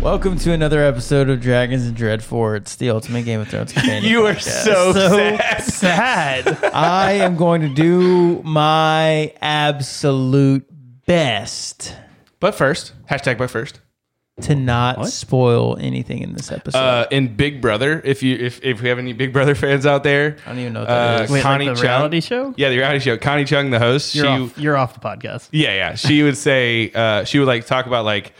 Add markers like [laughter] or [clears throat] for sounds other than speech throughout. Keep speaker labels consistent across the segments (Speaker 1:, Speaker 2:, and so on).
Speaker 1: Welcome to another episode of Dragons and Dreadforts, the ultimate Game of
Speaker 2: [laughs]
Speaker 1: Thrones companion.
Speaker 2: You are
Speaker 1: podcast.
Speaker 2: so, sad.
Speaker 1: sad. I am going to do my absolute best
Speaker 2: But first, hashtag but first.
Speaker 1: to not spoil anything in this episode.
Speaker 2: Uh, in Big Brother, if you if, if we have any Big Brother fans out there,
Speaker 1: I don't even know what that
Speaker 2: uh,
Speaker 1: is.
Speaker 3: Wait,
Speaker 2: Connie
Speaker 3: like the
Speaker 2: Chung.
Speaker 3: reality show?
Speaker 2: yeah, the reality show. Connie Chung, the host,
Speaker 3: You're,
Speaker 2: she
Speaker 3: off, you're off the podcast.
Speaker 2: yeah yeah she would say uh, she would like talk about like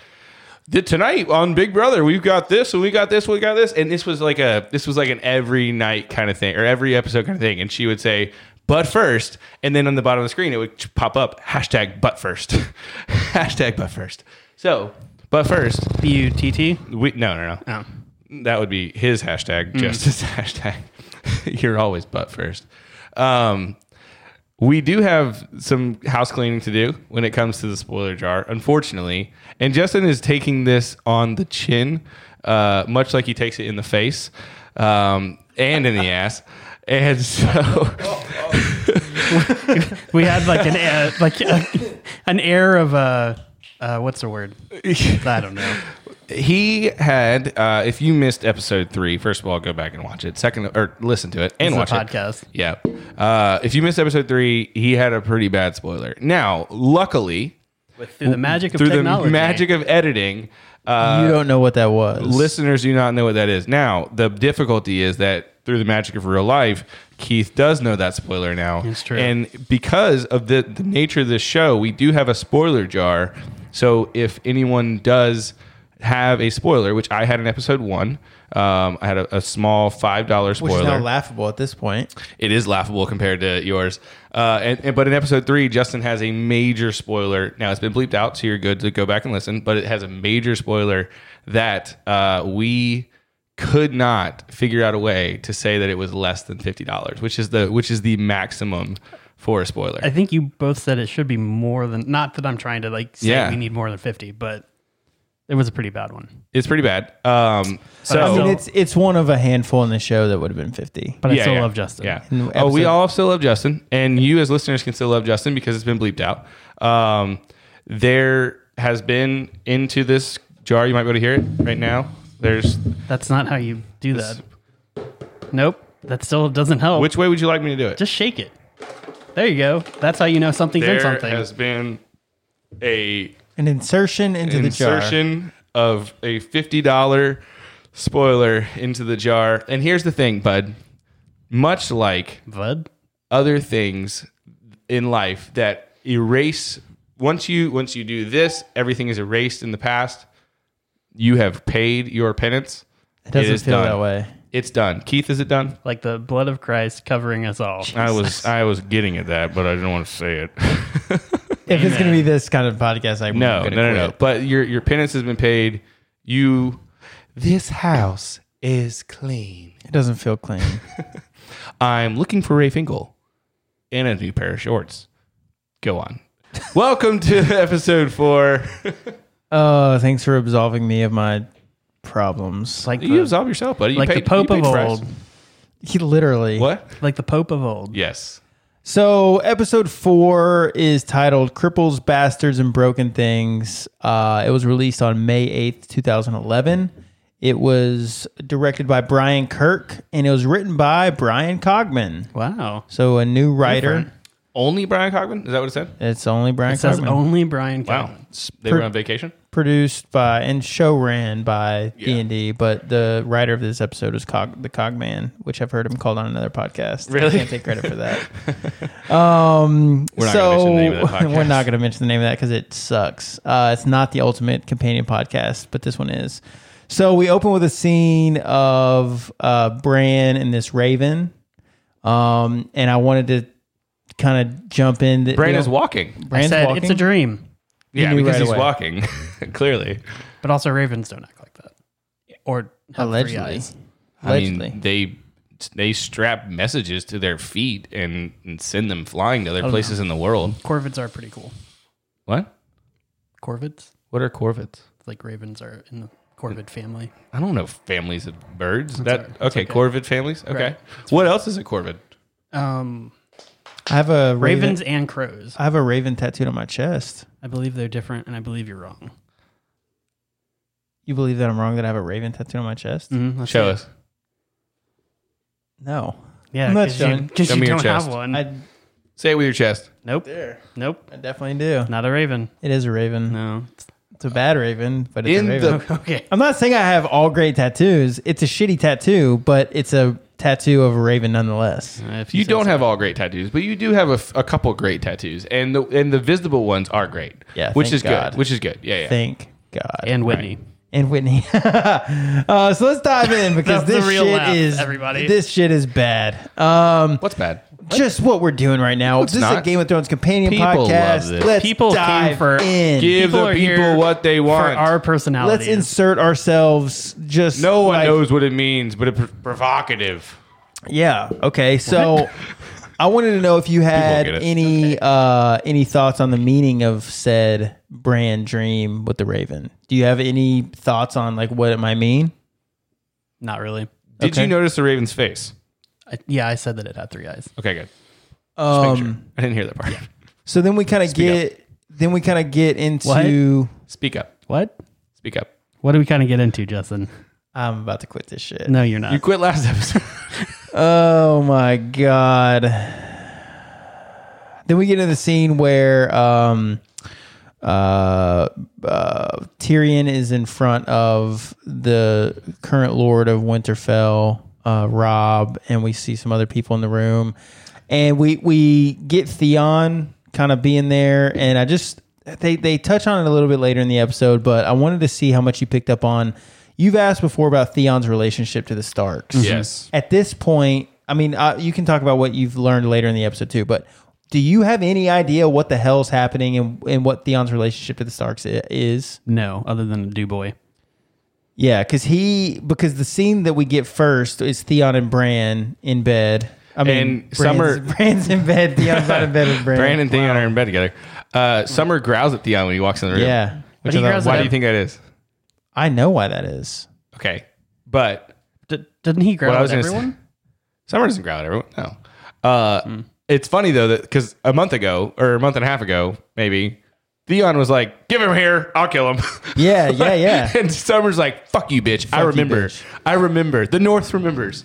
Speaker 2: the, tonight on Big Brother we've got this and we got this we got this and this was like a this was like an every night kind of thing or every episode kind of thing and she would say but first and then on the bottom of the screen it would ch- pop up hashtag but first [laughs] hashtag but first so but first
Speaker 3: B U T T.
Speaker 2: we no no no
Speaker 3: Oh.
Speaker 2: that would be his hashtag, justice [laughs] hashtag. You're always butt first. Um, we do have some house cleaning to do when it comes to the spoiler jar, unfortunately. And Justin is taking this on the chin, uh, much like he takes it in the face um, and in the ass. And [laughs] so,
Speaker 3: We had like
Speaker 2: [laughs]
Speaker 3: an uh, like uh, an air of uh, uh, what's the word? I don't know.
Speaker 2: he had uh, if you missed episode three first of all go back and watch it second or listen to it and
Speaker 3: It's a
Speaker 2: watch
Speaker 3: podcast.
Speaker 2: it yeah uh, if you missed episode three he had a pretty bad spoiler now luckily
Speaker 3: Through the magic of
Speaker 2: through
Speaker 3: technology.
Speaker 2: the magic of editing uh,
Speaker 1: you don't know what that was.
Speaker 2: listeners do not know what that is now the difficulty is that through the magic of real life keith does know that spoiler now
Speaker 3: It's true.
Speaker 2: and because of the, the nature of this show we do have a spoiler jar so if anyone does have a spoiler which i had in episode one um, i had a, a small $5
Speaker 1: which is now
Speaker 2: spoiler
Speaker 1: laughable at this point.
Speaker 2: it is laughable compared to yours. Uh, and, and- but in episode three, Justin has a major spoiler. Now it's been bleeped out, so you're good to go back and listen. But it has a major spoiler that uh, we could not figure out a way to say that it was less than fifty dollars, which is the which is the maximum for a spoiler.
Speaker 3: I think you both said it should be more than. Not that I'm trying to like say
Speaker 2: Yeah.
Speaker 3: we need more than fifty, but it was a pretty bad one.
Speaker 2: It's pretty bad. Um, so
Speaker 1: I mean,
Speaker 3: So-
Speaker 1: it's it's one of a handful in the show that would have been fifty.
Speaker 3: But
Speaker 2: Yeah,
Speaker 3: I still
Speaker 2: yeah.
Speaker 3: love Justin.
Speaker 2: Yeah.
Speaker 1: In
Speaker 2: Oh, we
Speaker 1: episode-
Speaker 2: all still love Justin, and you as listeners can still love Justin because it's been bleeped out. Um, there has been into this jar. You might be able to hear it right now. There's
Speaker 3: That's not how you do that. Nope. That still doesn't help.
Speaker 2: which way would you like me to do it?
Speaker 3: Just shake it. There you go. That's how you know something's
Speaker 2: there
Speaker 3: in something.
Speaker 2: has been a
Speaker 1: An insertion into the jar.
Speaker 2: insertion of a fifty dollar spoiler into the jar. And here's the thing, bud. Much like
Speaker 3: Bud.
Speaker 2: other things in life that erase once you once you do this everything is erased in the past you have paid your penance
Speaker 1: It doesn't
Speaker 2: is
Speaker 1: feel
Speaker 2: done.
Speaker 1: that way.
Speaker 2: it's done keith is it done
Speaker 3: like the blood of Christ covering us all.
Speaker 2: i
Speaker 3: [laughs]
Speaker 2: was i was getting at that but i didn't want to say it [laughs]
Speaker 1: If it's gonna be this kind of podcast, I'm
Speaker 2: no no
Speaker 1: gonna
Speaker 2: no no
Speaker 1: quit.
Speaker 2: but your your penance has been paid you this house is clean
Speaker 1: It doesn't feel clean.
Speaker 2: i'm looking for ray finkel and a new pair of shorts go
Speaker 3: [laughs]
Speaker 2: on welcome to [laughs] episode four
Speaker 1: Oh, thanks for absolving me of my problems.
Speaker 3: like
Speaker 2: You
Speaker 3: the,
Speaker 2: absolve yourself, buddy. You
Speaker 3: like the
Speaker 2: paid-
Speaker 3: Pope
Speaker 2: you
Speaker 3: of
Speaker 2: paid for
Speaker 3: old.
Speaker 2: us.
Speaker 1: he literally.
Speaker 2: What?
Speaker 3: Like the Pope of old.
Speaker 2: Yes.
Speaker 1: So, episode four is titled Cripples, Bastards, and Broken Things. Uh, it was released on May 8th, 2011. It was directed by Brian Kirk and it was written by Brian Cogman.
Speaker 3: Wow.
Speaker 1: So, a new writer.
Speaker 3: Different.
Speaker 2: Only Brian Cogman? Is that what it said?
Speaker 1: It's only Brian
Speaker 3: It says
Speaker 1: Cogman.
Speaker 3: only Brian.
Speaker 2: Wow.
Speaker 3: Wow.
Speaker 2: They were on vacation?
Speaker 1: produced by and show ran by
Speaker 2: Yeah.
Speaker 1: D&D, but the writer of this episode is Cog, the Cogman, which I've heard him called on another podcast. I
Speaker 2: Really?
Speaker 1: can't take credit for that.
Speaker 2: [laughs]
Speaker 1: um,
Speaker 2: We're not gonna
Speaker 1: so
Speaker 2: mention the name
Speaker 1: [laughs]
Speaker 2: of that
Speaker 1: we're
Speaker 2: podcast.
Speaker 1: not going to mention the name of that because it sucks. Uh, it's not the ultimate companion podcast, but this one is. So we open with a scene of uh, Bran and this Raven, um, and I wanted to kind of jump in. that-
Speaker 2: Brian
Speaker 1: you know,
Speaker 2: is walking.
Speaker 3: I
Speaker 1: Bran's
Speaker 3: said
Speaker 1: walking.
Speaker 3: it's a dream,
Speaker 2: Yeah,
Speaker 1: knew
Speaker 2: because
Speaker 1: right
Speaker 2: he's
Speaker 1: away.
Speaker 2: walking, [laughs] clearly.
Speaker 3: but also ravens don't act like that, or have
Speaker 1: Allegedly.
Speaker 3: three eyes.
Speaker 1: Allegedly.
Speaker 2: I mean, they they strap messages to their feet and, and send them flying
Speaker 1: Oh,
Speaker 2: to other places in the world.
Speaker 3: Corvids are pretty cool.
Speaker 2: What?
Speaker 3: Corvids,
Speaker 2: What are corvids?
Speaker 3: It's like ravens are in the corvid family.
Speaker 2: I don't know families of birds. that
Speaker 3: all right. That's
Speaker 2: okay,
Speaker 3: okay.
Speaker 2: corvid families? Okay.
Speaker 3: Right.
Speaker 2: What else is a corvid?
Speaker 3: Um,
Speaker 1: I have a Raven,
Speaker 3: ravens and crows.
Speaker 1: I have a raven tattooed on my chest.
Speaker 3: I believe they're different, and I believe you're wrong.
Speaker 1: You believe that I'm wrong that I have a raven tattoo on my chest?
Speaker 3: Mm.
Speaker 2: Show us.
Speaker 1: No.
Speaker 3: Yeah,
Speaker 1: I'm not
Speaker 3: 'cause
Speaker 1: showing.
Speaker 3: you, 'cause
Speaker 2: Show
Speaker 3: you
Speaker 2: me your
Speaker 3: don't have
Speaker 2: chest.
Speaker 3: one.
Speaker 1: I
Speaker 2: Say it with your chest.
Speaker 3: nope.
Speaker 1: there.
Speaker 3: Nope.
Speaker 1: I definitely do.
Speaker 3: Not a raven.
Speaker 1: It is a raven.
Speaker 3: No.
Speaker 1: It's a bad raven, but it's
Speaker 2: In
Speaker 1: a raven.
Speaker 2: the-
Speaker 3: Okay.
Speaker 1: I'm not saying I have all great tattoos. It's a shitty tattoo, but it's a tattoo of a raven nonetheless.
Speaker 3: Uh, if
Speaker 2: You
Speaker 3: say
Speaker 2: don't
Speaker 3: so.
Speaker 2: have all great tattoos, but you do have a, f- a couple great tattoos, and the and the visible ones are great.
Speaker 1: Yeah,
Speaker 2: which
Speaker 1: thank
Speaker 2: is
Speaker 1: God.
Speaker 2: good. Which is good. Yeah, yeah.
Speaker 1: Thank God.
Speaker 3: And Whitney.
Speaker 1: and Whitney. [laughs] uh, so let's dive
Speaker 3: [laughs]
Speaker 1: in because
Speaker 3: That was
Speaker 1: this
Speaker 3: a real
Speaker 1: shit
Speaker 3: laugh,
Speaker 1: is
Speaker 3: everybody.
Speaker 1: This shit is bad. Um,
Speaker 2: What's bad?
Speaker 1: just what we're doing right now.
Speaker 2: it's
Speaker 1: this is a
Speaker 2: not.
Speaker 1: Game of Thrones companion
Speaker 2: People love
Speaker 1: podcast.
Speaker 2: this.
Speaker 1: Let's
Speaker 3: People came
Speaker 1: dive
Speaker 3: for-
Speaker 1: in.
Speaker 2: Give
Speaker 3: People
Speaker 2: the
Speaker 3: are
Speaker 2: people
Speaker 3: here
Speaker 2: what they want.
Speaker 3: For our personality.
Speaker 1: Let's insert ourselves. Just
Speaker 2: no one
Speaker 1: like-
Speaker 2: knows what it means, but it's pr- provocative.
Speaker 1: Yeah. Okay. So. I wanted to know if you had
Speaker 2: get it.
Speaker 1: any uh, any thoughts on the meaning of said brand dream with the Raven. Do you have any thoughts on like what it might mean?
Speaker 3: Not really.
Speaker 2: Did
Speaker 1: Okay.
Speaker 2: you notice the raven's face?
Speaker 3: I, yeah, I said that it had three eyes.
Speaker 2: Okay, good.
Speaker 1: Um,
Speaker 2: I didn't hear that part. [laughs]
Speaker 1: So then we kind of get then we kind of get into
Speaker 2: Speak up.
Speaker 3: What?
Speaker 2: Speak up.
Speaker 3: What do we kind of get into, Justin?
Speaker 1: I'm about to quit this shit.
Speaker 3: No, you're not.
Speaker 2: You quit last episode.
Speaker 1: Oh my god. Then we get into the scene where um uh, uh Tyrion is in front of the current lord of Winterfell, uh Rob, and we see some other people in the room. And we we get Theon kind of being there and I just they they touch on it a little bit later in the episode, but I wanted to see how much you picked up on You've asked before about Theon's relationship to the Starks
Speaker 2: [laughs] yes.
Speaker 1: at this point, I mean, uh, you can talk about what you've learned later in the episode too, but do you have any idea what the hell's happening and, and what Theon's relationship to the Starks i- is?
Speaker 3: no, other than a do boy.
Speaker 1: Yeah, because he because the scene that we get first is Theon and Bran in bed. I mean,
Speaker 2: And
Speaker 1: Bran's-
Speaker 2: Summer-
Speaker 1: [laughs] Bran's in bed. Theon's not in bed
Speaker 2: [laughs]
Speaker 1: with Bran.
Speaker 2: Brandon and Theon are in bed together. Uh, Summer growls at Theon when he walks in the room.
Speaker 1: yeah,
Speaker 2: Which
Speaker 3: But he
Speaker 2: I thought,
Speaker 3: growls at
Speaker 2: why do
Speaker 3: him.
Speaker 2: you think that is?
Speaker 1: I know why that is.
Speaker 2: Okay. But
Speaker 3: D- didn't he growl
Speaker 2: what I
Speaker 3: at
Speaker 2: was going to
Speaker 3: everyone?
Speaker 2: say. Summer doesn't growl at everyone. No. Uh, It's funny though that because a month ago or a month and a half ago maybe Theon was like, "Give him here, I'll kill him."
Speaker 1: Yeah,
Speaker 2: [laughs]
Speaker 1: yeah, yeah.
Speaker 2: and Summer's like, "Fuck you, bitch! I
Speaker 1: you,
Speaker 2: remember.
Speaker 1: bitch."
Speaker 2: I remember. The North remembers."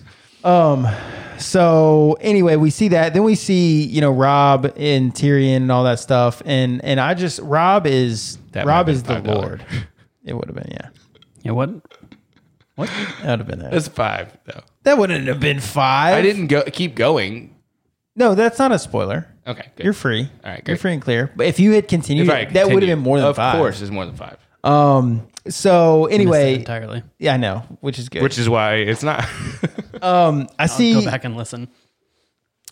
Speaker 1: so anyway, we see that. Then we see you know Rob and Tyrion and all that stuff. And and I just Rob is
Speaker 2: That
Speaker 1: Rob
Speaker 2: might have
Speaker 1: is the
Speaker 2: been $5. [laughs]
Speaker 1: Lord. It would have been yeah.
Speaker 3: Yeah, what?
Speaker 1: That would have been that.
Speaker 2: That's five though.
Speaker 1: That wouldn't have been five.
Speaker 2: I didn't go keep going.
Speaker 1: No, that's not a spoiler.
Speaker 2: Okay, good.
Speaker 1: You're free.
Speaker 2: All right,
Speaker 1: You're
Speaker 2: great.
Speaker 1: free and clear. But if you had continued,
Speaker 2: If I
Speaker 1: that would have
Speaker 2: continue.
Speaker 1: been more than five.
Speaker 2: Of course, it's more than five.
Speaker 1: Um. So
Speaker 3: Anyway,
Speaker 1: anyway,
Speaker 3: entirely.
Speaker 1: yeah, I know, which is good.
Speaker 2: Which is why it's not. [laughs]
Speaker 1: I see.
Speaker 3: Go back and listen.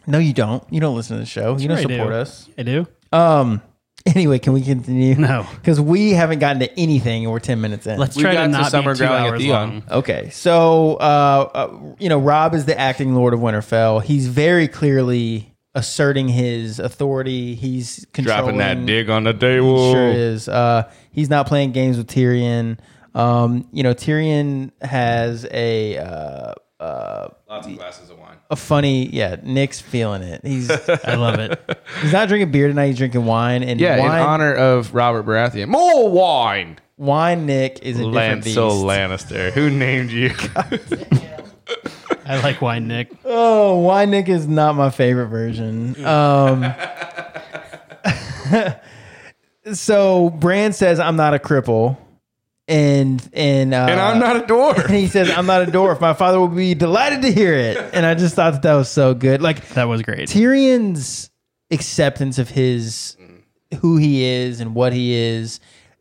Speaker 1: No, you don't. You don't listen to the show. you don't
Speaker 3: Sure I do.
Speaker 1: support us. [laughs]
Speaker 3: I do.
Speaker 1: Um. Anyway, can we continue?
Speaker 3: No.
Speaker 1: because we haven't gotten to anything, and we're ten minutes in.
Speaker 3: Let's
Speaker 2: We
Speaker 3: try
Speaker 2: got
Speaker 3: to
Speaker 2: to
Speaker 3: not
Speaker 2: Summer
Speaker 3: be two
Speaker 2: growling at
Speaker 3: hours
Speaker 2: Theon.
Speaker 3: long.
Speaker 1: Okay, so uh, uh, you know Rob is the acting Lord of Winterfell. He's very clearly asserting his authority. He's controlling
Speaker 2: dropping that dig on the table.
Speaker 1: He sure is. Uh, he's not playing games with Tyrion. Um, you know, Tyrion has a uh,
Speaker 2: Lots of glasses of wine.
Speaker 1: a funny yeah. Nick's feeling it.
Speaker 2: [laughs]
Speaker 1: He's
Speaker 3: I love it.
Speaker 1: he's not drinking beer tonight. He's drinking wine and
Speaker 2: Yeah,
Speaker 1: wine.
Speaker 2: in honor of Robert Baratheon. More wine.
Speaker 1: wine Nick is a different beast.
Speaker 2: Lancel Lannister. Who named you?
Speaker 1: [laughs]
Speaker 3: I like wine, Nick.
Speaker 1: Oh, wine Nick is not my favorite version. Um, [laughs] so Bran says I'm not a cripple, and and uh,
Speaker 2: and I'm not a
Speaker 1: and
Speaker 2: dwarf.
Speaker 1: he says, "I'm not a dwarf. My father will be delighted to hear it." And I just thought that that was so good. Like
Speaker 3: That was great.
Speaker 1: Tyrion's acceptance of his who he is and what he is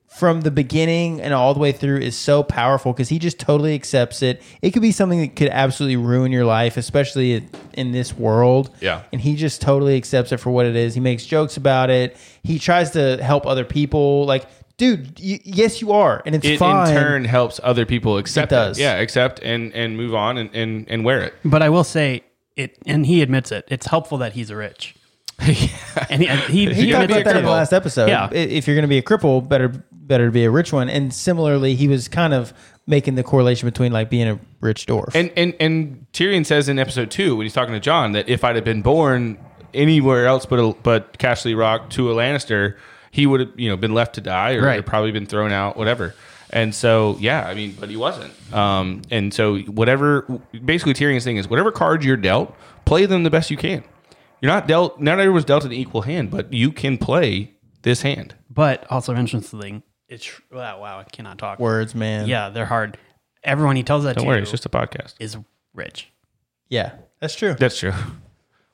Speaker 1: from the beginning and all the way through is so powerful because he just totally accepts it. It could be something that could absolutely ruin your life, especially in this world.
Speaker 2: Yeah.
Speaker 1: And he just totally accepts it for what it is. He makes jokes about it. He tries to help other people. Like, dude, y- yes, you are, and it's
Speaker 2: It
Speaker 1: fine.
Speaker 2: in turn helps other people accept
Speaker 1: It does.
Speaker 2: Yeah, accept and and move on and and, and wear it.
Speaker 3: But I will say it, and he admits it. It's helpful that
Speaker 2: [laughs]
Speaker 3: he's rich, and he and he,
Speaker 1: he
Speaker 3: he
Speaker 1: talked about
Speaker 3: admits it
Speaker 1: that in the
Speaker 3: too.
Speaker 1: last episode.
Speaker 3: Yeah.
Speaker 1: I- If you're going to be a cripple, better better to be a rich one. And similarly, he was kind of making the correlation between like being a rich dwarf.
Speaker 2: And and and Tyrion says in episode two when he's talking to John that if I'd have been born anywhere else but a, but Castle Rock to a Lannister, he would have you know been left to die or
Speaker 3: Right.
Speaker 2: probably been thrown out, whatever. And so, yeah, I mean, but he wasn't. Um, and so, whatever, basically, Tyrion's thing is whatever cards you're dealt, play them the best you can. You're not dealt, not everyone's dealt an equal hand, but you can play this hand.
Speaker 3: But also mentions the thing. It's wow, wow, I cannot talk.
Speaker 1: Words, man.
Speaker 3: Yeah, they're hard. Everyone he tells that
Speaker 2: Don't
Speaker 3: to
Speaker 2: worry, it's just a podcast.
Speaker 3: is rich.
Speaker 1: Yeah. That's true.
Speaker 2: That's true. [laughs]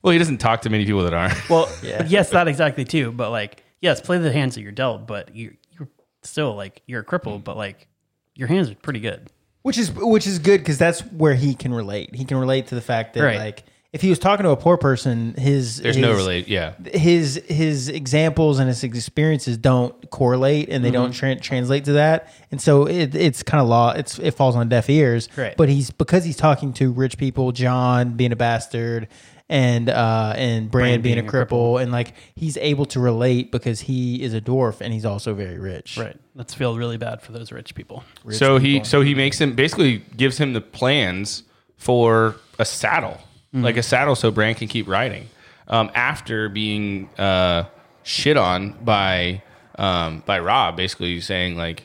Speaker 2: Well, he doesn't talk to many people that aren't.
Speaker 3: Well,
Speaker 1: Yeah.
Speaker 3: [laughs] yes, not exactly too, but like, yes, play the hands that you're dealt, but you're, you're still like you're a cripple, but like your hands are pretty good.
Speaker 1: Which is which is good because that's where he can relate. He can relate to the fact that
Speaker 3: Right.
Speaker 1: like if he was talking to a poor person, his
Speaker 2: There's no
Speaker 1: his-
Speaker 2: relate. Yeah.
Speaker 1: his his examples and his experiences don't correlate and they don't tran translate to that and so it, it's kind of law it's it falls on deaf ears
Speaker 3: Right.
Speaker 1: but he's because he's talking to rich people john being a bastard and uh and brand being, a cripple and like he's able to relate because he is a dwarf and he's also very rich
Speaker 3: Right. Let's feel really bad for those rich people.
Speaker 2: So he so he makes him basically gives him the plans for a saddle,
Speaker 1: Mm-hmm.
Speaker 2: like a saddle, so Bran can keep riding. Um, after being uh, shit on by um, by Rob, basically saying like,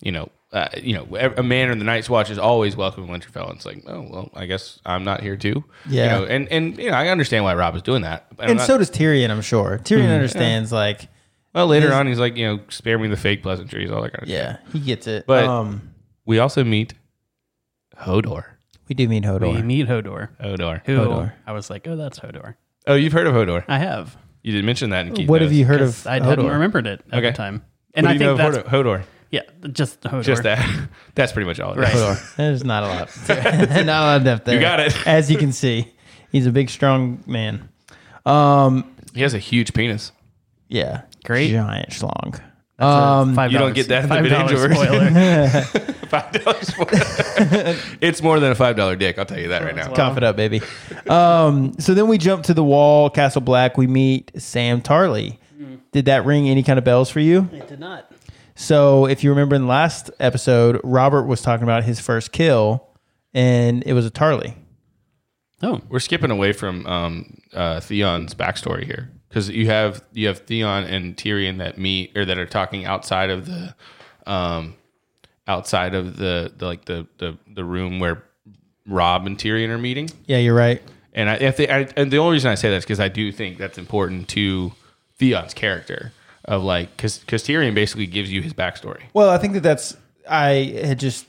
Speaker 2: you know, uh, you know, ev- a man in the Night's Watch is always welcome in Winterfell. And it's like, oh well, I guess I'm not here too.
Speaker 1: Yeah.
Speaker 2: you know, and and you know, I understand why Rob is doing that. I'm
Speaker 1: and
Speaker 2: not-
Speaker 1: so does tyrion i'm sure tyrion understands like
Speaker 2: well, later on, he's like, you know, spare me the fake pleasantries, all that kind of. Yeah.
Speaker 1: yeah he gets it
Speaker 2: But-
Speaker 1: um
Speaker 2: We also meet Hodor.
Speaker 1: we do mean hodor
Speaker 3: We meet Hodor.
Speaker 2: Hodor.
Speaker 3: Who
Speaker 1: Hodor.
Speaker 3: I was like, oh, that's Hodor.
Speaker 2: Oh, you've heard of Hodor.
Speaker 3: I have.
Speaker 2: You didn't mention that in Keith.
Speaker 1: what have
Speaker 2: Notes.
Speaker 1: you heard of
Speaker 3: 'Cause I hadn't
Speaker 1: Hodor?
Speaker 3: remembered it at
Speaker 2: Okay.
Speaker 3: the time.
Speaker 2: What
Speaker 3: And I
Speaker 2: do you know
Speaker 3: think
Speaker 2: of
Speaker 3: that's
Speaker 2: Hodor? Hodor.
Speaker 3: yeah, just Hodor.
Speaker 2: Just that. [laughs] That's pretty much all. It is.
Speaker 3: Right.
Speaker 1: [laughs] There's not a lot. not a lot of depth there.
Speaker 2: You got it.
Speaker 1: As you can see, he's a big, strong man. Um,
Speaker 2: He has a huge
Speaker 3: [laughs]
Speaker 2: penis.
Speaker 1: yeah,
Speaker 3: Great.
Speaker 1: giant schlong.
Speaker 3: That's a
Speaker 1: Um,
Speaker 3: $5
Speaker 2: you don't get that in the
Speaker 3: $5
Speaker 2: mid-engine version. [laughs]
Speaker 3: spoiler.
Speaker 2: Five dollars. [laughs] it's more than a five dollar dick. I'll tell you that right now.
Speaker 1: Cough it up, baby. Um, so then we jump to the wall, Castle Black. We meet Sam Tarley. Did that ring any kind of bells for you?
Speaker 3: it did not.
Speaker 1: So if you remember in the last episode, Robert was talking about his first kill, and it was a Tarley.
Speaker 3: Oh,
Speaker 2: We're skipping away from um, uh, Theon's backstory here because you have you have Theon and Tyrion that meet or that are talking outside of the um, outside of the, the like the, the the room where Rob and Tyrion are meeting.
Speaker 1: Yeah, you're right.
Speaker 2: And I, if they, I, and the only reason I say that is because I do think that's important to Theon's character of like because because Tyrion basically gives you his backstory.
Speaker 1: Well, I think that that's I had just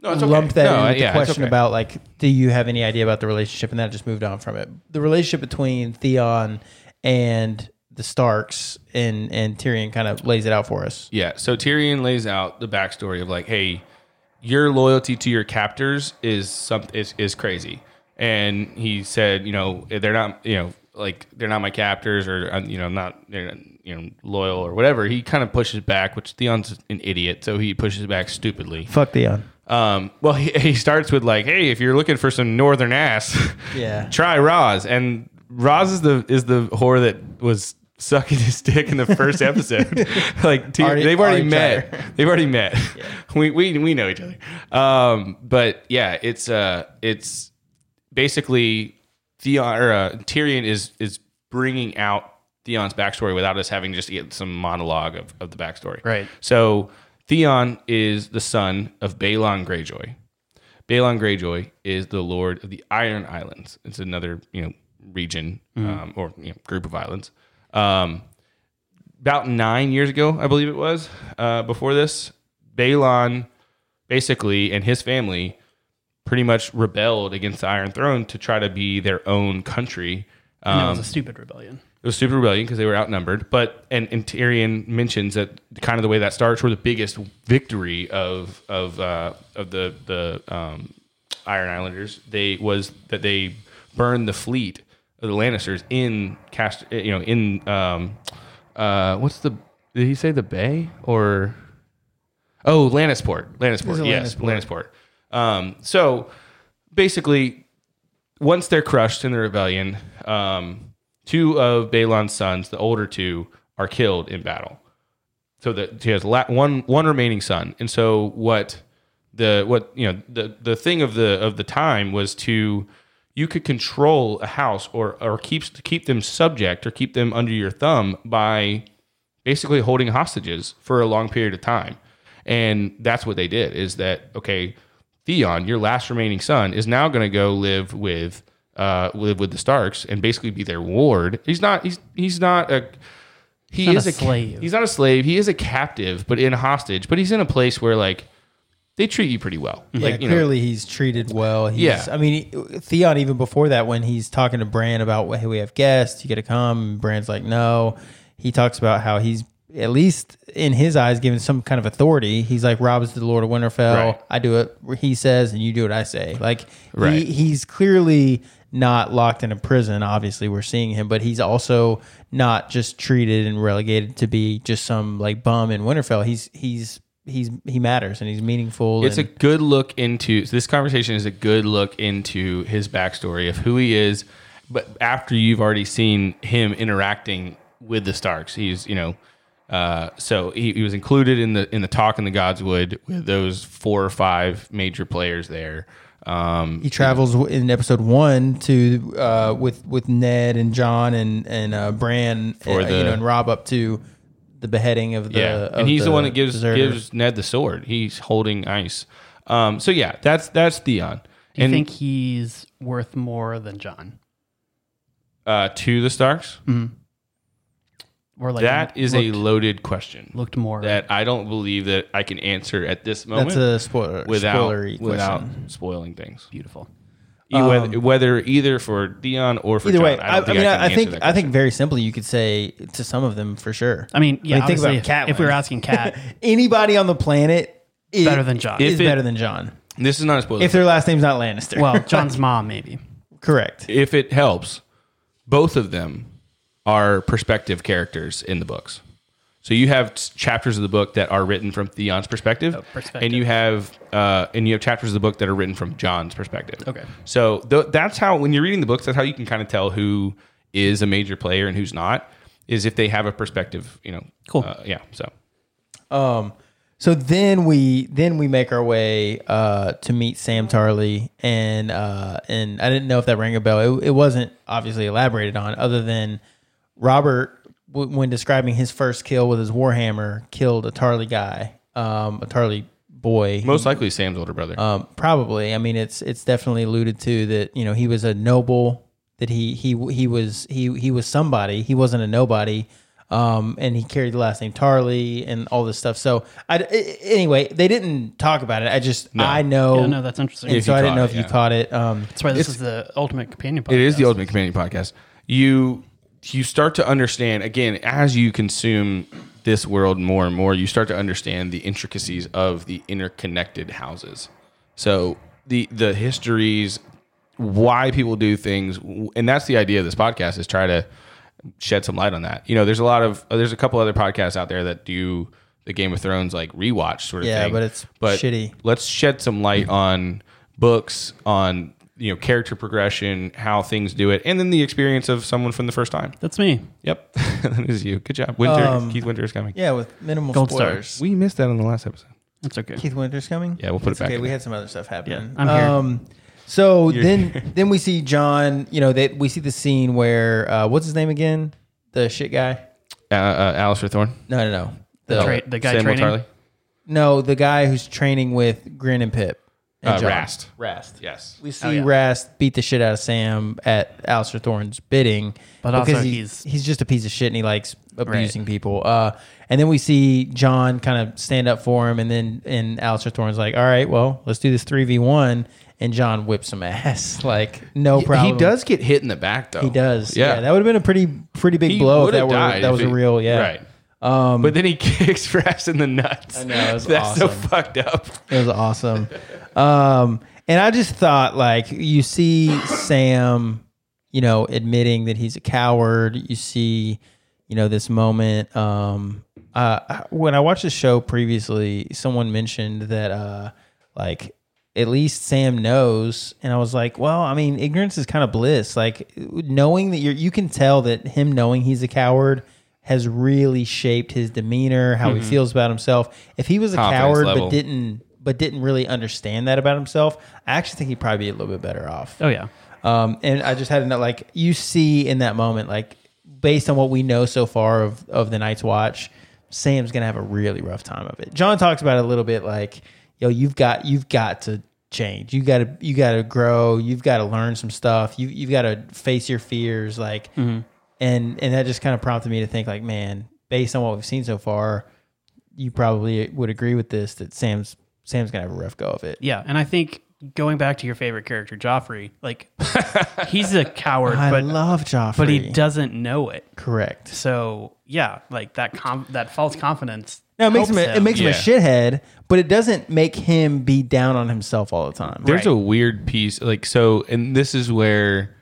Speaker 2: No, it's okay.
Speaker 1: lumped that
Speaker 2: No,
Speaker 1: in with
Speaker 2: yeah,
Speaker 1: the
Speaker 2: it's
Speaker 1: question
Speaker 2: okay.
Speaker 1: about like, do you have any idea about the relationship? And that just moved on from it. The relationship between Theon and the Starks and and Tyrion kind of lays it out for us.
Speaker 2: Yeah, so Tyrion lays out the backstory of like, hey, your loyalty to your captors is something is, is crazy, and he said, you know, they're not, you know, like they're not my captors or um, you know, not they're not, you know loyal or whatever. He kind of pushes back, which Theon's an idiot, so he pushes back stupidly.
Speaker 1: Fuck Theon.
Speaker 2: Um, well, he, [laughs] he starts with like, "Hey, if you're looking for some northern ass, [laughs]
Speaker 1: Yeah.
Speaker 2: try Roz." And Roz is the is the whore that was sucking his dick in the first episode. [laughs] like Tyr-
Speaker 1: Already-
Speaker 2: they've already,
Speaker 1: already
Speaker 2: met,
Speaker 1: tried
Speaker 2: [laughs] they've already met. We, we we know each other. Um, but yeah, it's uh, it's basically Theon or uh, Tyrion is is bringing out Theon's backstory without us having just get some monologue of, of the backstory.
Speaker 3: Right.
Speaker 2: So Theon is the son of Balon Greyjoy. Balon Greyjoy is the lord of the Iron Islands. It's another you know region um, or you know, group of islands. Um, about nine years ago, I believe it was, uh, before this, Balon basically and his family pretty much rebelled against the Iron Throne to try to be their own country.
Speaker 3: and
Speaker 2: Um,
Speaker 3: it was a stupid rebellion.
Speaker 2: it was super rebellion because they were outnumbered. But and, and Tyrion mentions that kind of the way that starts were the biggest victory of of uh, of the the um, Iron Islanders. They was that they burned the fleet of the Lannisters in cast. You know in um, uh, what's the did he say the bay or oh Lannisport Lannisport
Speaker 1: it
Speaker 2: yes Lannisport. Um, so basically once they're crushed in the rebellion, um, two of Balon's sons, the older two, are killed in battle. So that he has la- one one remaining son, and so what the what you know the the thing of the of the time was to you could control a house or or keep keep them subject or keep them under your thumb by basically holding hostages for a long period of time. And that's what they did is that, okay, Theon, your last remaining son, is now going to go live with. Uh, live with the Starks and basically be their ward. He's not. He's he's not a. He
Speaker 3: Not
Speaker 2: is
Speaker 3: a
Speaker 2: a ca-
Speaker 3: slave.
Speaker 2: He's not a slave. He is a captive, but in a hostage. But he's in a place where like they treat you pretty well. Like
Speaker 1: yeah,
Speaker 2: you know,
Speaker 1: clearly he's treated well. He's,
Speaker 2: Yeah.
Speaker 1: I mean, Theon, even before that, when he's talking to Bran about, hey, we have guests, you got to come. And Bran's like, no. He talks about how he's, at least in his eyes, given some kind of authority. He's like, Rob is the Lord of Winterfell.
Speaker 2: Right.
Speaker 1: I do it what he says, and you do what I say. Like,
Speaker 2: Right.
Speaker 1: he, he's clearly not locked in a prison. Obviously, we're seeing him, but he's also not just treated and relegated to be just some like bum in Winterfell. He's, he's, He's he matters and he's meaningful.
Speaker 2: it's
Speaker 1: and,
Speaker 2: a good look into so this conversation is a good look into his backstory of who he is but after you've already seen him interacting with the starks he's you know uh, so he, he was included in the in the talk in the godswood with those four or five major players there um,
Speaker 1: he travels w- in episode one to uh, with with Ned and John and and uh, Bran
Speaker 2: For
Speaker 1: uh,
Speaker 2: the-
Speaker 1: you know and Rob up to the beheading of the
Speaker 2: yeah
Speaker 1: of
Speaker 2: and he's the, one that gives
Speaker 1: deserter.
Speaker 2: gives ned the sword he's holding ice um, so yeah that's that's theon
Speaker 3: Do you
Speaker 2: and
Speaker 3: think he's worth more than John?
Speaker 2: uh, to the starks
Speaker 3: Or like
Speaker 2: that is a
Speaker 3: looked-
Speaker 2: loaded question
Speaker 3: looked more
Speaker 2: that I don't believe that I can answer at this moment
Speaker 1: that's a spoiler
Speaker 2: without
Speaker 1: spoilery
Speaker 2: without
Speaker 1: question. Um,
Speaker 2: spoiling things.
Speaker 3: beautiful.
Speaker 2: E- whether, whether either for Dion or for
Speaker 1: Either
Speaker 2: John,
Speaker 1: way, I, I,
Speaker 2: don't think
Speaker 1: mean,
Speaker 2: I, can
Speaker 1: I, I
Speaker 2: answer
Speaker 1: think
Speaker 2: that
Speaker 1: I think very simply you could say to some of them for sure.
Speaker 3: I mean, yeah,
Speaker 1: I mean, think about
Speaker 3: obviously,
Speaker 1: Catelyn.
Speaker 3: if we were asking
Speaker 1: [laughs]
Speaker 3: Cat,
Speaker 1: Anybody on the planet is,
Speaker 3: better than John.
Speaker 1: is
Speaker 2: If it-
Speaker 1: better than John
Speaker 2: question. this is not a spoiler.
Speaker 1: if
Speaker 2: If,
Speaker 1: their last name's not Lannister.
Speaker 3: well, John's mom maybe.
Speaker 1: correct.
Speaker 2: it helps, both of them are perspective characters in the books. So you have s- chapters of the book that are written from Theon's perspective,
Speaker 3: Oh, perspective.
Speaker 2: and you have uh, and you have chapters of the book that are written from John's perspective.
Speaker 3: Okay.
Speaker 2: So th- that's how when you're reading the books, that's how you can kind of tell who is a major player and who's not. Is if they have a perspective, you know.
Speaker 3: Cool.
Speaker 2: Uh, yeah. So
Speaker 1: Um, so then we then we make our way uh, to meet Sam Tarley, and uh, and I didn't know if that rang a bell. It, it wasn't obviously elaborated on, other than Robert, w- when describing his first kill with his warhammer, killed a Tarley guy, um, a Tarley boy.
Speaker 2: most likely Sam's older brother.
Speaker 1: Um, probably. I mean, it's it's definitely alluded to that you know he was a noble. That he he he was he he was somebody. He wasn't a nobody. Um, and he carried the last name Tarley and all this stuff. So I, I- anyway, they didn't talk about it. I just I know.
Speaker 3: Yeah, no, that's interesting.
Speaker 1: and so
Speaker 2: you
Speaker 1: I didn't know
Speaker 2: caught
Speaker 1: if
Speaker 2: it,
Speaker 1: you
Speaker 2: yeah.
Speaker 1: caught it. Um,
Speaker 3: that's why this is the ultimate companion. Podcast.
Speaker 2: It is the Ultimate Companion podcast. You you start to understand again as you consume this world more and more. You start to understand the intricacies of the interconnected houses. So the the histories, why people do things, and that's the idea of this podcast is try to shed some light on that. You know, there's a lot of there's a couple other podcasts out there that do the Game of Thrones like rewatch sort of
Speaker 1: Yeah,
Speaker 2: thing.
Speaker 1: but it's shitty.
Speaker 2: Let's shed some light on books, on you know character progression, how things do it, and then the experience of someone from the first time.
Speaker 3: That's me.
Speaker 2: Yep, [laughs] that is you. Good job, Winter. Keith Winter is coming.
Speaker 1: Um, yeah, with minimal
Speaker 3: Gold
Speaker 1: spoilers.
Speaker 2: We missed that on the last episode.
Speaker 3: That's okay.
Speaker 1: Keith Winter's coming.
Speaker 2: Yeah, we'll put
Speaker 1: It's
Speaker 2: it back
Speaker 1: Okay,
Speaker 2: in
Speaker 1: we
Speaker 2: there.
Speaker 1: had some other stuff happening.
Speaker 3: Yeah, I'm here.
Speaker 1: Um, so then, [laughs] then we see John. You know, that we see the scene where uh, what's his name again? The shit guy.
Speaker 2: Uh, uh, Alistair Thorne,
Speaker 1: No, no, no. The,
Speaker 3: The Tra- the guy
Speaker 2: Samuel
Speaker 3: training.
Speaker 2: Tarly,
Speaker 1: no, the guy who's training with Grin and Pip. And
Speaker 2: uh,
Speaker 1: John.
Speaker 2: Rast.
Speaker 1: Rast.
Speaker 2: Yes,
Speaker 1: We see
Speaker 3: yeah.
Speaker 1: Rast beat the shit out of Sam at Alistair Thorne's bidding,
Speaker 3: But also
Speaker 1: he-
Speaker 3: he's-
Speaker 1: he's just a piece of shit and he likes abusing people. Uh, and then we see John kind of stand up for him, and then and Alistair Thorne's like, "All right, well, let's do this three v one," and John whips some [laughs] ass, like no problem.
Speaker 2: He does get hit in the back though.
Speaker 1: He does. Yeah,
Speaker 2: Yeah,
Speaker 1: that would have been a pretty pretty big
Speaker 2: He
Speaker 1: blow if
Speaker 2: would've
Speaker 1: that were
Speaker 2: died
Speaker 1: that
Speaker 2: if
Speaker 1: was
Speaker 2: he-
Speaker 1: a real. Yeah, Um,
Speaker 2: Right. but then he [laughs] kicks Rast in the nuts. I
Speaker 1: know, it was
Speaker 2: That's so
Speaker 1: awesome.
Speaker 2: fucked up.
Speaker 1: It was awesome. Um, and I just thought, like, you see Sam, you know, admitting that he's a coward. You see, you know, this moment. Um, uh, when I watched the show previously, someone mentioned that, uh, like, at least Sam knows. And I was like, well, I mean, ignorance is kind of bliss. Like, knowing that you're, you can tell that him knowing he's a coward has really shaped his demeanor, how he feels about himself. If he was a
Speaker 2: Mm-hmm. Confidence
Speaker 1: coward, but
Speaker 2: level.
Speaker 1: didn't didn't but didn't really understand that about himself, I actually think he'd probably be a little bit better off.
Speaker 3: Oh yeah.
Speaker 1: Um, and I just had to like you see in that moment, like based on what we know so far of of the Night's Watch, Sam's gonna have a really rough time of it. John talks about it a little bit, like, yo, you've got you've got to change. You gotta you gotta grow. You've got to learn some stuff. You you've got to face your fears, like,
Speaker 3: Mm-hmm.
Speaker 1: and and that just kind of prompted me to think, like, man, based on what we've seen so far, you probably would agree with this that Sam's Sam's gonna have a rough go of it.
Speaker 3: Yeah, and I think going back to your favorite character, Joffrey,
Speaker 1: [laughs]
Speaker 3: like he's a coward,
Speaker 1: I
Speaker 3: but
Speaker 1: love Joffrey,
Speaker 3: but he doesn't know it.
Speaker 1: correct.
Speaker 3: So yeah, like that com- that false confidence.
Speaker 1: No, it makes him,
Speaker 3: helps
Speaker 1: a, it makes him a
Speaker 2: Yeah.
Speaker 1: shithead, but it doesn't make him be down on himself all the time.
Speaker 2: There's
Speaker 3: Right.
Speaker 2: a weird piece, like so, and this is where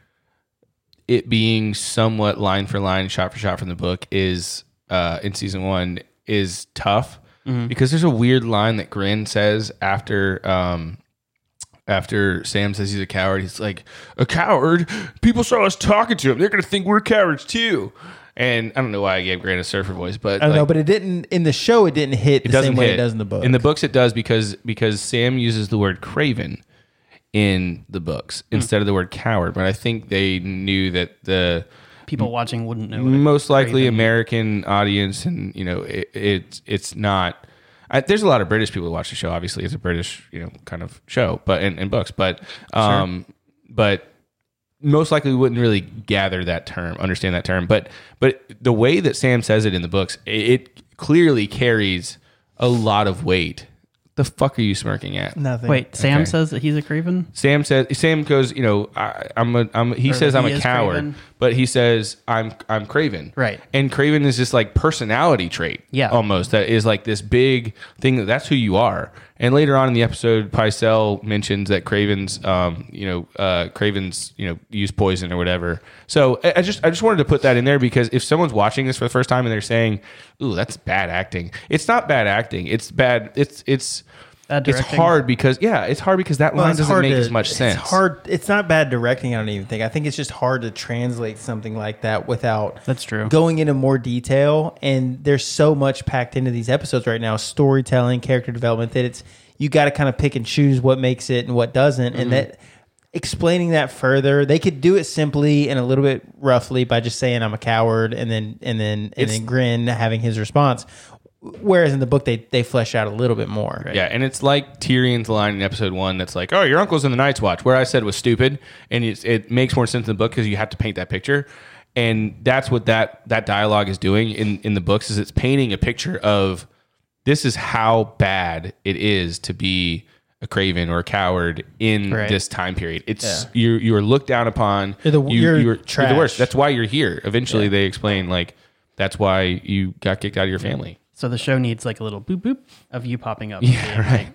Speaker 2: it being somewhat line for line, shot for shot from the book is uh, in season one is tough because there's a weird line that Grin says after um, after Sam says he's a coward. He's like a coward. People saw us talking to him. They're gonna think we're cowards too. And I don't know why I gave Grin a surfer voice, but
Speaker 1: I don't
Speaker 2: like,
Speaker 1: know, but it didn't in the show. It didn't hit the same way
Speaker 2: hit.
Speaker 1: it does in the book.
Speaker 2: In the books, it does because because Sam uses the word craven in the books
Speaker 1: Hmm.
Speaker 2: instead of the word coward. But I think they knew that the
Speaker 3: People watching wouldn't know.
Speaker 1: Mm,
Speaker 3: It.
Speaker 2: most likely American audience, and you know, it, it's it's not. I, there's a lot of British people who watch the show. Obviously, it's a British you know kind of show, but and, and books, but um, but most likely wouldn't really gather that term, understand that term. But but the way that Sam says it in the books, it, it clearly carries a lot of weight. The fuck are you smirking at?
Speaker 1: Nothing.
Speaker 3: Wait, Sam
Speaker 2: Okay.
Speaker 3: says that he's a craven.
Speaker 2: Sam says Sam goes, you know, I, I'm a I'm he says
Speaker 3: he
Speaker 2: I'm a
Speaker 3: is
Speaker 2: coward,
Speaker 3: Craven.
Speaker 2: but he says I'm I'm Craven.
Speaker 3: Right.
Speaker 2: And Craven is this like personality trait.
Speaker 3: Yeah.
Speaker 2: Almost that is like this big thing that that's who you are. And later on in the episode, Picel mentions that Craven's um, you know, uh Craven's, you know, use poison or whatever. So I, I just I just wanted to put that in there because if someone's watching this for the first time and they're saying, Ooh, that's bad acting. It's not bad acting. It's bad it's it's
Speaker 3: Bad
Speaker 2: it's
Speaker 3: directing.
Speaker 2: hard because yeah, it's hard because that
Speaker 1: Well,
Speaker 2: line
Speaker 1: it's
Speaker 2: doesn't
Speaker 1: hard
Speaker 2: make
Speaker 1: to-
Speaker 2: as much sense.
Speaker 1: It's hard. It's not bad directing. I don't even think. I think it's just hard to translate something like that without.
Speaker 3: That's true.
Speaker 1: Going into more detail, and there's so much packed into these episodes right now: storytelling, character development. That it's you got to kind of pick and choose what makes it and what doesn't,
Speaker 2: Mm-hmm.
Speaker 1: and that explaining that further they could do it simply and a little bit roughly by just saying i'm a coward and then and then and then grin having his response whereas in the book they they flesh out a little bit more
Speaker 2: Yeah, and it's like Tyrion's line in episode one that's like, "Oh, your uncle's in the Night's Watch," where I said was stupid, and it's, it makes more sense in the book because you have to paint that picture, and that's what that that dialogue is doing in in the books is it's painting a picture of this is how bad it is to be a craven or a coward in
Speaker 1: Right.
Speaker 2: this time period. It's you you are looked down upon.
Speaker 1: You're the-
Speaker 2: you,
Speaker 1: you're
Speaker 2: you're
Speaker 1: trash.
Speaker 2: the worst. That's why you're here. Eventually, they explain like that's why you got kicked out of your family. [laughs]
Speaker 3: So the show needs like a little boop boop of you
Speaker 1: [laughs]
Speaker 3: popping up. Yeah,
Speaker 2: right.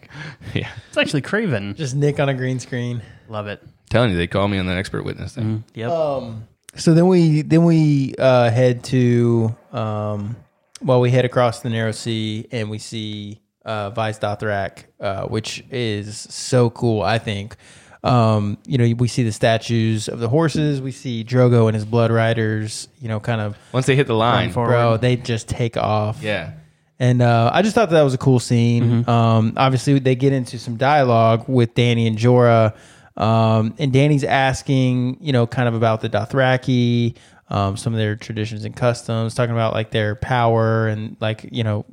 Speaker 2: Yeah.
Speaker 3: it's actually Craven.
Speaker 1: just nick on a green screen
Speaker 3: Love it.
Speaker 2: telling you, they call me on that expert witness thing.
Speaker 3: Yep.
Speaker 1: Oh, So then we then we uh, head to um, well we head across the narrow sea and we see uh, Vice Dothrak, uh, which is so cool. I think um, you know we see the statues of the horses. We see Drogo and his Blood Riders. You know, kind of
Speaker 2: Once they hit the line,
Speaker 3: forward.
Speaker 1: bro. They just take off.
Speaker 2: yeah,
Speaker 1: And uh, I just thought that was a cool scene. Um, obviously, they get into some dialogue with Danny and Jorah, um, and Danny's asking, you know, kind of about the Dothraki, um, some of their traditions and customs, talking about like their power and like, you know,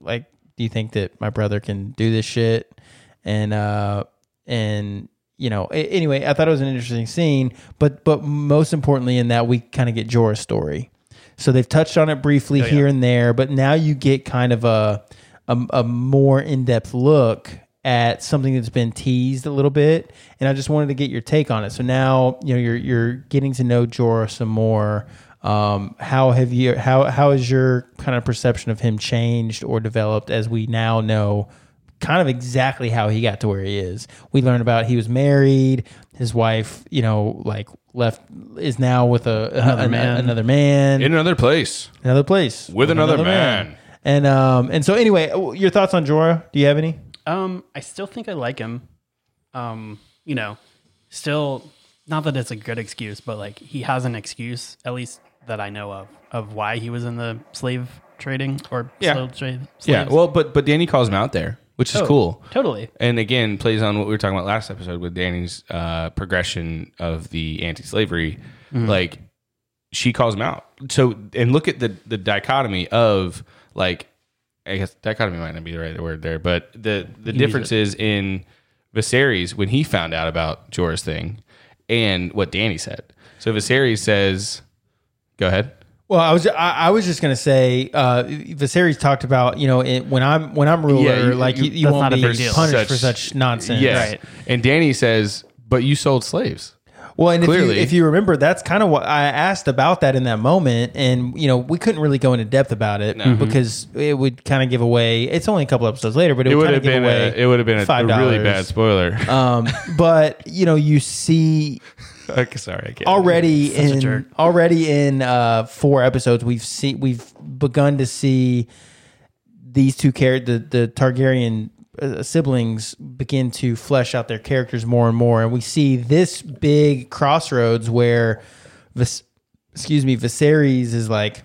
Speaker 1: like, do you think that my brother can do this shit? And uh, and you know, a- anyway, I thought it was an interesting scene, but but most importantly, in that we kind of get Jorah's story. So they've touched on it briefly here and there, but now you get kind of a a, a more in depth look at something that's been teased a little bit, and I just wanted to get your take on it. So now you know you're you're getting to know Jorah some more. Um, how have you how how has your kind of perception of him changed or developed as we now know kind of exactly how he got to where he is. We learn about he was married, his wife, you know, like left is now with a another
Speaker 3: man.
Speaker 1: another man,
Speaker 2: in another place
Speaker 1: another place
Speaker 2: with another, man.
Speaker 1: And um and so anyway, w- your thoughts on Jorah? Do you have any?
Speaker 3: Um, I still think I like him. Um, you know, still not that it's a good excuse, but like he has an excuse, at least that I know of, of why he was in the slave trading or
Speaker 2: Yeah.
Speaker 3: slave trade.
Speaker 2: Yeah, well, but but Danny calls him out there, which is cool.
Speaker 3: Totally.
Speaker 2: And again, plays on what we were talking about last
Speaker 1: Mm-hmm.
Speaker 2: episode with Danny's uh, progression of the anti-slavery. Like she calls him out. So and look at the the dichotomy of like I guess dichotomy might not be the right word there, but the the difference is in Viserys when he found out about Jorah's thing and what Danny said. So Viserys says, "Go ahead."
Speaker 1: Well, I was I, I was just gonna say, uh, Viserys talked about you know it, when I'm when I'm ruler,
Speaker 2: Yeah, you-
Speaker 1: like you,
Speaker 2: you-
Speaker 1: you,
Speaker 3: that's
Speaker 1: won't
Speaker 3: not a
Speaker 1: be
Speaker 3: big deal.
Speaker 1: punished for such nonsense.
Speaker 2: Yes.
Speaker 3: Right.
Speaker 2: And Danny says, "But you sold slaves."
Speaker 1: Well, and if
Speaker 2: Clearly.
Speaker 1: you, if you remember, that's kind of what I asked about that in that moment, and you know we couldn't really go into depth about it
Speaker 2: Mm-hmm.
Speaker 1: because it would kind of give away. It's only a couple episodes later, but it,
Speaker 2: It
Speaker 1: would
Speaker 2: would
Speaker 1: kinda give
Speaker 2: have been a,
Speaker 1: away.
Speaker 2: it would have been a, a really
Speaker 1: $5.
Speaker 2: bad spoiler.
Speaker 1: [laughs] um, but you know, you see
Speaker 2: Okay, Sorry, I can't.
Speaker 1: already
Speaker 3: jerk.
Speaker 1: in already in uh, four episodes we've seen we've begun to see these two characters the, the Targaryen uh, siblings begin to flesh out their characters more and more and we see this big crossroads where Vis- excuse me Viserys is like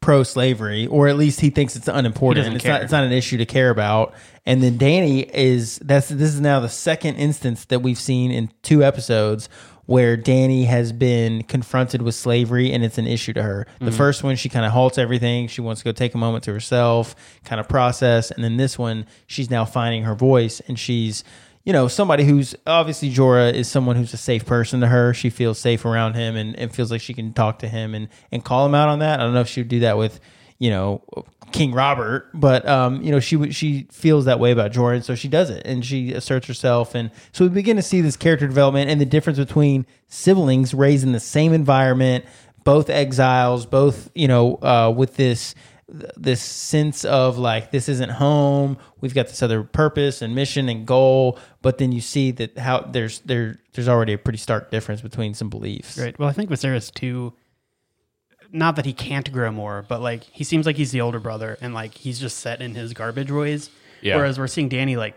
Speaker 1: pro slavery or at least he thinks it's unimportant
Speaker 3: He doesn't
Speaker 1: it's not
Speaker 3: care.
Speaker 1: it's not an issue to care about and then Danny is that's this is now the second instance that we've seen in two episodes where Danny has been confronted with slavery and it's an issue to her. The first one she kind of halts everything, she wants to go take a moment to herself, kind of process, and then this one she's now finding her voice and she's you know, somebody who's obviously Jorah is someone who's a safe person to her. She feels safe around him and, and feels like she can talk to him and, and call him out on that. I don't know if she would do that with, you know, King Robert, but um, you know, she would- she feels that way about Jorah, and so she does it and she asserts herself. And so we begin to see this character development and the difference between siblings raised in the same environment, both exiles, both, you know, uh, with this this sense of like this isn't home we've got this other purpose and mission and goal but then you see that how there's there there's already a pretty stark difference between some beliefs
Speaker 3: Right. Well, I think Viserys too. Not that he can't grow more, but like he seems like he's the older brother, and like he's just set in his garbage ways.
Speaker 2: Yeah.
Speaker 3: Whereas we're seeing Danny like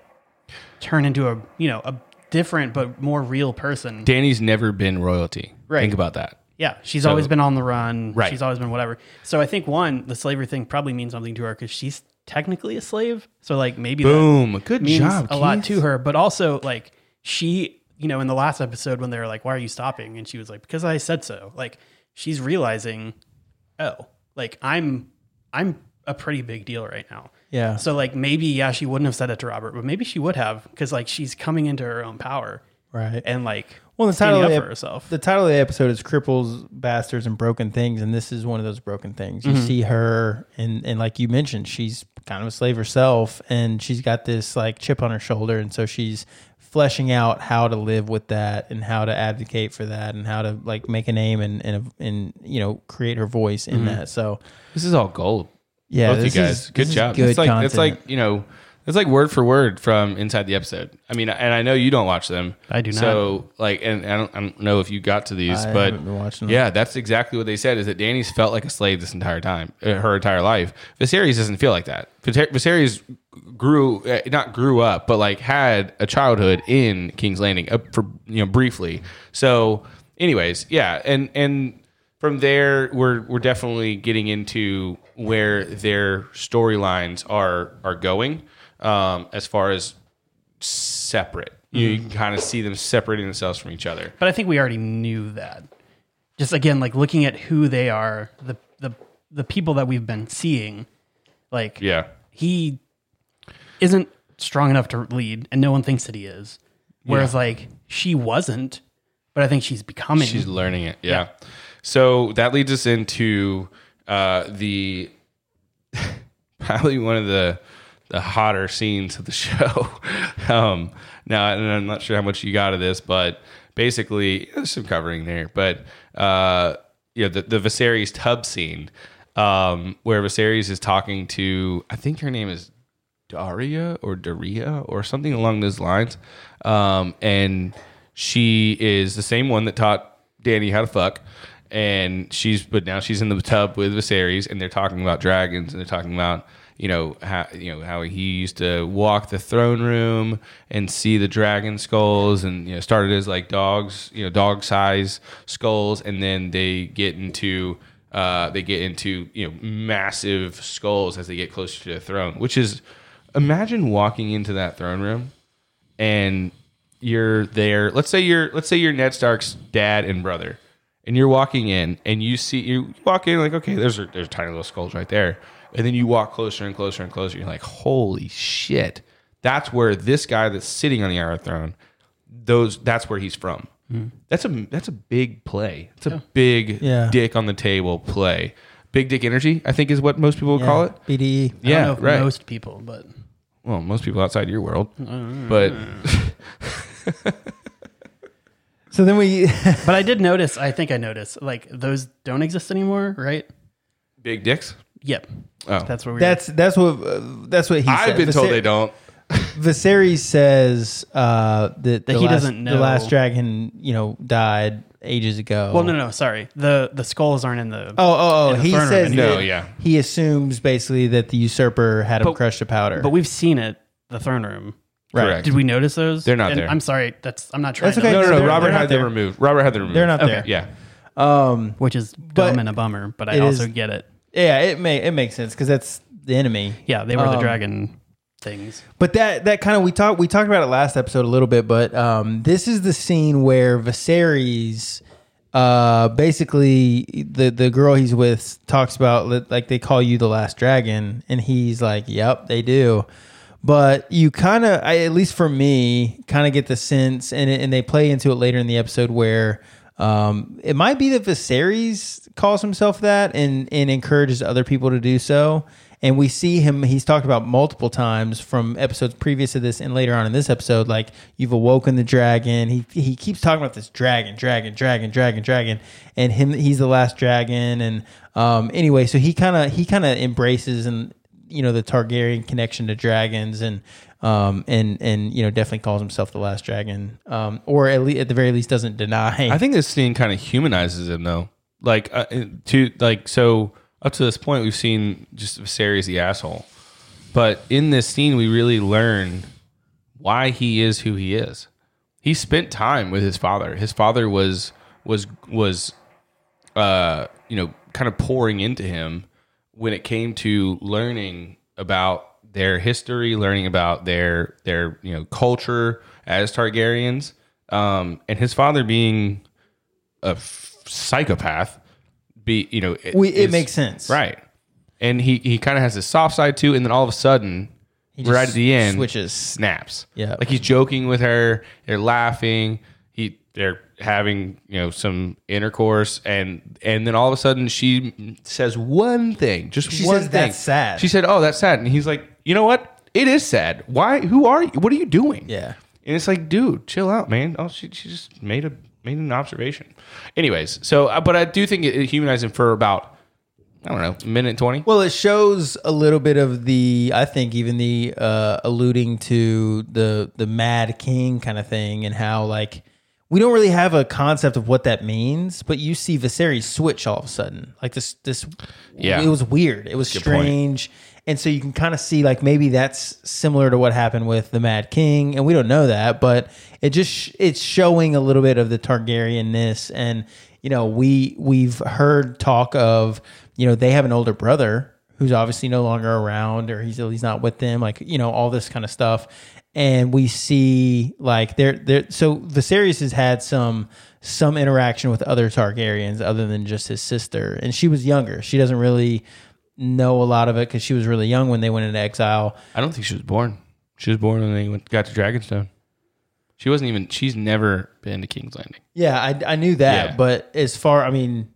Speaker 3: turn into a you know a different but more real person.
Speaker 2: Danny's never been royalty.
Speaker 3: Right.
Speaker 2: Think about that.
Speaker 3: yeah, she's always been on the run.
Speaker 2: Right.
Speaker 3: She's always been whatever. So I think one, the slavery thing probably means something to her because she's technically a slave. So like maybe that-
Speaker 2: Boom. Good
Speaker 3: means
Speaker 2: job.
Speaker 3: a lot
Speaker 2: Keith.
Speaker 3: to her, but also like she, you know, in the last episode when they were like, "Why are you stopping?" and she was like, "Because I said so." Like she's realizing, oh, like I'm, I'm a pretty big deal right now.
Speaker 1: Yeah.
Speaker 3: So like maybe yeah, she wouldn't have said it to Robert, but maybe she would have because like she's coming into her own power
Speaker 1: right
Speaker 3: and like
Speaker 1: well the title
Speaker 3: standing
Speaker 1: of the,
Speaker 3: up for herself.
Speaker 1: the title of the episode is cripples bastards and broken things and this is one of those broken things
Speaker 2: Mm-hmm.
Speaker 1: you see her and and like you mentioned she's kind of a slave herself and she's got this like chip on her shoulder and so she's fleshing out how to live with that and how to advocate for that and how to like make a name and and, and you know create her voice in that so
Speaker 2: This is all gold.
Speaker 1: Yeah,
Speaker 2: Mm-hmm. Both you
Speaker 1: this
Speaker 2: guys.
Speaker 1: is-
Speaker 2: good
Speaker 1: this is
Speaker 2: job.
Speaker 1: good
Speaker 2: it's like it's
Speaker 1: content.
Speaker 2: like you know. It's like word for word from inside the episode. I mean, and I know you don't watch them.
Speaker 3: I do not.
Speaker 2: So, like, and I don't, I don't know if you got to these,
Speaker 1: I
Speaker 2: but
Speaker 1: haven't been watching them.
Speaker 2: yeah, that's exactly what they said. Is that Danny's felt like a slave this entire time, uh, her entire life. Viserys doesn't feel like that. Viser- Viserys grew, uh, not grew up, but like had a childhood in King's Landing, up for you know briefly. So, anyways, yeah, and and from there we're we're definitely getting into where their storylines are are going um, as far as separate. You, you can kind of see them separating themselves from each other.
Speaker 3: But I think we already knew that. Just again, like looking at who they are, the the the people that we've been seeing, like
Speaker 2: Yeah.
Speaker 3: he isn't strong enough to lead, and no one thinks that he is. Whereas like she wasn't, but I think she's becoming.
Speaker 2: She's learning it. Yeah. So that leads us into uh, the [laughs] probably one of the the hotter scenes of the [laughs] show. um, now, and I'm not sure how much you got of this, but basically, there's some covering there. But uh, you know, the the Viserys tub scene, um, where Viserys is talking to, I think her name is Daria or Daria or something along those lines. Um, and she is the same one that taught Danny how to fuck. And she's, but now she's in the tub with Viserys, and they're talking about dragons, and they're talking about, you know, how you know how he used to walk the throne room and see the dragon skulls, and you know, started as like dogs, you know, dog size skulls, and then they get into uh, they get into you know massive skulls as they get closer to the throne, which is imagine walking into that throne room and you're there. Let's say you're let's say you're Ned Stark's dad and brother, and you're walking in and you see you walk in like okay there's a, there's tiny little skulls right there and then you walk closer and closer and closer you're like holy shit that's where this guy that's sitting on the iron throne those that's where he's from
Speaker 3: Hmm.
Speaker 2: that's a that's a big play it's a big
Speaker 1: Yeah.
Speaker 2: dick on the table play big dick energy i think is what most people would call it
Speaker 1: BDE.
Speaker 3: I
Speaker 2: yeah
Speaker 3: don't know if
Speaker 2: right
Speaker 3: most people, but
Speaker 2: well most people outside your world but [laughs]
Speaker 1: So then we [laughs]
Speaker 3: but I did notice. I think I noticed like those don't exist anymore, right?
Speaker 2: big dicks
Speaker 3: Yep,
Speaker 2: oh
Speaker 3: that's where we.
Speaker 1: that's that's what uh, that's what he.
Speaker 2: i've
Speaker 1: said.
Speaker 2: been told
Speaker 1: Viser-
Speaker 2: they don't
Speaker 1: Viserys says uh, that, the
Speaker 3: he
Speaker 1: last-
Speaker 3: doesn't know.
Speaker 1: the last dragon you know died ages ago.
Speaker 3: Were. Well, no, no, sorry. The the skulls aren't in the.
Speaker 1: Oh, oh, oh.
Speaker 3: In the
Speaker 1: He
Speaker 3: throne room
Speaker 1: says
Speaker 3: anyway.
Speaker 1: that
Speaker 2: No, yeah.
Speaker 1: he assumes basically that the usurper had him
Speaker 3: But-
Speaker 1: crushed to powder.
Speaker 3: but we've seen it. The throne room.
Speaker 1: Right.
Speaker 2: correct
Speaker 3: Did we notice those?
Speaker 2: They're not
Speaker 3: And
Speaker 2: there.
Speaker 3: I'm sorry. That's I'm not trying.
Speaker 1: That's
Speaker 3: to
Speaker 1: okay.
Speaker 2: no,
Speaker 1: No,
Speaker 2: no, no.
Speaker 1: they're-
Speaker 2: Robert
Speaker 1: they're not
Speaker 2: had them
Speaker 1: there.
Speaker 2: removed. Robert had them removed.
Speaker 1: They're not
Speaker 3: Okay.
Speaker 1: there.
Speaker 2: Yeah.
Speaker 1: Um,
Speaker 3: Which is
Speaker 1: But-
Speaker 3: dumb and a bummer, but I
Speaker 1: It
Speaker 3: also
Speaker 1: is-
Speaker 3: get it.
Speaker 1: yeah, it may it makes sense because that's the enemy.
Speaker 3: Yeah, they were the
Speaker 1: Um,
Speaker 3: dragon things.
Speaker 1: But that that kind of we talked we talked about it last episode a little bit, but um, this is the scene where Viserys, uh, basically the the girl he's with talks about li- like they call you the last dragon, and he's like, "Yep, they do." But you kind of, I at least for me, kind of get the sense, and it- and they play into it later in the episode where. Um, it might be that Viserys calls himself that and and encourages other people to do so. And we see him, he's talked about multiple times from episodes previous to this and later on in this episode, like you've awoken the dragon. He, he keeps talking about this dragon, dragon, dragon, dragon, dragon, and him, he's the last dragon. And, um, anyway, so he kind of, he kind of embraces and, you know, the Targaryen connection to dragons and, um, and, and, you know, definitely calls himself the last dragon. Um, or at least, at the very least doesn't deny.
Speaker 2: I think this scene kind of humanizes him, though. Like uh, to like so up to this point, we've seen just Viserys the asshole, but in this scene, we really learn why he is who he is. He spent time with his father. His father was was was uh, you know, kind of pouring into him when it came to learning about their history, learning about their their you know culture as Targaryens, um, and his father being a f- psychopath. Be you know, it,
Speaker 1: we, it
Speaker 2: is-
Speaker 1: makes sense.
Speaker 2: right, and he he kind of has his soft side too, and then all of a sudden,
Speaker 1: just
Speaker 2: right at the end,
Speaker 1: switches.
Speaker 2: snaps.
Speaker 1: Yeah.
Speaker 2: like he's joking with her. They're laughing. He they're having you know some intercourse, and and then all of a sudden she says one thing, just
Speaker 1: She
Speaker 2: one
Speaker 1: says,
Speaker 2: thing.
Speaker 1: "That's sad."
Speaker 2: She said, "Oh, that's sad," and he's like, "You know what? It is sad. Why? Who are you? What are you doing?"
Speaker 1: Yeah.
Speaker 2: And it's like, dude, chill out, man. Oh, she, she just made a made an observation. Anyways, so uh, but I do think it, it humanized him for about I don't know minute twenty.
Speaker 1: Well, it shows a little bit of the, I think, even the uh, alluding to the the Mad King kind of thing, and how like we don't really have a concept of what that means, but you see Viserys switch all of a sudden, like this this,
Speaker 2: Yeah.
Speaker 1: it was weird, it was
Speaker 2: point.
Speaker 1: strange, and so you can kind of see like maybe that's similar to what happened with the Mad King, and we don't know that, but it just it's showing a little bit of the Targaryenness and. You know, we we've heard talk of, you know, they have an older brother who's obviously no longer around or he's he's not with them like you know all this kind of stuff and we see like they're they're so Viserys has had some some interaction with other Targaryens other than just his sister and she was younger she doesn't really know a lot of it because she was really young when they went into exile
Speaker 2: I don't think she was born. She was born when they went, got to Dragonstone. She wasn't even. She's never been to King's Landing.
Speaker 1: yeah I, I knew that
Speaker 2: Yeah.
Speaker 1: but as far I mean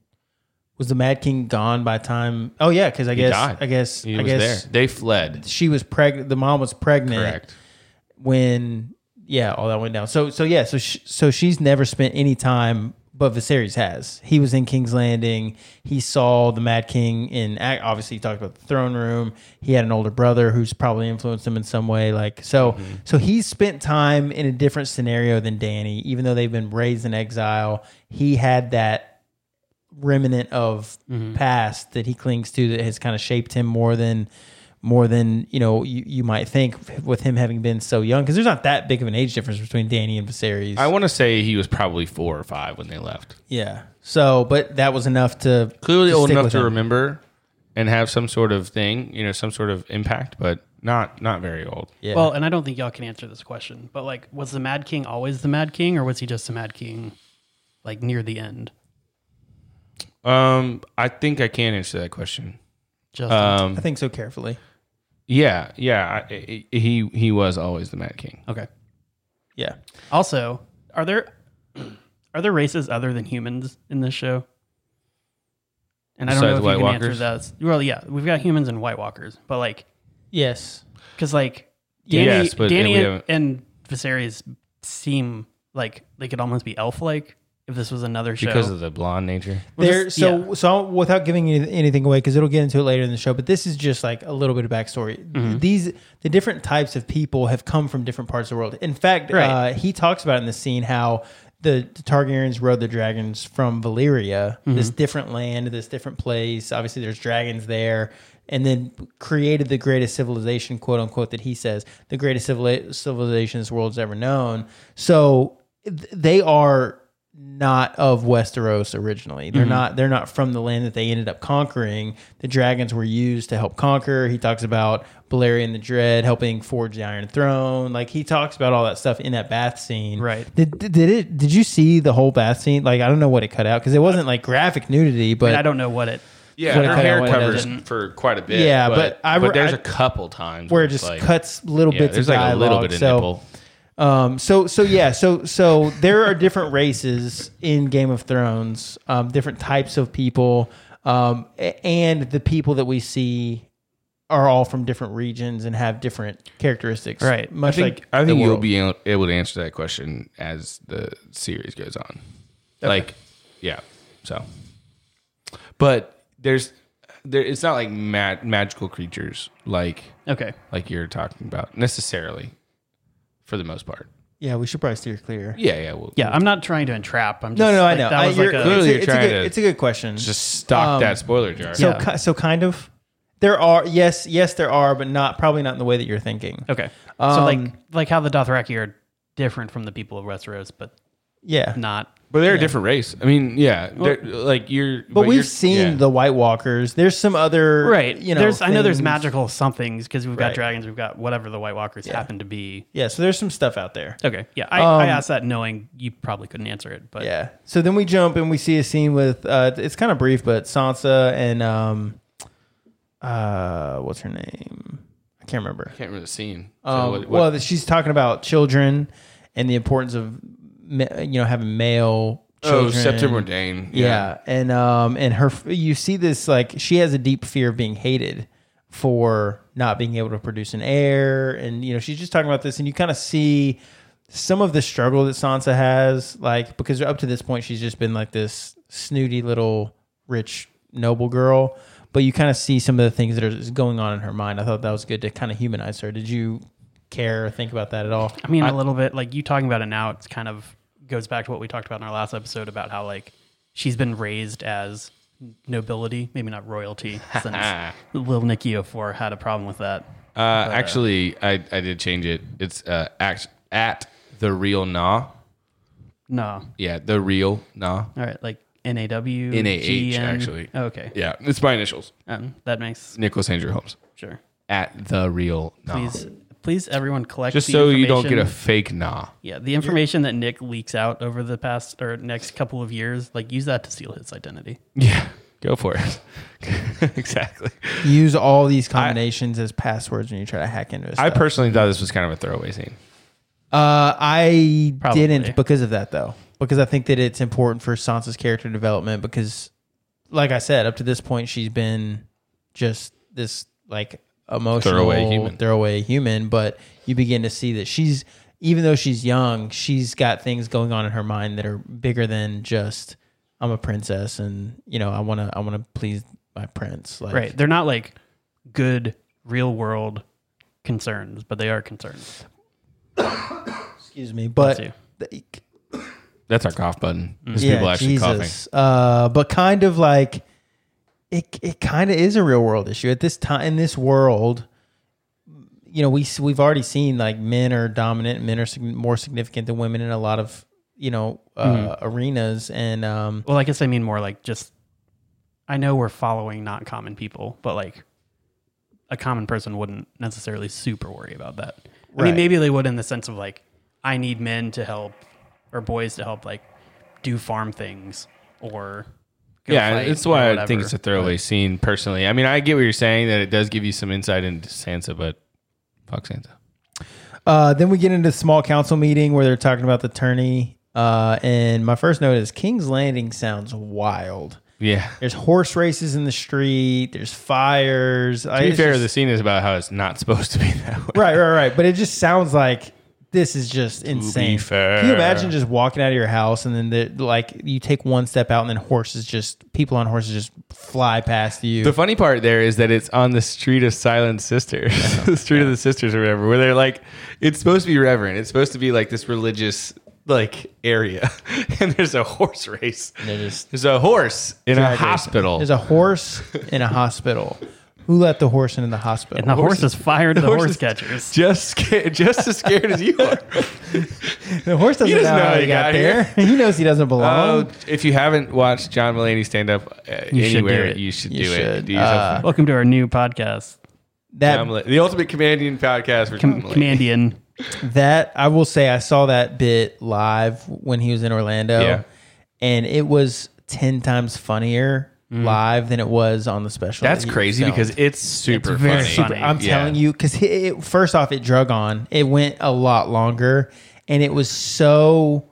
Speaker 1: was the Mad King gone by time oh yeah because I guess
Speaker 2: died.
Speaker 1: I guess
Speaker 2: He
Speaker 1: I
Speaker 2: was
Speaker 1: guess
Speaker 2: there. They fled.
Speaker 1: she was pregnant the mom was pregnant
Speaker 2: Correct.
Speaker 1: when yeah, all that went down. So so yeah, so sh- so she's never spent any time, but Viserys has. He was in King's Landing. He saw the Mad King in. ac- Obviously, he talked about the throne room. He had an older brother who's probably influenced him in some way. Like so, so he spent time in a different scenario than Danny, even though they've been raised in exile. He had that remnant of
Speaker 2: Mm-hmm.
Speaker 1: past that he clings to that has kind of shaped him more than more than you know you, you might think with him having been so young because there's not that big of an age difference between Danny and Viserys.
Speaker 2: I want to say he was probably four or five when they left.
Speaker 1: yeah. So, but that was enough to
Speaker 2: Clearly
Speaker 1: to
Speaker 2: old
Speaker 1: stick
Speaker 2: enough
Speaker 1: with
Speaker 2: to
Speaker 1: him.
Speaker 2: remember and have some sort of thing, you know, some sort of impact, but not not very old.
Speaker 1: Yeah.
Speaker 3: Well, and I don't think y'all can answer this question, but like, was the Mad King always the Mad King, or was he just the Mad King, like near the end?
Speaker 2: Um, I think I can answer that question.
Speaker 3: Just
Speaker 2: Um,
Speaker 1: I think so carefully.
Speaker 2: yeah, yeah. I, I- he he was always the Mad King.
Speaker 3: okay.
Speaker 1: Yeah.
Speaker 3: Also, are there [clears throat] are there races other than humans in this show? And I don't
Speaker 2: Besides
Speaker 3: know if you
Speaker 2: White
Speaker 3: can answer that. Well, yeah, we've got humans and White Walkers, but like,
Speaker 1: Yes.
Speaker 3: because like Danny,
Speaker 2: Yes, but-
Speaker 3: Danny
Speaker 2: and we
Speaker 3: and, and Viserys seem like they could almost be elf-like if this was another show.
Speaker 2: Because of the blonde nature.
Speaker 3: We're
Speaker 1: There,
Speaker 3: just-
Speaker 1: so so without giving any- anything away because it'll get into it later in the show, but this is just like a little bit of backstory. These the different types of people have come from different parts of the world. In fact,
Speaker 3: Right.
Speaker 1: uh, he talks about in the scene how the, the Targaryens rode the dragons from Valyria, this different land, this different place. Obviously, there's dragons there, and then created the greatest civilization, quote unquote, that he says the greatest civili- civilization this world's ever known. So th- they are not of Westeros originally.
Speaker 2: Mm-hmm.
Speaker 1: They're not they're not from the land that they ended up conquering. The dragons were used to help conquer. He talks about Balerion the Dread helping forge the Iron Throne. Like he talks about all that stuff in that bath scene.
Speaker 3: Right.
Speaker 1: Did did did it did you see the whole bath scene? Like I don't know what it cut out cuz it wasn't like graphic nudity, but
Speaker 3: I mean, I don't know what it.
Speaker 2: Yeah,
Speaker 1: What
Speaker 2: her
Speaker 1: it kinda
Speaker 2: hair
Speaker 1: was.
Speaker 2: covers for quite a bit.
Speaker 1: Yeah, but I re-
Speaker 2: but there's
Speaker 1: I-
Speaker 2: a couple times
Speaker 1: where it
Speaker 2: it's
Speaker 1: just
Speaker 2: like-
Speaker 1: cuts little
Speaker 2: yeah,
Speaker 1: bits
Speaker 2: There's
Speaker 1: of
Speaker 2: like a little
Speaker 1: dialogue.
Speaker 2: bit of
Speaker 1: So-
Speaker 2: nipple.
Speaker 1: Um, so so yeah, so so there are different races in Game of Thrones, um, different types of people, um, a- and the people that we see are all from different regions and have different characteristics.
Speaker 3: Right.
Speaker 1: Much
Speaker 2: I think,
Speaker 1: like
Speaker 2: I think
Speaker 1: the
Speaker 2: you'll
Speaker 1: world.
Speaker 2: be able able to answer that question as the series goes on. Like, yeah. So, but there's there. It's not like mag- magical creatures like
Speaker 3: Okay,
Speaker 2: like you're talking about necessarily, for the most part.
Speaker 1: Yeah, we should probably steer clear.
Speaker 2: Yeah, yeah. Well,
Speaker 3: yeah, I'm not trying to entrap. I'm just,
Speaker 1: No, no, I
Speaker 3: like,
Speaker 1: know.
Speaker 3: That
Speaker 1: I-
Speaker 3: was
Speaker 1: you're-
Speaker 3: like a,
Speaker 1: it's,
Speaker 2: Clearly you're
Speaker 1: a, it's a
Speaker 2: trying
Speaker 1: good,
Speaker 2: to
Speaker 1: it's a good question.
Speaker 2: just stock
Speaker 1: Um,
Speaker 2: that spoiler jar.
Speaker 1: so
Speaker 3: Yeah.
Speaker 1: ki- so kind of there are yes yes there are but not probably not in the way that you're thinking.
Speaker 3: okay.
Speaker 1: Um,
Speaker 3: so like like how the Dothraki are different from the people of Westeros, but
Speaker 1: Yeah.
Speaker 3: not
Speaker 2: But they're a different race. I mean, yeah, they're- like you're.
Speaker 1: But, we've
Speaker 2: you're-
Speaker 1: seen
Speaker 2: yeah.
Speaker 1: the White Walkers. There's some other
Speaker 3: right.
Speaker 1: You know,
Speaker 3: there's I know there's
Speaker 1: things.
Speaker 3: magical somethings because we've got
Speaker 1: Right.
Speaker 3: dragons, we've got whatever the White Walkers happen to be.
Speaker 1: Yeah, so there's some stuff out there.
Speaker 3: Okay, yeah, I, I asked that knowing you probably couldn't answer it, but
Speaker 1: Yeah. So then we jump and we see a scene with uh, it's kind of brief, but Sansa and um, uh, what's her name? I can't remember.
Speaker 2: can't remember the scene. So
Speaker 1: Um,
Speaker 2: what- what-
Speaker 1: well, she's talking about children and the importance of ma- you know having male.
Speaker 2: oh,
Speaker 1: Children.
Speaker 2: September Dane. Uh,
Speaker 1: Yeah. and um, and her, you see this like she has a deep fear of being hated for not being able to produce an heir, and you know she's just talking about this, and you kind of see some of the struggle that Sansa has, like because up to this point she's just been like this snooty little rich noble girl, but you kind of see some of the things that are is going on in her mind. I thought that was good to kind of humanize her. Did you care or think about that at all?
Speaker 3: I mean a little bit like you talking about it now. It's kind of goes back to what we talked about in our last episode about how like she's been raised as nobility, maybe not
Speaker 2: [laughs]
Speaker 3: royalty, since Lil Nicky 04 had a problem with that.
Speaker 2: Uh, actually, I, I did change it. It's uh, act, at the real nah.
Speaker 3: No,
Speaker 2: Yeah, the real nah.
Speaker 3: all right, like N A W
Speaker 2: NAH, actually.
Speaker 3: Okay,
Speaker 2: Yeah, it's my initials.
Speaker 3: um, that makes
Speaker 2: Nicholas Andrew Holmes.
Speaker 3: sure.
Speaker 2: At the real nah.
Speaker 3: Please, please, everyone, collect
Speaker 2: Just
Speaker 3: the
Speaker 2: so you don't get a
Speaker 3: information-
Speaker 2: fake nah.
Speaker 3: Yeah, the information that Nick leaks out over the past or next couple of years, like use that to seal his identity.
Speaker 2: Yeah, go for it. [laughs] exactly.
Speaker 1: Use all these combinations as passwords when you try to hack into.
Speaker 2: I
Speaker 1: stuff.
Speaker 2: personally thought this was kind of a throwaway scene.
Speaker 1: Uh, I
Speaker 3: Probably.
Speaker 1: didn't because of that though, because I think that it's important for Sansa's character development. Because, like I said, up to this point, she's been just this like emotional
Speaker 2: Throwaway human.
Speaker 1: throwaway human. But you begin to see that she's, even though she's young, she's got things going on in her mind that are bigger than just I'm a princess and you know I want to I want to please my prince. Like,
Speaker 3: Right. They're not like good real world concerns, but they are concerns.
Speaker 1: Excuse me,
Speaker 3: you.
Speaker 1: but.
Speaker 2: That's our cough button. There's people actually coughing.
Speaker 1: Uh, but kind of like it, it kind of is a real world issue at this time in this world. You know, we s- we've already seen like men are dominant, men are sig- more significant than women in a lot of you know uh,
Speaker 2: Mm-hmm.
Speaker 1: arenas, and um,
Speaker 3: Well, I guess I mean more like just I know we're following not common people, but like a common person wouldn't necessarily super worry about that. I
Speaker 1: Right.
Speaker 3: mean, maybe they would in the sense of like I need men to help or boys to help like do farm things or go
Speaker 2: yeah,
Speaker 3: fight
Speaker 2: that's
Speaker 3: or
Speaker 2: why I
Speaker 3: whatever.
Speaker 2: think it's a throwaway scene. Personally, I mean, I get what you're saying that it does give you some insight into Sansa, but fuck Sansa.
Speaker 1: Uh, then we get into small council meeting where they're talking about the tourney. Uh, and my first note is King's Landing sounds wild.
Speaker 2: Yeah.
Speaker 1: There's horse races in the street. There's fires.
Speaker 2: To be fair, the scene is about how it's not [laughs] supposed to be that way.
Speaker 1: right, right, right. But it just sounds like this is just insane.
Speaker 2: fair.
Speaker 1: Can you imagine just walking out of your house and then the, like you take one step out and then horses just people on horses just fly past you.
Speaker 2: The funny part there is that it's on the street of Silent Sisters, [laughs] the street of the sisters or whatever, where they're like, it's supposed to be reverent. It's supposed to be like this religious like area, [laughs] and there's a horse race.
Speaker 1: They're just-
Speaker 2: There's a horse in a
Speaker 1: Drag racing.
Speaker 2: hospital.
Speaker 1: There's a horse in a hospital. Who let the horse into the hospital?
Speaker 3: and the horse is fired to the
Speaker 2: horse
Speaker 3: horse
Speaker 2: is- [laughs]
Speaker 3: catchers.
Speaker 2: just scared, just as scared as you are.
Speaker 1: [laughs] The horse doesn't
Speaker 2: doesn't
Speaker 1: know,
Speaker 2: know
Speaker 1: how
Speaker 2: he
Speaker 1: he got
Speaker 2: got here.
Speaker 1: there. [laughs] he knows he doesn't belong.
Speaker 2: Oh, if you haven't watched John Mulaney stand up uh,
Speaker 3: You should
Speaker 2: anywhere,
Speaker 3: do it.
Speaker 2: you should
Speaker 1: You
Speaker 2: do it.
Speaker 1: should.
Speaker 2: Do yourself
Speaker 1: Uh,
Speaker 2: a-
Speaker 3: Welcome to our new podcast,
Speaker 1: that
Speaker 2: John Mulaney- the ultimate comedian podcast for
Speaker 3: Com-
Speaker 2: John Mulaney.
Speaker 3: Commandian.
Speaker 1: that I will say I saw that bit live when he was in Orlando,
Speaker 2: Yeah.
Speaker 1: and it was ten times funnier
Speaker 2: Mm.
Speaker 1: live than it was on the special.
Speaker 2: That's
Speaker 1: that he
Speaker 2: crazy
Speaker 1: filmed.
Speaker 2: because it's super
Speaker 3: It's very
Speaker 2: funny.
Speaker 3: funny.
Speaker 1: I'm
Speaker 2: Yeah.
Speaker 1: telling you, because it, first off, it drug on. It went a lot longer, and it was so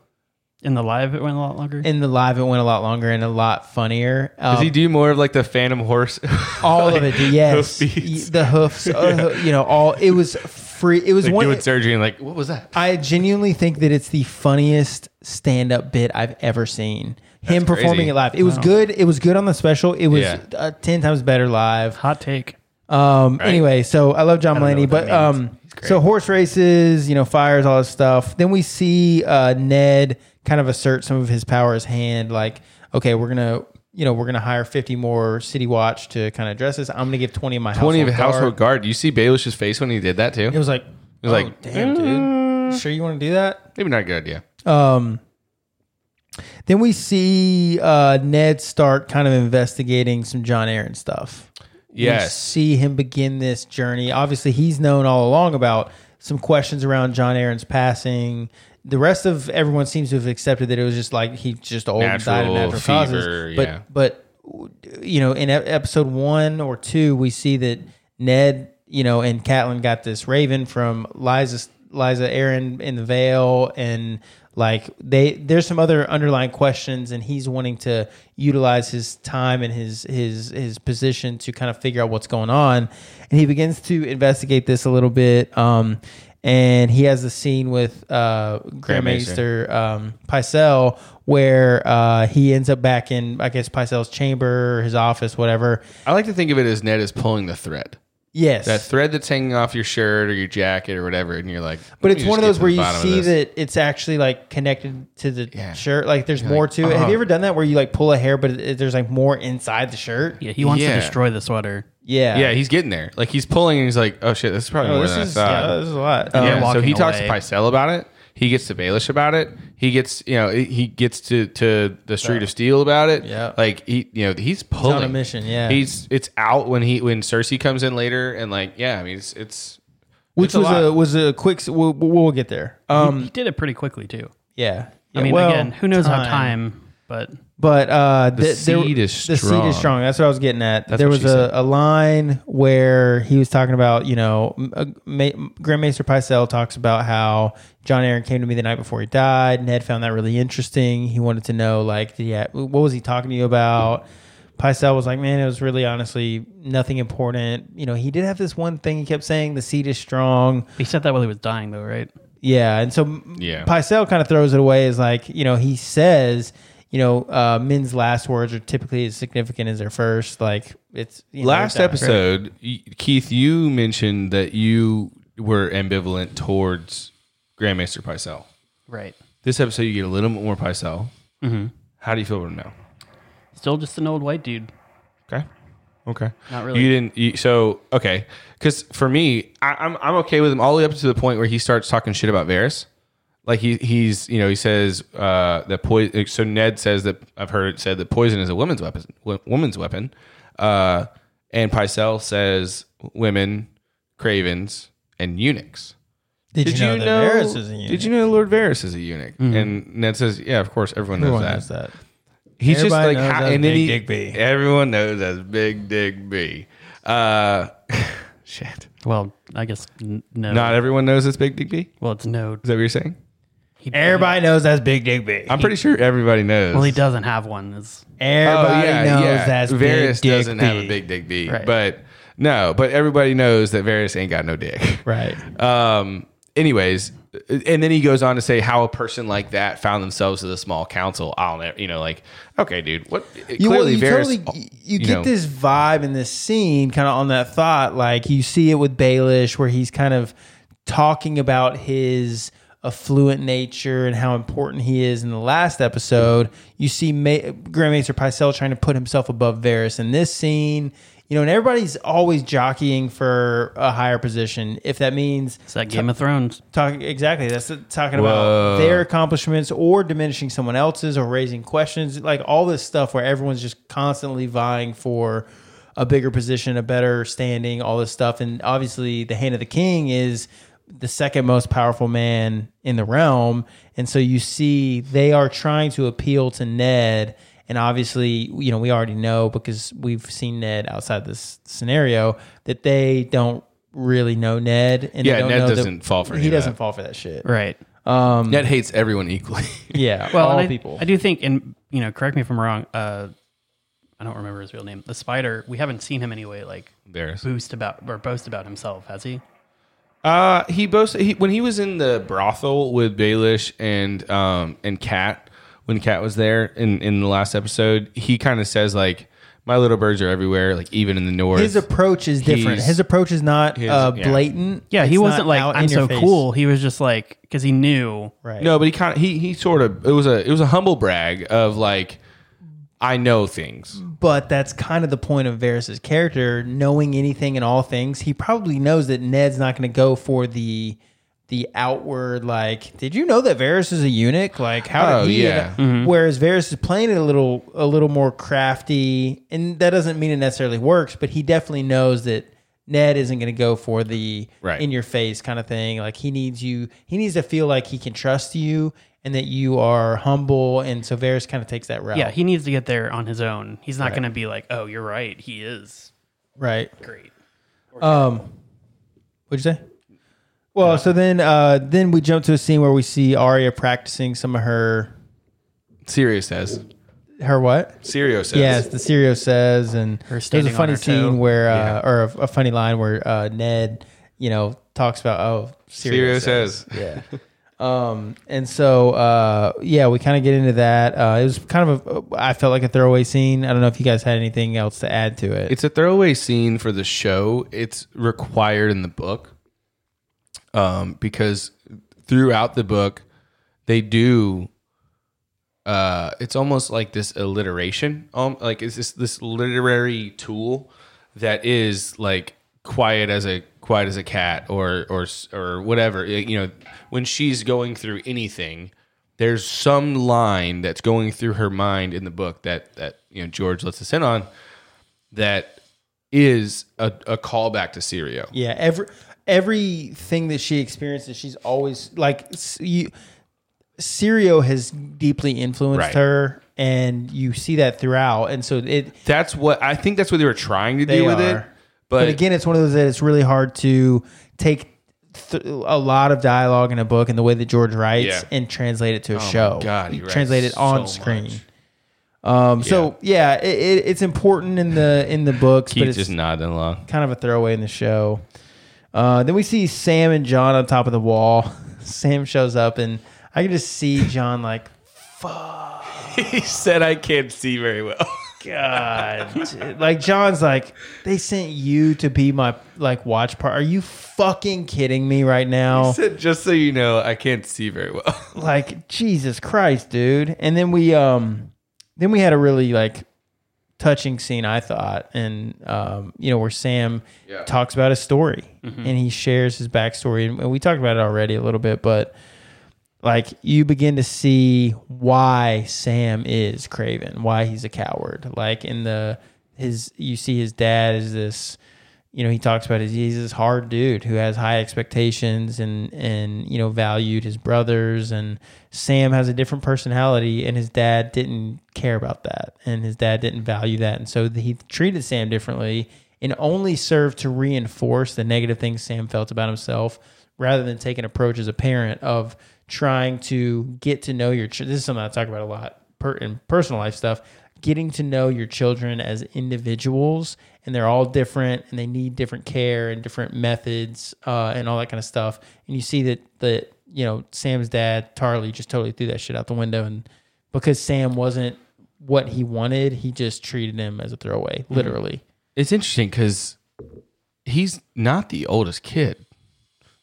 Speaker 3: In the live, it went a lot longer.
Speaker 1: in the live. It went a lot longer and a lot funnier.
Speaker 2: Does
Speaker 1: Um,
Speaker 2: he do more of like the Phantom Horse? [laughs] Oh,
Speaker 1: all of it, yes,
Speaker 2: hoof
Speaker 1: Y-
Speaker 2: beats?
Speaker 1: the hoofs,
Speaker 2: [laughs]
Speaker 1: uh, you know, all it was free. It was
Speaker 2: like
Speaker 1: one.
Speaker 2: doing surgery and like, what was that?
Speaker 1: I genuinely think that it's the funniest stand up bit I've ever seen. Him
Speaker 2: That's
Speaker 1: performing
Speaker 2: crazy.
Speaker 1: it live. It was good. It was good on the special. It was
Speaker 2: Yeah.
Speaker 1: uh, 10 times better live.
Speaker 3: Hot take.
Speaker 1: Um,
Speaker 2: Right.
Speaker 1: Anyway, so I love John
Speaker 3: don't know
Speaker 1: Mulaney.
Speaker 3: what
Speaker 1: But
Speaker 3: that means.
Speaker 1: um, so horse races, you know, fires, all this stuff. Then we see uh, Ned kind of assert some of his power as hand, like, okay, we're going to. You know, we're gonna hire fifty more City Watch to kind of address this. I'm gonna give twenty of my
Speaker 2: Twenty
Speaker 1: household
Speaker 2: of household
Speaker 1: guard.
Speaker 2: guard. You see Baelish's face when he did that too.
Speaker 1: It was like,
Speaker 2: was
Speaker 1: oh,
Speaker 2: like, "Mm."
Speaker 1: damn, dude, sure you want to do that?
Speaker 2: Maybe not a good idea.
Speaker 1: Um, then we see uh, Ned start kind of investigating some John Aaron stuff. We
Speaker 2: Yes,
Speaker 1: see him begin this journey. Obviously, he's known all along about some questions around John Aaron's passing. The rest of everyone seems to have accepted that it was just like he just old and died of
Speaker 2: Natural
Speaker 1: natural
Speaker 2: fever,
Speaker 1: causes. But
Speaker 2: yeah.
Speaker 1: but you know, in e- episode one or two, we see that Ned, you know, and Catelyn got this raven from Liza Liza Aaron in the Vale, and like they there's some other underlying questions, and he's wanting to utilize his time and his his his position to kind of figure out what's going on, and he begins to investigate this a little bit. Um, and he has the scene with uh, Graham
Speaker 2: Mason.
Speaker 1: Maester um, Picel, where uh, he ends up back in, I guess, Picel's chamber, his office, whatever.
Speaker 2: I like to think of it as Ned is pulling the thread.
Speaker 1: Yes,
Speaker 2: That thread that's hanging off your shirt or your jacket or whatever, and you're like,
Speaker 1: but
Speaker 2: let me
Speaker 1: it's
Speaker 2: just
Speaker 1: one of
Speaker 2: get
Speaker 1: those
Speaker 2: to
Speaker 1: where
Speaker 2: the
Speaker 1: you
Speaker 2: bottom of
Speaker 1: see
Speaker 2: this.
Speaker 1: that it's actually like connected to the
Speaker 2: Yeah.
Speaker 1: shirt. Like there's more to it. Have you ever done that where you like pull a hair, but it, it- there's like more inside the shirt?
Speaker 3: Yeah, he wants
Speaker 2: Yeah.
Speaker 3: to destroy the sweater.
Speaker 1: Yeah,
Speaker 2: Yeah, he's getting there. Like he's pulling, and he's like, "Oh shit, this is probably
Speaker 1: Oh,
Speaker 2: more
Speaker 1: this
Speaker 2: than
Speaker 1: is
Speaker 2: I thought."
Speaker 1: yeah, this is a lot.
Speaker 3: Yeah.
Speaker 1: Um,
Speaker 2: Yeah, so
Speaker 3: walking
Speaker 2: he talks to
Speaker 3: away.
Speaker 2: Picel about it. He gets to Baelish about it. He gets, you know, he gets to to the Street of Steel about it.
Speaker 1: Yeah.
Speaker 2: like he, you know, he's pulling
Speaker 1: a mission, yeah.
Speaker 2: he's it's out when he when Cersei comes in later, and like, yeah, I mean, it's it's
Speaker 1: which
Speaker 2: it's a
Speaker 1: was
Speaker 2: lot.
Speaker 1: a, was a quick. s- We'll, we'll get there. Um,
Speaker 3: He did it pretty quickly too.
Speaker 1: yeah.
Speaker 3: I
Speaker 1: Yeah,
Speaker 3: mean,
Speaker 1: well,
Speaker 3: again, who knows how time, but
Speaker 1: But uh, the,
Speaker 2: seed is
Speaker 1: the seed
Speaker 2: strong.
Speaker 1: is strong. That's what I was getting at. there
Speaker 2: what
Speaker 1: was
Speaker 2: she said.
Speaker 1: a, a line where he was talking about, you know, m- uh, Ma- Grand Maester Pycelle talks about how John Aaron came to me the night before he died. Ned found that really interesting. He wanted to know, like, did he ha- what was he talking to you about? Pycelle was like, man, it was really honestly nothing important. You know, he did have this one thing he kept saying, the seed is strong.
Speaker 3: he said that while he was dying, though, right?
Speaker 1: Yeah, and so
Speaker 2: Yeah.
Speaker 1: yeah. Picel kind of throws it away as like you know he says you know uh, men's last words are typically as significant as their first. Like it's you know,
Speaker 2: last
Speaker 1: that-
Speaker 2: episode. y Keith, you mentioned that you were ambivalent towards Grandmaster Picel.
Speaker 3: Right.
Speaker 2: This episode, you get a little bit more Picel. Mm-hmm. How do you feel about him now?
Speaker 3: Still just an old white dude.
Speaker 2: Okay. Okay.
Speaker 3: Not really.
Speaker 2: You didn't. You, so okay, because for me, I, I'm I'm okay with him all the way up to the point where he starts talking shit about Varys. Like he he's you know he says uh, that poison. So Ned says that I've heard it said that poison is a woman's weapon. wo- Woman's weapon. Uh, and Pycelle says women, cravens, and eunuchs.
Speaker 1: Did, you know, that Varys is a Mm-hmm.
Speaker 2: Did you know Lord Varys is a eunuch? And Ned says, "Yeah, of course, everyone knows
Speaker 1: Everyone
Speaker 2: that."
Speaker 1: knows that.
Speaker 2: He's
Speaker 1: Everybody
Speaker 2: just like,
Speaker 1: knows
Speaker 2: how,
Speaker 1: that's
Speaker 2: and then
Speaker 1: Big
Speaker 2: he,
Speaker 1: Dick B.
Speaker 2: everyone knows that's Big Dick B. Uh, [laughs] shit.
Speaker 3: Well, I guess n- no.
Speaker 2: Not everyone knows it's Big Dick B. Is
Speaker 3: well, it's no.
Speaker 2: that what you're saying?
Speaker 3: He,
Speaker 1: Everybody knows that's Big Dick B.
Speaker 2: I'm pretty sure everybody knows. Oh,
Speaker 3: Well, he doesn't have one. Is
Speaker 1: Everybody knows that's
Speaker 2: Varys
Speaker 1: Big Dick
Speaker 2: doesn't
Speaker 1: B.
Speaker 2: have a Big Dick B,
Speaker 3: Right.
Speaker 2: but no, but everybody knows that Varys ain't got no dick.
Speaker 1: Right.
Speaker 2: Um, anyways, and then he goes on to say how a person like that found themselves at a small council. I'll never, you know, like, okay, dude, what?
Speaker 1: You, well,
Speaker 2: clearly,
Speaker 1: you
Speaker 2: Varys,
Speaker 1: totally you,
Speaker 2: you
Speaker 1: get
Speaker 2: know-
Speaker 1: this vibe in this scene, kind of on that thought. Like you see it with Baelish, where he's kind of talking about his affluent nature and how important he is. In the last episode, you see Ma- Grand Maester Pycelle trying to put himself above Varys. In this scene, you know, and everybody's always jockeying for a higher position. If that means
Speaker 3: that Game of Thrones?
Speaker 1: Talking exactly. That's the, talking
Speaker 2: Whoa.
Speaker 1: about their accomplishments or diminishing someone else's or raising questions, like all this stuff where everyone's just constantly vying for a bigger position, a better standing, all this stuff. And obviously, the hand of the king is the second most powerful man in the realm, and so you see they are trying to appeal to Ned. And obviously, you know, we already know because we've seen Ned outside this scenario that they don't really know Ned. And they
Speaker 2: Yeah,
Speaker 1: don't
Speaker 2: Ned
Speaker 1: know that-
Speaker 2: doesn't fall for any
Speaker 1: He
Speaker 2: of that.
Speaker 1: doesn't fall for that shit.
Speaker 3: Right.
Speaker 2: Ned hates everyone equally. [laughs]
Speaker 1: Yeah,
Speaker 3: Well,
Speaker 1: all
Speaker 3: and I,
Speaker 1: people.
Speaker 3: I do think, and you know, correct me if I'm wrong. Uh, I don't remember his real name. The spider. We haven't seen him anyway. Like
Speaker 2: Varys.
Speaker 3: boost about or boast about himself, has he?
Speaker 2: Uh, he boasted he, when he was in the brothel with Baelish and um and Kat when Kat was there in in the last episode. He kind of says like, "My little birds are everywhere, like even in the north."
Speaker 1: his approach is different.
Speaker 2: He's-
Speaker 1: His approach is not uh,
Speaker 2: yeah.
Speaker 1: blatant.
Speaker 3: Yeah, he
Speaker 1: It's
Speaker 3: wasn't
Speaker 1: not
Speaker 3: like
Speaker 1: out
Speaker 3: I'm
Speaker 1: in your
Speaker 3: so
Speaker 1: face."
Speaker 3: cool. He was just like because he knew.
Speaker 1: Right.
Speaker 2: no, but he kind of he he sort of it was a it was a humble brag of like, "I know things."
Speaker 1: but that's kind of the point of Varys' character, knowing anything and all things. He probably knows that Ned's not going to go for the the outward like did you know that Varys is a eunuch like how
Speaker 2: Oh,
Speaker 1: did he
Speaker 2: yeah.
Speaker 1: whereas Varys is playing it a little a little more crafty and that doesn't mean it necessarily works but he definitely knows that Ned isn't going to go for the
Speaker 2: Right.
Speaker 1: in your face kind of thing like he needs you he needs to feel like he can trust you and that you are humble and so Varys kind of takes that route
Speaker 3: Yeah, he needs to get there on his own. He's not going to be like, oh, you're right. He is
Speaker 1: right
Speaker 3: great.
Speaker 1: Um, what'd you say? Well, so then, uh, then we jump to a scene where we see Arya practicing some of her
Speaker 2: Sirius says.
Speaker 1: her what?
Speaker 2: Sirio says.
Speaker 1: Yes, the Sirio says, and there's a
Speaker 3: standing on
Speaker 1: funny
Speaker 3: her toe.
Speaker 1: scene where, uh, or a, a funny line where uh, Ned, you know, talks about oh, Sirio,
Speaker 2: Sirio
Speaker 1: says.
Speaker 2: says.
Speaker 1: yeah. Um, and so, uh, yeah, we kind of get into that. Uh, it was kind of a, I felt like a throwaway scene. I don't know if you guys had anything else to add to it.
Speaker 2: It's a throwaway scene for the show. It's required in the book. Um, because throughout the book, they do uh it's almost like this alliteration. Um like it's this this literary tool that is like quiet as a quiet as a cat or or or whatever. You know, when she's going through anything, there's some line that's going through her mind in the book that that you know George lets us in on that is a, a callback to Sirio.
Speaker 1: Yeah, every everything that she experiences, she's always like s- you. Sirio has deeply influenced
Speaker 2: Right.
Speaker 1: her, and you see that throughout. And so it, but,
Speaker 2: That's what I think that's what they were trying to do
Speaker 1: They
Speaker 2: with it.
Speaker 1: are.
Speaker 2: But,
Speaker 1: again, it's one of those that it's really hard to take th- a lot of dialogue in a book and the way that George writes
Speaker 2: Yeah. Oh
Speaker 1: and translate it to a show.
Speaker 2: God, he
Speaker 1: You
Speaker 2: writes
Speaker 1: translate it on
Speaker 2: so
Speaker 1: screen. Um. So yeah, it, it, it's important in the in the books, but
Speaker 2: Keith
Speaker 1: it's
Speaker 2: just nodding along.
Speaker 1: kind of a throwaway in the show. Uh, then we see Sam and John on top of the wall. [laughs] Sam shows up, and I can just see John like,
Speaker 2: [laughs] he said I can't see very well. [laughs]
Speaker 3: Uh,
Speaker 1: God, like John's like, they sent you to be my like watch part. Are you fucking kidding me right now?
Speaker 2: said, just so you know, I can't see very well. [laughs]
Speaker 1: Like Jesus Christ, dude. And then we um, then we had a really like touching scene I thought, and um, you know where Sam
Speaker 2: Yeah.
Speaker 1: talks about his story and he shares his backstory, and we talked about it already a little bit, but like you begin to see why Sam is Craven, why he's a coward. Like in the his, you see his dad is this you know, he talks about is he's this hard dude who has high expectations and and you know valued his brothers. And Sam has a different personality, and his dad didn't care about that, and his dad didn't value that, and so he treated Sam differently, and only served to reinforce the negative things Sam felt about himself, rather than take an approach as a parent of trying to get to know your. Ch- this is something I talk about a lot per- in personal life stuff getting to know your children as individuals and they're all different and they need different care and different methods uh, and all that kind of stuff and you see that the you know sam's dad tarly just totally threw that shit out the window and because sam wasn't what he wanted he just treated him as a throwaway literally
Speaker 2: It's interesting because he's not the oldest kid.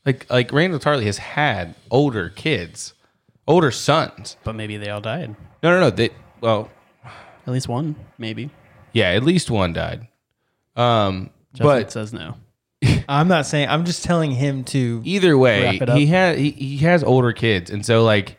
Speaker 2: Like like Randall Tarley has had older kids, older sons.
Speaker 3: But maybe they all died.
Speaker 2: No, no, no. They well,
Speaker 3: At least one, maybe.
Speaker 2: yeah, at least one died. Um,
Speaker 3: Justin
Speaker 2: but
Speaker 3: says no.
Speaker 1: i'm not saying i'm just telling him to
Speaker 2: either way,
Speaker 3: Wrap it up.
Speaker 2: he had he, he has older kids, and so like,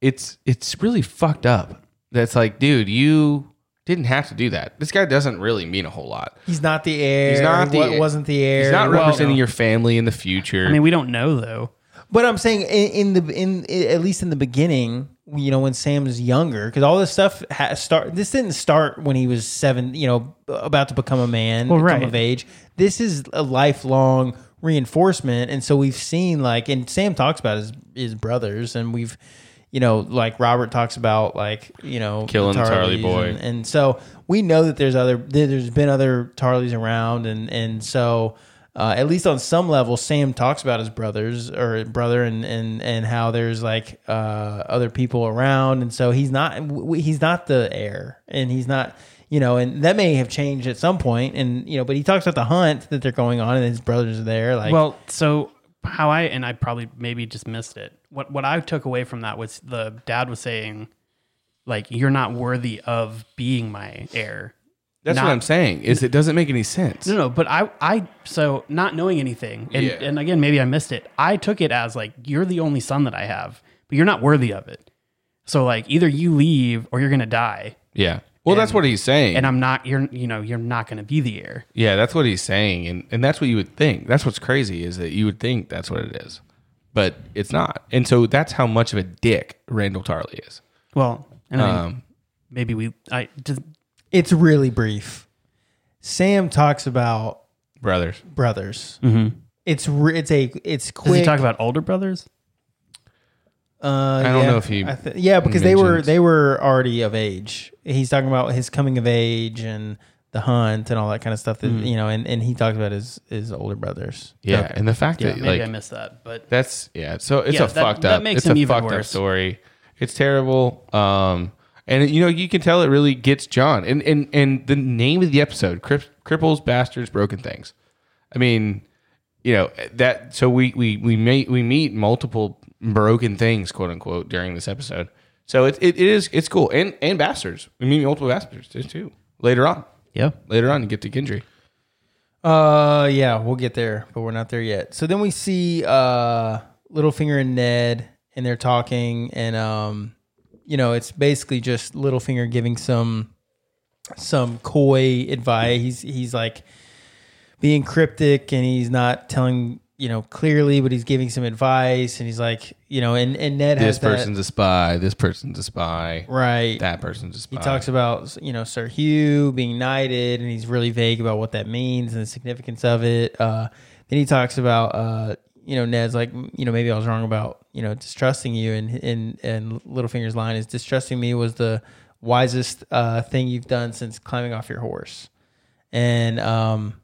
Speaker 2: it's it's really fucked up. That's like, dude, you didn't have to do that. This guy doesn't really mean a whole lot.
Speaker 1: he's not the heir
Speaker 2: He's not the
Speaker 1: what
Speaker 2: heir.
Speaker 1: wasn't the heir
Speaker 2: He's not
Speaker 1: Well,
Speaker 2: representing your family in the future.
Speaker 3: I mean, we don't know though.
Speaker 1: But I'm saying in, in the in, at least in the beginning, you know, when Sam's younger, because all this stuff ha- start. This didn't start when he was seven, you know, about to become a man,
Speaker 3: Well,
Speaker 1: become
Speaker 3: right.
Speaker 1: of age. This is a lifelong reinforcement, and so we've seen like, and Sam talks about his his brothers, and we've, you know, like Robert talks about like you know
Speaker 2: Killing the Tarly
Speaker 1: Tarleys
Speaker 2: boy.
Speaker 1: and, and so we know that there's other there- there's been other Tarleys around, and and so uh, at least on some level, Sam talks about his brothers or brother, and and and how there's like uh, other people around, and so he's not w- w- he's not the heir, and he's not you know, and that may have changed at some point, and you know, but he talks about the hunt that they're going on, and his brothers are there, like
Speaker 3: Well, so how I and I probably maybe just missed it. What what I took away from that was the dad was saying, like, you're not worthy of being my heir.
Speaker 2: That's what
Speaker 3: Not-
Speaker 2: I'm saying. Is it doesn't make any sense.
Speaker 3: No, no, but I, I, so not knowing anything, and,
Speaker 2: Yeah.
Speaker 3: and again, maybe I missed it. I took it as like, you're the only son that I have, but you're not worthy of it. So, like, either you leave or you're going to die.
Speaker 2: Yeah. Well, that's what he's saying.
Speaker 3: And I'm not, you're, you know, you're not going to be the heir.
Speaker 2: yeah, that's what he's saying, and and that's what you would think. That's what's crazy is that you would think that's what it is, but it's not. And so that's how much of a dick Randall Tarley is.
Speaker 3: Well, and I think
Speaker 2: Um,
Speaker 3: maybe we, I just,
Speaker 1: it's really brief. Sam talks about
Speaker 2: brothers.
Speaker 1: brothers. It's re- it's a it's
Speaker 3: Mm-hmm. does
Speaker 1: quick.
Speaker 3: he talk about older brothers?
Speaker 1: Uh, I
Speaker 2: don't know if he
Speaker 1: thi- yeah, because they were
Speaker 2: mentions-
Speaker 1: they were already of age. He's talking about his coming of age and the hunt and all that kind of stuff. That, You know, and, and he talks about his his older brothers.
Speaker 2: Mm-hmm. Yeah, and the fact that
Speaker 3: Maybe
Speaker 2: like
Speaker 3: I missed that, but
Speaker 2: that's yeah. So it's
Speaker 3: Yeah,
Speaker 2: a
Speaker 3: that-
Speaker 2: fucked
Speaker 3: that
Speaker 2: up.
Speaker 3: makes
Speaker 2: it's
Speaker 3: him
Speaker 2: a
Speaker 3: even
Speaker 2: fucked up
Speaker 3: worse.
Speaker 2: story. It's terrible. Um, and you know you can tell it really gets John. And and and the name of the episode: Crip- cripples, bastards, broken things. I mean, you know that. So we we we meet we meet multiple broken things, quote unquote, during this episode. So it, it, it is it's cool and and bastards. We meet multiple bastards too, too later on.
Speaker 3: yeah.
Speaker 2: Later on, you get to Gendry.
Speaker 1: Uh, yeah, we'll get there, but we're not there yet. So then we see uh Littlefinger and Ned, and they're talking, and um, you know, it's basically just Littlefinger giving some some coy advice. He's he's like being cryptic, and he's not telling you know clearly, but he's giving some advice, and he's like you know, and and Ned
Speaker 2: This
Speaker 1: has that-
Speaker 2: person's a spy. This person's a spy.
Speaker 1: right
Speaker 2: That person's a spy.
Speaker 1: he talks about you know Sir Hugh being knighted, and he's really vague about what that means and the significance of it. Uh, then he talks about uh, you know Ned's like you know maybe I was wrong about you know distrusting you, and and and Littlefinger's line is distrusting me was the wisest uh, thing you've done since climbing off your horse. And um,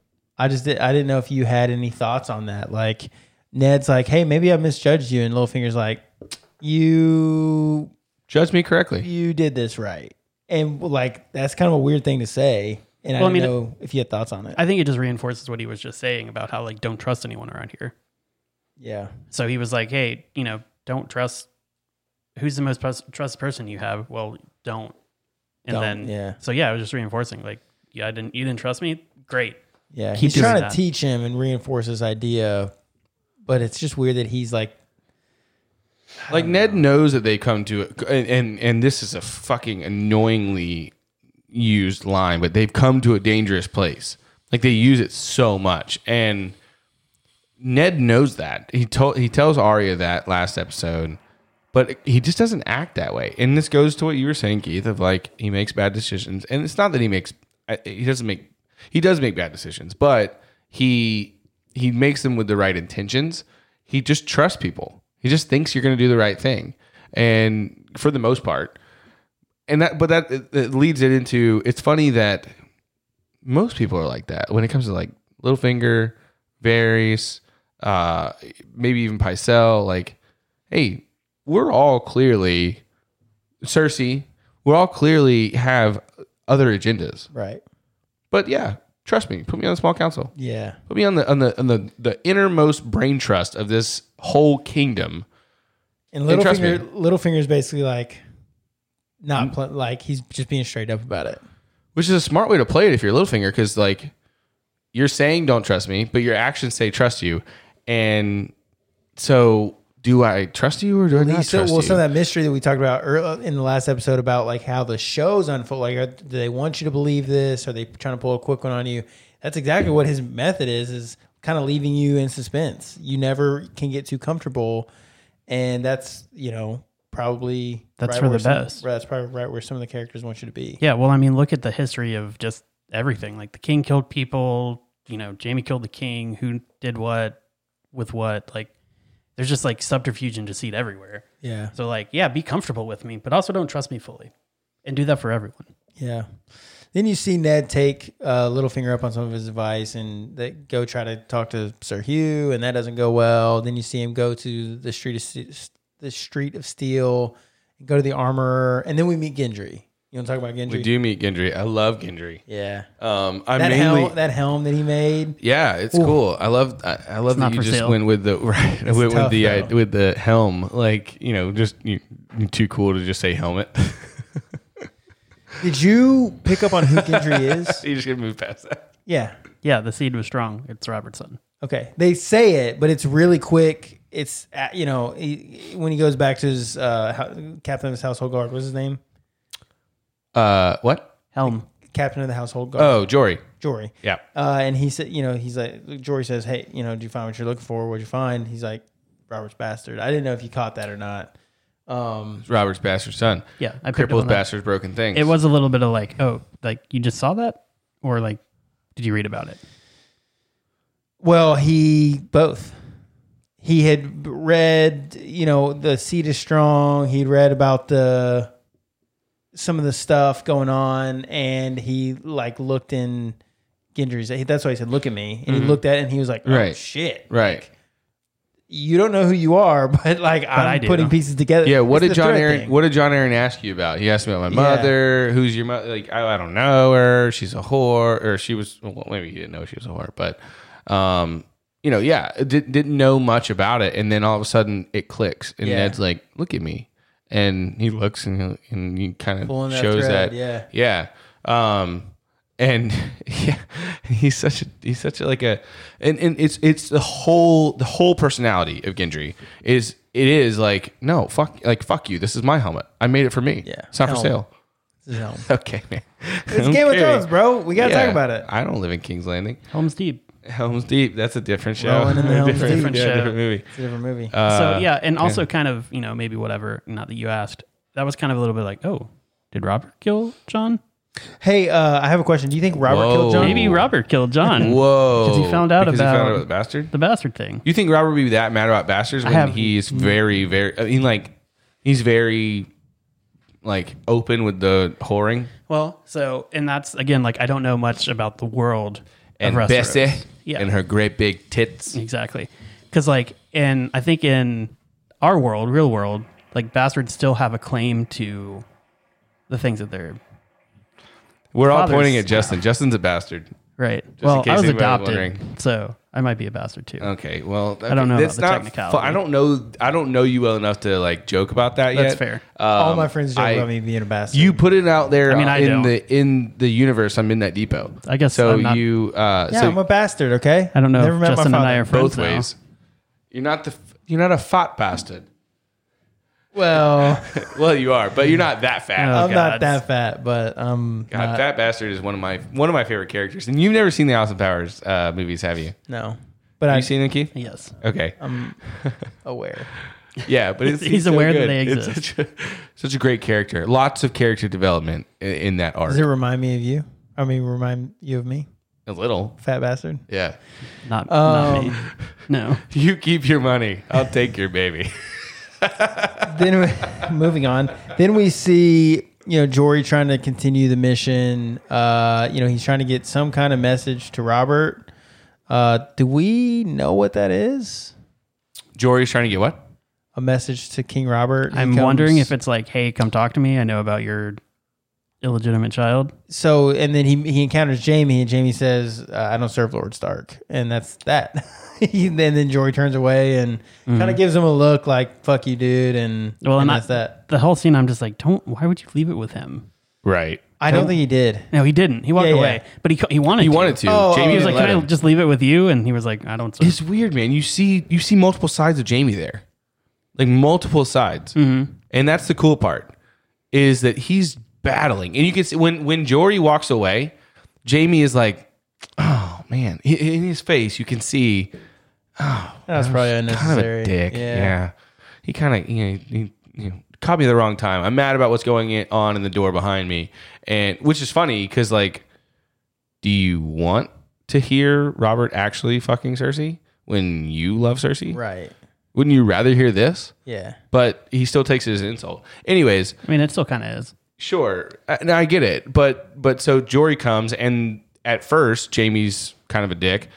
Speaker 1: I just did, I didn't know if you had any thoughts on that. Like Ned's like, hey, maybe I misjudged you, and Littlefinger's like, you
Speaker 2: Judge me correctly.
Speaker 1: you did this right. And like that's kind of a weird thing to say. And I
Speaker 3: Well, I
Speaker 1: don't
Speaker 3: mean,
Speaker 1: know if you had thoughts on it.
Speaker 3: I think it just reinforces what he was just saying about how, like, don't trust anyone around here.
Speaker 1: yeah.
Speaker 3: So he was like, "Hey, you know, don't trust. Who's the most trust, trust person you have? Well, don't." And
Speaker 1: Don't,
Speaker 3: then
Speaker 1: yeah.
Speaker 3: so yeah, I was just reinforcing like, "Yeah, I didn't. You didn't trust me. Great.
Speaker 1: Yeah.
Speaker 3: Keep
Speaker 1: he's
Speaker 3: doing
Speaker 1: trying
Speaker 3: that.
Speaker 1: to teach him and reinforce his idea, but it's just weird that he's like
Speaker 2: Like Ned knows that they come to a, and, and and this is a fucking annoyingly used line, but they've come to a dangerous place. Like they use it so much, and Ned knows that. He told he tells Arya that last episode, but he just doesn't act that way. And this goes to what you were saying, Keith, of like he makes bad decisions, and it's not that he makes I- he doesn't make he does make bad decisions, but he he makes them with the right intentions. He just trusts people. He just thinks you're going to do the right thing, and for the most part, and that but that it- it leads it into it's funny that most people are like that when it comes to like Littlefinger, Varys, uh, maybe even Pycelle. Like, hey, we're all clearly Cersei. We all clearly have other agendas.
Speaker 1: Right.
Speaker 2: But yeah, trust me, put me on a small council.
Speaker 1: Yeah.
Speaker 2: Put me on the on the on the, the innermost brain trust of this whole kingdom.
Speaker 1: And
Speaker 2: And trust
Speaker 1: Littlefinger, Littlefinger's basically like,
Speaker 3: Mm.
Speaker 1: not pl- like he's just being straight up about it.
Speaker 2: Which is a smart way to play it if you're Littlefinger, because like you're saying don't trust me, but your actions say trust you. And so do I trust you or do I not
Speaker 1: He's
Speaker 2: trust
Speaker 1: so, well,
Speaker 2: you?
Speaker 1: some of that mystery that we talked about earl- in the last episode about like how the shows unfold. Like, are, do they want you to believe this? Are they trying to pull a quick one on you? That's exactly what his method is: is kind of leaving you in suspense. You never can get too comfortable, and that's you know probably
Speaker 3: That's for
Speaker 1: where
Speaker 3: the
Speaker 1: some-
Speaker 3: best.
Speaker 1: right, that's probably right where some of the characters want you to be.
Speaker 3: Yeah, well, I mean, look at the history of just everything. Like the king killed people, you know, Jamie killed the king, who did what with what. Like there's just like subterfuge and deceit everywhere.
Speaker 1: Yeah,
Speaker 3: So like, yeah, be comfortable with me, but also don't trust me fully. And do that for everyone.
Speaker 1: yeah. Then you see Ned take uh, Littlefinger up on some of his advice and they go try to talk to Sir Hugh, and that doesn't go well. Then you see him go to the street of Ste- the Street of Steel, go to the armorer, and then we meet Gendry. You want to talk about Gendry?
Speaker 2: we do meet Gendry. I love Gendry.
Speaker 1: Yeah,
Speaker 2: Um, I
Speaker 1: that
Speaker 2: mainly,
Speaker 1: helm that helm that he made.
Speaker 2: yeah, it's cool. I love, I, I love
Speaker 3: not
Speaker 2: that you
Speaker 3: for
Speaker 2: just
Speaker 3: sale.
Speaker 2: went with the [laughs] right, I went
Speaker 1: tough,
Speaker 2: with the uh,
Speaker 1: though.
Speaker 2: with the helm. Like you know, just you, you're too cool to just say helmet. [laughs]
Speaker 1: Did you pick up on who Gendry
Speaker 2: [laughs]
Speaker 1: is?
Speaker 2: you just gonna move past that.
Speaker 1: Yeah.
Speaker 3: Yeah, the seed was strong. It's Robertson.
Speaker 1: Okay. They say it, but it's really quick. It's uh, you know he, when he goes back to his uh, hou- captain of his household guard. What's his name?
Speaker 2: Uh, what?
Speaker 3: Helm.
Speaker 1: Captain of the household guard.
Speaker 2: Oh, Jory.
Speaker 1: Jory.
Speaker 2: Yeah.
Speaker 1: Uh, and he said, you know, he's like, Jory says, hey, you know, do you find what you're looking for? What'd you find? He's like, Robert's bastard. I didn't know if you caught that or not. Um,
Speaker 2: Robert's bastard son.
Speaker 3: Yeah, I picked up
Speaker 2: Cripples
Speaker 3: on that.
Speaker 2: bastards broken things.
Speaker 3: It was a little bit of like, oh, like you just saw that? Or like did you read about it?
Speaker 1: well, he both. He had read, you know, the seed is strong. He'd read about the some of the stuff going on, and he like looked in Gendry's. That's why he said, "Look at me," and he looked at, it and he was like, oh,
Speaker 2: Mm-hmm. Right.
Speaker 1: shit,
Speaker 2: right.
Speaker 1: you don't know who you are, [laughs] but like
Speaker 3: I
Speaker 1: I'm
Speaker 3: do.
Speaker 1: putting pieces together."
Speaker 2: Yeah, what
Speaker 1: It's
Speaker 2: did
Speaker 1: the
Speaker 2: John
Speaker 1: thread
Speaker 2: Aaron?
Speaker 1: thing.
Speaker 2: What did John Aaron ask you about? He asked me about my
Speaker 1: Yeah.
Speaker 2: mother. Who's your mother? Like, I, I don't know her. She's a whore, or she was. Well, maybe he didn't know she was a whore, but, um, you know, yeah, did, didn't know much about it, and then all of a sudden it clicks, and
Speaker 1: Yeah.
Speaker 2: Ned's like, "Look at me," and he looks and he, and he kind
Speaker 1: Pulling
Speaker 2: of
Speaker 1: that
Speaker 2: shows
Speaker 1: thread,
Speaker 2: that,
Speaker 1: yeah.
Speaker 2: yeah. Um, and [laughs] yeah, he's such a he's such a, like a, and and it's it's the whole the whole personality of Gendry is it is like no fuck like fuck you this is my helmet I made it for me
Speaker 1: Yeah.
Speaker 2: it's not
Speaker 1: Helm.
Speaker 2: for sale
Speaker 1: No.
Speaker 2: [laughs] okay man
Speaker 1: It's Game of Thrones, bro. We gotta talk about it.
Speaker 2: I don't live in King's Landing
Speaker 3: Helm's deep.
Speaker 2: Helm's Deep that's [laughs] a different show
Speaker 1: Rolling in the Helm's
Speaker 2: different,
Speaker 3: Deep.
Speaker 2: yeah,
Speaker 3: Different show.
Speaker 2: different movie
Speaker 1: It's a different movie.
Speaker 2: Uh,
Speaker 3: so yeah, and also kind of, you know, maybe whatever, not that you asked. That was kind of a little bit like, oh, did Robert kill John?
Speaker 1: hey, uh, I have a question. Do you think Robert
Speaker 2: Whoa.
Speaker 1: killed John?
Speaker 3: Maybe
Speaker 2: Ooh.
Speaker 3: Robert killed John.
Speaker 2: Oh. [laughs] whoa
Speaker 3: Because he found out
Speaker 2: Because he
Speaker 3: about-
Speaker 2: the bastard
Speaker 3: The bastard thing.
Speaker 2: You think Robert would be that mad about bastards when
Speaker 3: have-
Speaker 2: he's very, very? I mean, like he's very, like open with the whoring
Speaker 3: Well, so and that's again like I don't know much about the world
Speaker 2: and
Speaker 3: of Westeros.
Speaker 2: Bessie
Speaker 3: Yeah.
Speaker 2: and her great big tits.
Speaker 3: Exactly. Because, like, in I think in our world, real world, like bastards still have a claim to the things that they're
Speaker 2: We're all
Speaker 3: Fathers.
Speaker 2: pointing at Justin. Justin's a bastard.
Speaker 3: right. well,
Speaker 2: case
Speaker 3: I was
Speaker 2: anybody was
Speaker 3: adopted,
Speaker 2: wondering. Uh,
Speaker 3: so I might be a bastard too.
Speaker 2: Okay, well, I
Speaker 3: don't know about the technicality.
Speaker 2: I don't know. I don't know you well enough to like joke about that
Speaker 3: That's
Speaker 2: yet.
Speaker 3: fair.
Speaker 1: All my friends joke
Speaker 2: um, I-
Speaker 1: about me being a bastard.
Speaker 2: You put it out there.
Speaker 3: I mean, I
Speaker 2: in
Speaker 3: don't.
Speaker 2: the in the universe. I'm in that depot.
Speaker 3: I guess
Speaker 2: so.
Speaker 3: I'm not-
Speaker 2: you uh,
Speaker 1: yeah,
Speaker 2: so
Speaker 1: I'm a bastard. Okay.
Speaker 3: I don't know.
Speaker 1: Never
Speaker 3: if
Speaker 1: met
Speaker 3: Justin
Speaker 1: my
Speaker 3: and I
Speaker 1: father.
Speaker 3: are friends
Speaker 2: both
Speaker 3: now.
Speaker 2: ways. You're not the. f- You're not a fat bastard.
Speaker 1: Well,
Speaker 2: [laughs] Well, you are, but you're not that fat.
Speaker 3: Oh,
Speaker 1: I'm not
Speaker 3: God.
Speaker 1: that fat, but um, I'm
Speaker 2: God,
Speaker 3: Uh,
Speaker 1: not,
Speaker 2: that bastard is one of my one of my favorite characters. And you've never seen the Austin Powers uh, movies, have you?
Speaker 1: no. But
Speaker 2: Have
Speaker 1: I
Speaker 2: you seen them, Keith?
Speaker 3: Yes.
Speaker 2: Okay, [laughs]
Speaker 1: I'm aware.
Speaker 2: yeah, but
Speaker 3: [laughs]
Speaker 2: it's,
Speaker 3: He's aware that they
Speaker 2: It's
Speaker 3: exist.
Speaker 2: such, a, such a great character. Lots of character development in, in that arc.
Speaker 1: Does it remind me of you? I mean, remind you of me,
Speaker 2: a little,
Speaker 1: fat bastard.
Speaker 2: yeah.
Speaker 3: Not, not me.
Speaker 1: Um,
Speaker 3: No.
Speaker 2: You keep your money. I'll take your
Speaker 3: [laughs]
Speaker 2: baby.
Speaker 1: then we, [laughs] moving on. Then we see you know Jory trying to continue the mission. Uh, you know he's trying to get some kind of message to Robert. Uh, do we know what that is?
Speaker 2: Jory's trying to get what?
Speaker 1: A message to King Robert. He
Speaker 3: I'm
Speaker 1: comes-
Speaker 3: wondering if it's like, hey, come talk to me. I know about your illegitimate child.
Speaker 1: so. And then he he encounters Jamie, and Jamie says, uh, "I don't serve Lord Stark," and that's that. [laughs] He- and then Jory turns away and kind of gives him a look like "fuck you, dude," and
Speaker 3: Well,
Speaker 1: and
Speaker 3: and I-
Speaker 1: that's that.
Speaker 3: The whole scene, I'm just like, don't. Why would you leave it with him?
Speaker 2: Right.
Speaker 1: I don't think he did.
Speaker 3: No, he didn't. He walked
Speaker 1: Yeah, yeah.
Speaker 3: away, but he co- he wanted.
Speaker 2: He
Speaker 3: to.
Speaker 2: wanted to.
Speaker 1: Oh,
Speaker 2: Jamie
Speaker 1: oh,
Speaker 3: He
Speaker 2: didn't
Speaker 3: was like,
Speaker 2: let
Speaker 3: can I
Speaker 2: him.
Speaker 3: just leave it with you? And he was like, I don't. serve."
Speaker 2: It's weird, man. You see, you see multiple sides of Jamie there, like multiple sides, and that's the cool part is that he's battling, and you can see when when Jory walks away, Jamie is like, oh man, I- in his face you can see
Speaker 1: That's probably
Speaker 2: kind of
Speaker 1: unnecessary.
Speaker 2: a dick. Yeah, he kind of you know he. You know, caught me at the wrong time. I'm mad about what's going in- on in the door behind me, and which is funny because like, do you want to hear Robert actually fucking Cersei when you love Cersei?
Speaker 1: Right.
Speaker 2: Wouldn't you rather hear this?
Speaker 1: Yeah.
Speaker 2: But he still takes it as an insult. Anyways,
Speaker 3: I mean, it still kind of is.
Speaker 2: sure, I, now I get it. But but so Jory comes, and at first Jamie's kind of a dick.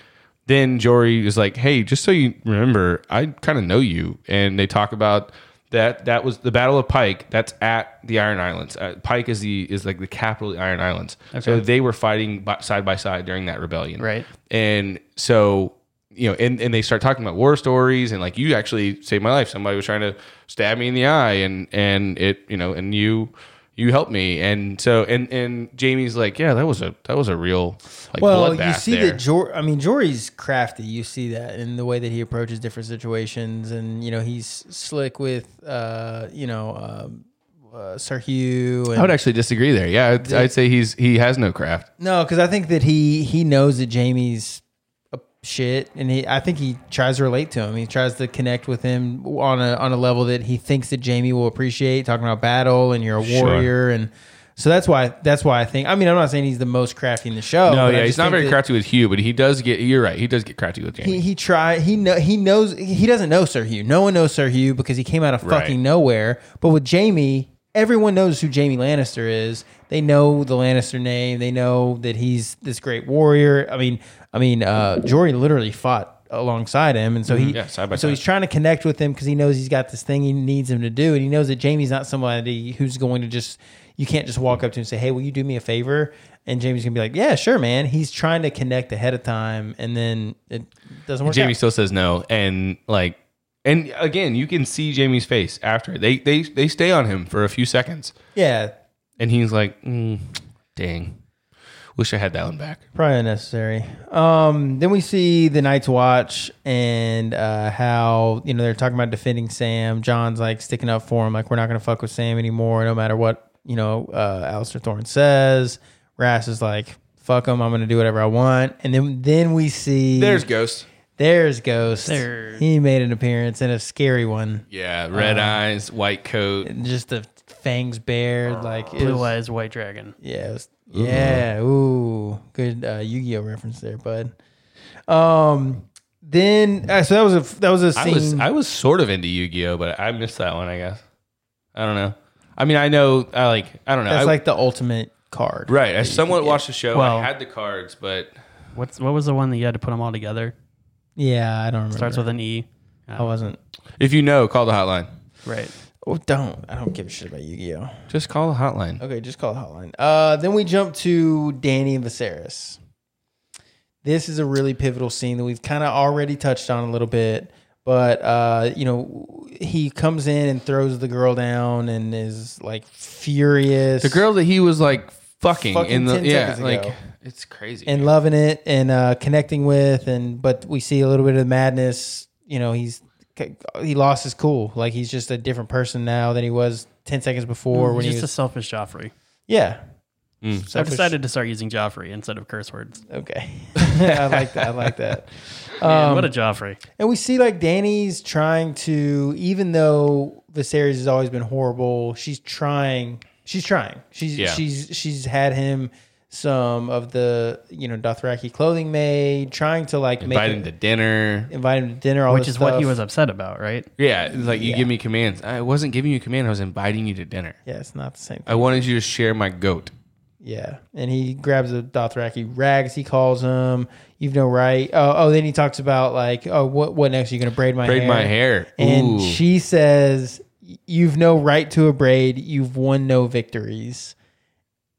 Speaker 2: Then Jory is like, "Hey, just so you remember, I kind of know you." And they talk about that. That was the Battle of Pike. That's at the Iron Islands. Uh, Pike is the is like the capital of the Iron Islands. So they were fighting by, side by side during that rebellion,
Speaker 3: Right.
Speaker 2: and so you know and, and they start talking about war stories and like you actually saved my life somebody was trying to stab me in the eye and and it you know and you you helped me and so and and jamie's like yeah that was a that was a real like
Speaker 1: Well,
Speaker 2: bloodbath
Speaker 1: you see
Speaker 2: there.
Speaker 1: that Jor- I mean, Jory's crafty. You see that in the way that he approaches different situations, and you know he's slick with, uh, you know, um, uh, Sir Hugh.
Speaker 2: i would
Speaker 1: And,
Speaker 2: actually disagree there yeah I'd, I'd say he's he has no craft
Speaker 1: no, because I think that he he knows that Jamie's a shit, and he I think he tries to relate to him. He tries to connect with him on a on a level that he thinks that Jamie will appreciate. Talking about battle, and you're a
Speaker 2: Sure.
Speaker 1: warrior, and so that's why that's why I think. I mean, I'm not saying he's the most crafty in the show.
Speaker 2: no
Speaker 1: but I
Speaker 2: yeah
Speaker 1: just
Speaker 2: he's not
Speaker 1: think
Speaker 2: very
Speaker 1: that-
Speaker 2: crafty with hugh but he does get you're right he does get crafty with jamie
Speaker 1: he he try he know he knows he doesn't know Sir Hugh. No one knows Sir Hugh because he came out of
Speaker 2: Right.
Speaker 1: fucking nowhere. But with Jamie, everyone knows who Jamie Lannister is. They know the Lannister name. They know that he's this great warrior. I mean, I mean, uh, Jory literally fought alongside him, and so he
Speaker 2: Mm-hmm. Yeah, side by
Speaker 1: so
Speaker 2: side.
Speaker 1: he's trying to connect with him because he knows he's got this thing he needs him to do, and he knows that Jamie's not somebody who's going to just you can't just walk up to him and say, "Hey, will you do me a favor?" And Jamie's gonna be like, "Yeah, sure, man." He's trying to connect ahead of time, and then it doesn't work.
Speaker 2: Jamie
Speaker 1: out.
Speaker 2: still says no, and like, and again, you can see Jamie's face after they they they stay on him for a few seconds,
Speaker 1: yeah,
Speaker 2: and he's like, mm, "Dang, wish I had that one back."
Speaker 1: probably unnecessary. Um, then we see the Night's Watch and uh, how you know they're talking about defending Sam. John's like sticking up for him, like we're not gonna fuck with Sam anymore, no matter what you know. Uh, Alistair Thorne says. Rass is like, "Fuck him, I'm gonna do whatever I want." And then then we see
Speaker 2: There's Ghost.
Speaker 1: there's Ghost.
Speaker 3: There.
Speaker 1: He made an appearance and a scary one.
Speaker 2: Yeah, red
Speaker 1: Uh,
Speaker 2: eyes, white coat.
Speaker 1: Just the fangs bared, like it
Speaker 3: Blue
Speaker 1: was-
Speaker 3: eyes, white dragon.
Speaker 1: Yeah, it was- yeah. Ooh, good uh, Yu-Gi-Oh reference there, bud. Um, then uh, so that was a that was a
Speaker 2: I was
Speaker 1: scene.
Speaker 2: I was sort of into Yu Gi Oh, but I missed that one. I guess I don't know. I mean, I know I like I don't know.
Speaker 1: that's
Speaker 2: I,
Speaker 1: like the ultimate card,
Speaker 2: right. I somewhat watched the show.
Speaker 3: Well-
Speaker 2: I had the cards, but
Speaker 3: What's what was the one that you had to put them all together?
Speaker 1: Yeah, I don't remember.
Speaker 3: Starts with an E.
Speaker 1: I wasn't.
Speaker 2: if you know, call the hotline.
Speaker 3: Right.
Speaker 1: Oh, don't I don't give a shit about Yu-Gi-Oh.
Speaker 2: Just call the hotline.
Speaker 1: Okay, just call the hotline. Uh, then we jump to Danny and Viserys. This is a really pivotal scene that we've kind of already touched on a little bit, but uh, you know, he comes in and throws the girl down and is like furious.
Speaker 2: The girl that he was like fucking,
Speaker 1: Fucking
Speaker 2: in the
Speaker 1: 10
Speaker 2: yeah,
Speaker 1: seconds
Speaker 2: like
Speaker 1: ago.
Speaker 2: it's crazy.
Speaker 1: and loving it and uh, connecting with and but we see a little bit of madness you know he's he lost his cool. Like he's just a different person now than he was ten seconds before when
Speaker 3: Oh, He's
Speaker 1: he
Speaker 3: just
Speaker 1: was.
Speaker 3: a selfish Joffrey.
Speaker 1: yeah.
Speaker 3: I've
Speaker 1: Selfish-
Speaker 3: decided to start using Joffrey instead of curse words.
Speaker 1: Okay, [laughs] I like that. I like that.
Speaker 3: Man, what a Joffrey.
Speaker 1: And we see like Danny's trying to, even though Viserys has always been horrible, she's trying. She's trying. She's
Speaker 2: Yeah.
Speaker 1: she's she's had him some of the you know Dothraki clothing made, trying to like
Speaker 2: Invite
Speaker 1: make
Speaker 2: him to dinner.
Speaker 1: invite him to dinner, all
Speaker 3: Which
Speaker 1: this
Speaker 3: is what he
Speaker 1: stuff.
Speaker 3: was upset about, right?
Speaker 2: Yeah, it's like you
Speaker 1: Yeah.
Speaker 2: give me commands. I wasn't giving you a command. I was inviting you to dinner.
Speaker 1: Yeah, it's not the same. Thing.
Speaker 2: I wanted you to share my goat.
Speaker 1: Yeah, and he grabs a Dothraki rags. He calls him. You've no right. Oh, oh. Then he talks about like, oh, what what next? You're gonna braid my
Speaker 2: Braid
Speaker 1: hair.
Speaker 2: my hair.
Speaker 1: And
Speaker 2: Ooh.
Speaker 1: she says, "You've no right to a braid. You've won no victories."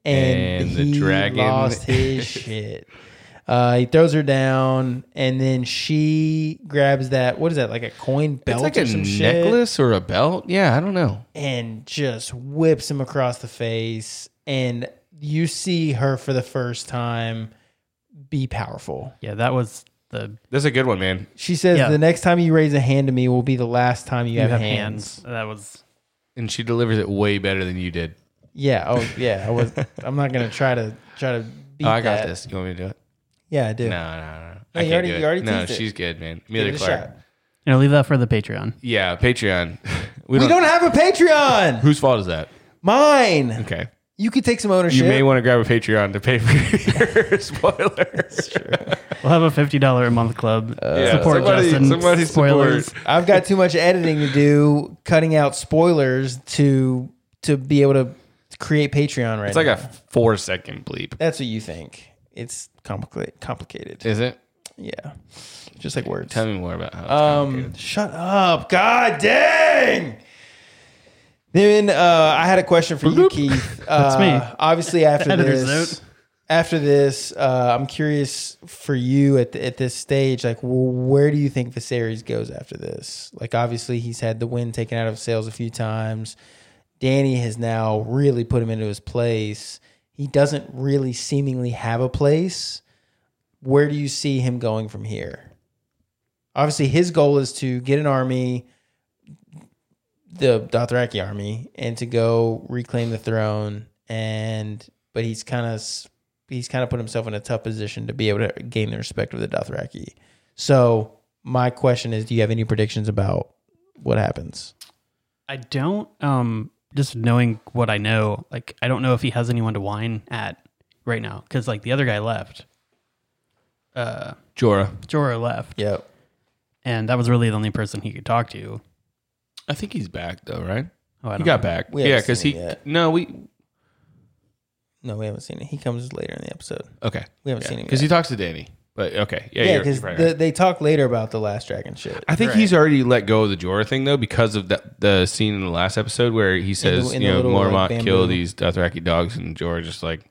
Speaker 1: And,
Speaker 2: And the
Speaker 1: he
Speaker 2: dragon- [laughs]
Speaker 1: lost his shit. Uh, he throws her down, and then she grabs that. What is that? Like a coin
Speaker 2: It's
Speaker 1: belt
Speaker 2: like
Speaker 1: or
Speaker 2: a
Speaker 1: some shit?
Speaker 2: necklace or a belt. Yeah, I don't know.
Speaker 1: and just whips him across the face and you see her for the first time be powerful.
Speaker 3: Yeah, that was the
Speaker 2: That's a good one, man.
Speaker 1: She says
Speaker 3: Yeah.
Speaker 1: the next time you raise a hand to me will be the last time you,
Speaker 3: you
Speaker 1: have,
Speaker 3: have
Speaker 1: hands.
Speaker 3: hands. That was
Speaker 2: And she delivers it way better than you did.
Speaker 1: Yeah, oh yeah, I was I'm not going to try to try to beat
Speaker 2: Oh, I got
Speaker 1: that.
Speaker 2: this. You want me to do it?
Speaker 1: Yeah, I do.
Speaker 2: No, no, no.
Speaker 1: No,
Speaker 2: I
Speaker 1: you
Speaker 2: can't
Speaker 1: already-
Speaker 2: do it.
Speaker 1: you already
Speaker 2: no,
Speaker 1: teased it.
Speaker 2: she's good, man.
Speaker 1: Give
Speaker 2: Amelia
Speaker 1: it a
Speaker 2: Clark.
Speaker 1: shot.
Speaker 3: you know, leave that for the Patreon.
Speaker 2: Yeah, Patreon. [laughs]
Speaker 1: We
Speaker 2: we, don't,
Speaker 1: don't have a Patreon.
Speaker 2: Whose fault is that?
Speaker 1: Mine.
Speaker 2: Okay.
Speaker 1: You could take some
Speaker 2: You
Speaker 1: ownership.
Speaker 2: may want to grab a Patreon to pay for [laughs]
Speaker 1: [laughs]
Speaker 2: your spoilers.
Speaker 3: We'll have a fifty dollar a month club.
Speaker 2: Yeah,
Speaker 3: support
Speaker 2: somebody-
Speaker 3: Justin.
Speaker 2: somebody support.
Speaker 3: Spoilers.
Speaker 1: I've got too much editing to do, cutting out spoilers to to be able to create Patreon right
Speaker 2: It's like
Speaker 1: now.
Speaker 2: a four second bleep.
Speaker 1: That's what you think. It's complicated. Complicated.
Speaker 2: Is it?
Speaker 1: Yeah. Just like words.
Speaker 2: Tell me more about how. It's complicated.
Speaker 1: Um, shut up. God dang. Then uh, I had a question for you, Keith. Uh,
Speaker 3: me.
Speaker 1: Obviously, after
Speaker 3: Editor's
Speaker 1: this,
Speaker 3: note.
Speaker 1: after this, uh, I'm curious for you at the, at this stage. Like, w where do you think Viserys goes after this? Like, obviously, he's had the wind taken out of sails a few times. Danny has now really put him into his place. He doesn't really seemingly have a place. Where do you see him going from here? obviously his goal is to get an army, the Dothraki army, and to go reclaim the throne. And but he's kind of he's kind of put himself in a tough position to be able to gain the respect of the Dothraki. So my question is, do you have any predictions about what happens?
Speaker 3: I don't. Um, just knowing what I know, like I don't know if he has anyone to whine at right now because like the other guy left. Uh,
Speaker 2: Jorah.
Speaker 3: Jorah left,
Speaker 1: Yep.
Speaker 3: and that was really the only person he could talk to.
Speaker 2: I think he's back though, right?
Speaker 3: Oh, I
Speaker 2: He
Speaker 3: don't
Speaker 2: got
Speaker 3: know.
Speaker 2: back.
Speaker 1: We
Speaker 2: yeah,
Speaker 1: haven't
Speaker 2: because
Speaker 1: seen
Speaker 2: he.
Speaker 1: it yet.
Speaker 2: No, we.
Speaker 1: No, we haven't seen it. He comes later in the episode.
Speaker 2: Okay.
Speaker 1: We haven't seen him
Speaker 2: because
Speaker 1: yet.
Speaker 2: he talks to Danny. But okay,
Speaker 1: Yeah,
Speaker 2: yeah, you're- you're
Speaker 1: because
Speaker 2: right,
Speaker 1: the,
Speaker 2: right.
Speaker 1: they talk later about the last dragon shit.
Speaker 2: I think he's already let go of the Jorah thing though because of that the scene in the last episode where he says,
Speaker 1: in
Speaker 2: you
Speaker 1: the
Speaker 2: know,
Speaker 1: little,
Speaker 2: Mormont
Speaker 1: like, bamboo-
Speaker 2: kill these Dothraki dogs, and Jorah just like,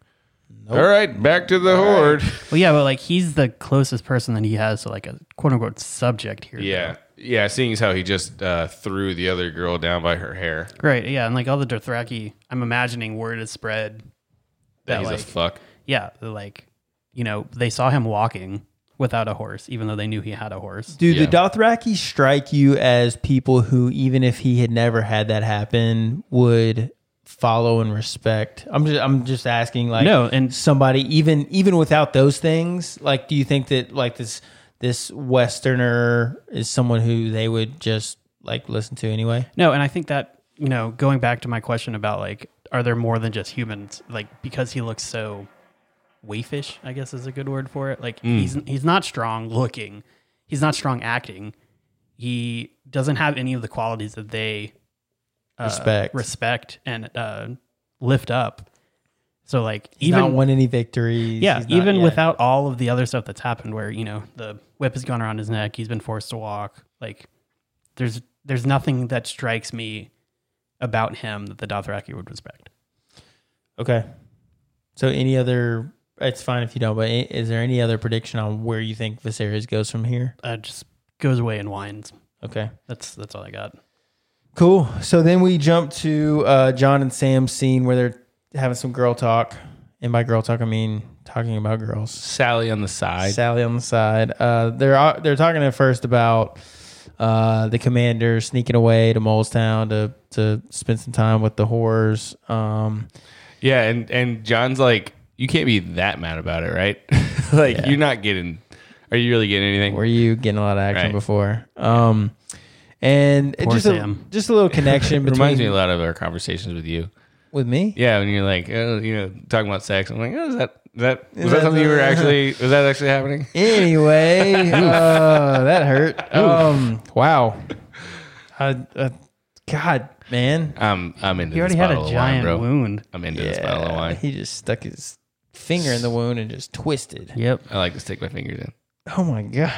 Speaker 2: all right, back to the horde.
Speaker 3: Well, yeah, but like he's the closest person that he has to like a quote unquote subject
Speaker 2: [laughs]
Speaker 3: here.
Speaker 2: Yeah, yeah. Seeing as how he just uh, threw the other girl down by her hair,
Speaker 3: Right. Yeah, and like all the Dothraki, I'm imagining word is spread.
Speaker 2: that he's a
Speaker 3: like-
Speaker 2: fuck.
Speaker 3: Yeah, like you know they saw him walking without a horse, even though they knew he had a horse.
Speaker 1: Do
Speaker 2: Yeah.
Speaker 1: the Dothraki strike you as people who, even if he had never had that happen, would follow and respect? I'm just, I'm just asking, like,
Speaker 3: No, and-
Speaker 1: somebody even, even without those things, like, do you think that like this, this Westerner is someone who they would just like listen to anyway?
Speaker 3: No, and I think that, you know, going back to my question about like, are there more than just humans? Like, because he looks so waifish, I guess is a good word for it. Like,
Speaker 1: Hmm.
Speaker 3: he's he's not strong looking, he's not strong acting. He doesn't have any of the qualities that they uh,
Speaker 1: Respect.
Speaker 3: respect, and uh, lift up. So, like,
Speaker 1: He's not
Speaker 3: even
Speaker 1: won any victories.
Speaker 3: yeah,
Speaker 1: He's not
Speaker 3: even
Speaker 1: yet.
Speaker 3: without all of the other stuff that's happened, where you know the whip has gone around his neck, he's been forced to walk. Like, there's there's nothing that strikes me about him that the Dothraki would respect.
Speaker 1: Okay. So any other? It's fine if you don't. But i- is there any other prediction on where you think Viserys goes from here?
Speaker 3: Uh, just goes away and whines.
Speaker 1: Okay.
Speaker 3: That's that's all I got.
Speaker 1: Cool. So then we jump to uh, John and Sam's scene where they're having some girl talk. And by girl talk, I mean talking about girls.
Speaker 2: Sally on the side.
Speaker 1: uh, Sally on the side. Uh, they're they're talking at first about Uh, the commander sneaking away to Molestown to to spend some time with the whores. Um,
Speaker 2: Yeah, and and John's like, you can't be that mad about it, right? [laughs] like you're not getting. Are you really getting anything?
Speaker 1: were you getting a lot of action
Speaker 2: Right.
Speaker 1: before? Um, and it
Speaker 3: Poor
Speaker 1: just
Speaker 3: Sam.
Speaker 1: a just a little
Speaker 2: [laughs]
Speaker 1: connection between
Speaker 2: Reminds me a lot of our conversations with you.
Speaker 1: with me.
Speaker 2: Yeah, when you're like, oh, you know, talking about sex, I'm like, oh, is that is that was
Speaker 1: that
Speaker 2: that something you were
Speaker 1: the-
Speaker 2: actually was that actually happening?
Speaker 1: Anyway,
Speaker 2: [laughs]
Speaker 1: uh, that hurt. Um, wow. I, uh, God, man.
Speaker 2: I'm I'm into.
Speaker 3: He already
Speaker 2: this
Speaker 3: had
Speaker 2: bottle
Speaker 3: a
Speaker 2: of wine,
Speaker 3: giant
Speaker 2: bro.
Speaker 3: wound.
Speaker 2: I'm into this bottle of
Speaker 1: Yeah,
Speaker 2: wine.
Speaker 1: he just stuck his finger in the wound and just twisted.
Speaker 3: Yep.
Speaker 2: I like to stick my fingers in.
Speaker 1: Oh my god.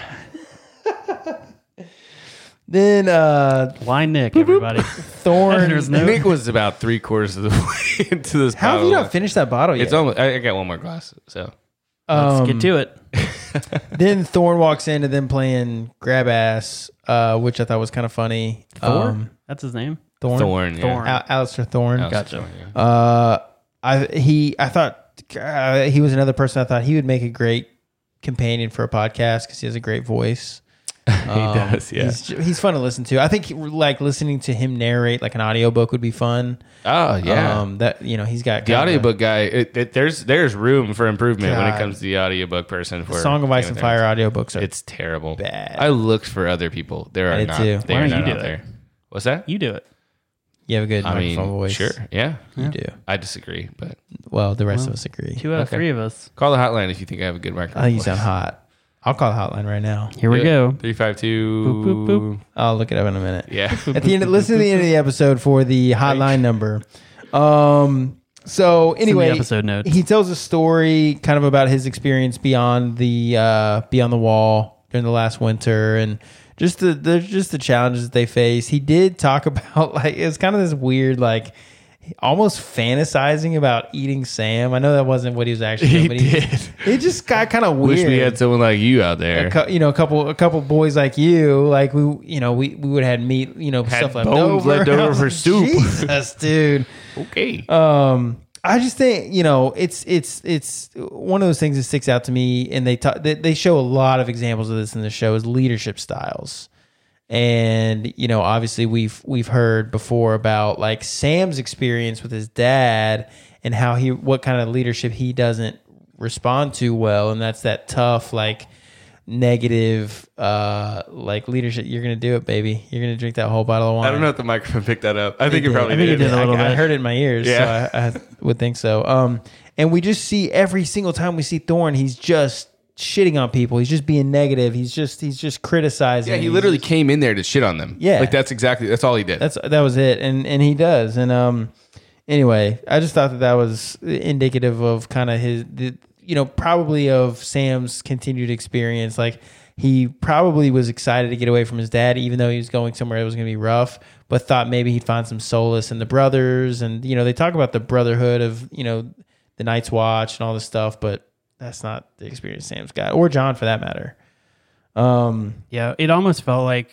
Speaker 1: then uh
Speaker 3: Why Nick, everybody?
Speaker 1: Thorn.
Speaker 3: There's [laughs] no-
Speaker 2: Nick was about three quarters of the [laughs] way into this.
Speaker 1: How have
Speaker 2: bottle
Speaker 1: you
Speaker 2: of
Speaker 1: not
Speaker 2: wine.
Speaker 1: finished that bottle yet?
Speaker 2: It's almost. I, I got one more glass. So
Speaker 1: [laughs]
Speaker 3: Let's
Speaker 1: Um,
Speaker 3: get to it.
Speaker 1: Then Thorn walks into them playing grab ass, uh, which I thought was kind of funny.
Speaker 3: Thor?
Speaker 1: Um,
Speaker 3: That's his name.
Speaker 1: Thorn.
Speaker 2: Thorn.
Speaker 3: Thorn.
Speaker 1: Al- Alistair Thorn.
Speaker 2: Yeah.
Speaker 3: Gotcha.
Speaker 1: [laughs] Uh, I he I thought uh, he was another person. I thought he would make a great companion for a podcast because he has a great voice.
Speaker 2: [laughs] He does. Yeah.
Speaker 1: Um, He's, ju- he's fun to listen to. I think like listening to him narrate like an audiobook would be fun.
Speaker 2: Oh yeah.
Speaker 1: Um, that you know he's got
Speaker 2: the
Speaker 1: kind of a-
Speaker 2: audiobook guy, it, it, there's there's room for improvement when
Speaker 1: God.
Speaker 2: it comes to the audiobook person. For
Speaker 1: Song of Ice
Speaker 2: Game
Speaker 1: and Fire audiobooks are
Speaker 2: Thrones. it's terrible.
Speaker 1: bad.
Speaker 2: I looked for other people. There
Speaker 1: I
Speaker 2: are
Speaker 1: did
Speaker 2: not.
Speaker 1: too.
Speaker 2: They
Speaker 3: Why
Speaker 2: are
Speaker 3: don't
Speaker 2: not
Speaker 3: you do
Speaker 2: out
Speaker 3: it?
Speaker 2: there. What's that?
Speaker 3: You do it.
Speaker 1: you have a good
Speaker 2: I mean,
Speaker 1: microphone voice.
Speaker 2: sure, yeah.
Speaker 1: you do.
Speaker 2: I disagree, but
Speaker 1: Well, the rest of us agree.
Speaker 3: Two out of
Speaker 2: Okay.
Speaker 3: three of us.
Speaker 2: call the hotline if you think I have a good microphone.
Speaker 1: I think Oh, you sound hot. I'll call the hotline right now.
Speaker 3: Here we go.
Speaker 2: Three five two.
Speaker 3: Boop, boop, boop.
Speaker 1: I'll look it up in a minute.
Speaker 2: Yeah. [laughs]
Speaker 1: At the end, listen to the end of the episode for the hotline number. Um. So
Speaker 3: in the
Speaker 1: anyway,
Speaker 3: episode notes.
Speaker 1: he tells a story kind of about his experience beyond the uh, beyond the wall during the last winter and just the, the just the challenges that they face. He did talk [laughs] about like it's kind of this weird like almost fantasizing about eating Sam. I know that wasn't what he was actually doing,
Speaker 2: He
Speaker 1: but
Speaker 2: did.
Speaker 1: he it just got kind of weird
Speaker 2: [laughs] Wish we had someone like you out
Speaker 1: a
Speaker 2: there.
Speaker 1: cou- you know, a couple, a couple boys like you, like we, you know, we, we would have had meat, you know, stuff left
Speaker 2: bones
Speaker 1: over,
Speaker 2: left over
Speaker 1: I was [laughs]
Speaker 2: for
Speaker 1: like,
Speaker 2: soup.
Speaker 1: Jesus, dude.
Speaker 2: Okay.
Speaker 1: [laughs] Um, I just think you know, it's it's it's one of those things that sticks out to me, and they talk, they, they show a lot of examples of this in the show is leadership styles. And you know, obviously, we've we've heard before about like Sam's experience with his dad and how he, what kind of leadership he doesn't respond to well, and that's that tough, like negative, uh, like leadership. You're gonna do it, baby. You're gonna drink that whole bottle of wine.
Speaker 2: I don't know if the microphone picked that up. I think it probably
Speaker 3: I think it
Speaker 2: did.
Speaker 3: did a little
Speaker 1: I, I
Speaker 3: bit.
Speaker 1: heard it in my ears.
Speaker 2: Yeah.
Speaker 1: So I, I would think so. Um, and we just see every single time we see Thorn, he's just shitting on people. He's just being negative. He's just he's just criticizing.
Speaker 2: Yeah, he
Speaker 1: He's
Speaker 2: literally came in there to shit on them.
Speaker 1: Yeah.
Speaker 2: Like that's exactly that's all he did.
Speaker 1: that's that was it and and he does and um anyway i just thought that that was indicative of kind of his the, you know probably of sam's continued experience like he probably was excited to get away from his dad even though he was going somewhere that was going to be rough but thought maybe he'd find some solace in the brothers and you know they talk about the brotherhood of you know the night's watch and all this stuff but that's not the experience sam's got or john for that matter um
Speaker 3: Yeah, it almost felt like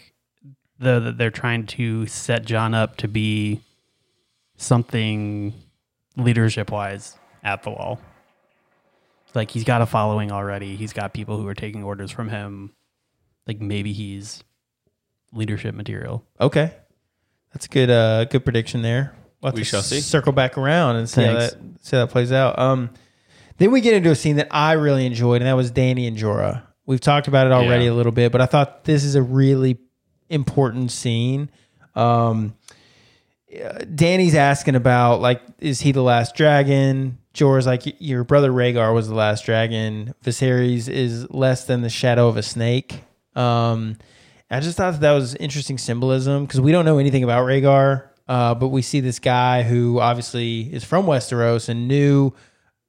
Speaker 3: the, that they're trying to set John up to be something leadership wise at the wall. Like he's got a following already. He's got people who are taking orders from him. Like maybe he's leadership material.
Speaker 1: Okay, that's a good uh, good prediction there. We'll have
Speaker 2: We
Speaker 1: to
Speaker 2: shall see.
Speaker 1: Circle back around and see how
Speaker 3: Thanks.
Speaker 1: that see how that plays out. Um, then we get into a scene that I really enjoyed, and that was Danny and Jorah. We've talked about it already
Speaker 2: Yeah.
Speaker 1: a little bit, but I thought this is a really important scene. Um, uh, Danny's asking about like, is he the last dragon? Jorah's like, "Y- your brother Rhaegar was the last dragon. Viserys is less than the shadow of a snake. Um, I just thought that, that was interesting symbolism because we don't know anything about Rhaegar, uh, but we see this guy who obviously is from Westeros and knew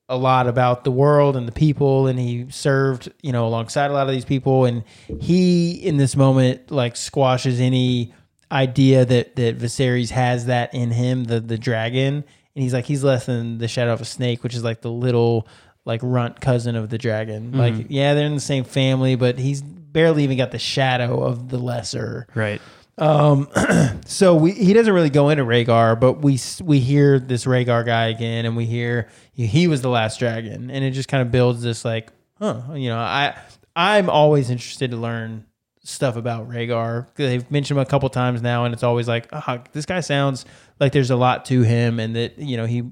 Speaker 1: a lot about the world and the people and he served you know alongside a lot of these people and he in this moment like squashes any idea that that Viserys has that in him the the dragon and he's like he's less than the shadow of a snake which is like the little like runt cousin of the dragon like yeah they're in the same family but he's barely even got the shadow of the lesser
Speaker 3: Right.
Speaker 1: so we he doesn't really go into Rhaegar, but we s- we hear this Rhaegar guy again, and we hear he was the last dragon, and it just kind of builds this like, huh, you know, I I'm always interested to learn stuff about Rhaegar. They've mentioned him a couple times now, and it's always like, ah, this guy sounds like there's a lot to him, and that you know he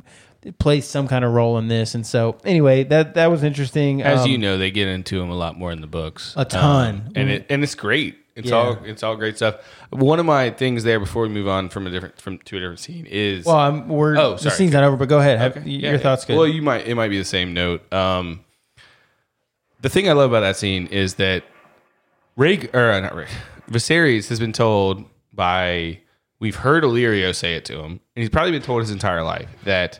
Speaker 1: plays some kind of role in this. And so, anyway, that that was interesting.
Speaker 2: As
Speaker 1: Um,
Speaker 2: you know, they get into him a lot more in the books, Um,
Speaker 1: A ton.
Speaker 2: and it and it's great. It's
Speaker 1: Yeah.
Speaker 2: all it's all great stuff. One of my things there before we move on from a different from to a different scene is
Speaker 1: well, I'm, we're
Speaker 2: Oh,
Speaker 1: the
Speaker 2: sorry.
Speaker 1: scene's not over, but go ahead. Have,
Speaker 2: Okay.
Speaker 1: y-
Speaker 2: Yeah,
Speaker 1: your
Speaker 2: yeah.
Speaker 1: thoughts, good.
Speaker 2: Well, you might it might be the same note. Um, the thing I love about that scene is that Rig or uh, not Rig, Viserys has been told by we've heard Illyrio say it to him, and he's probably been told his entire life that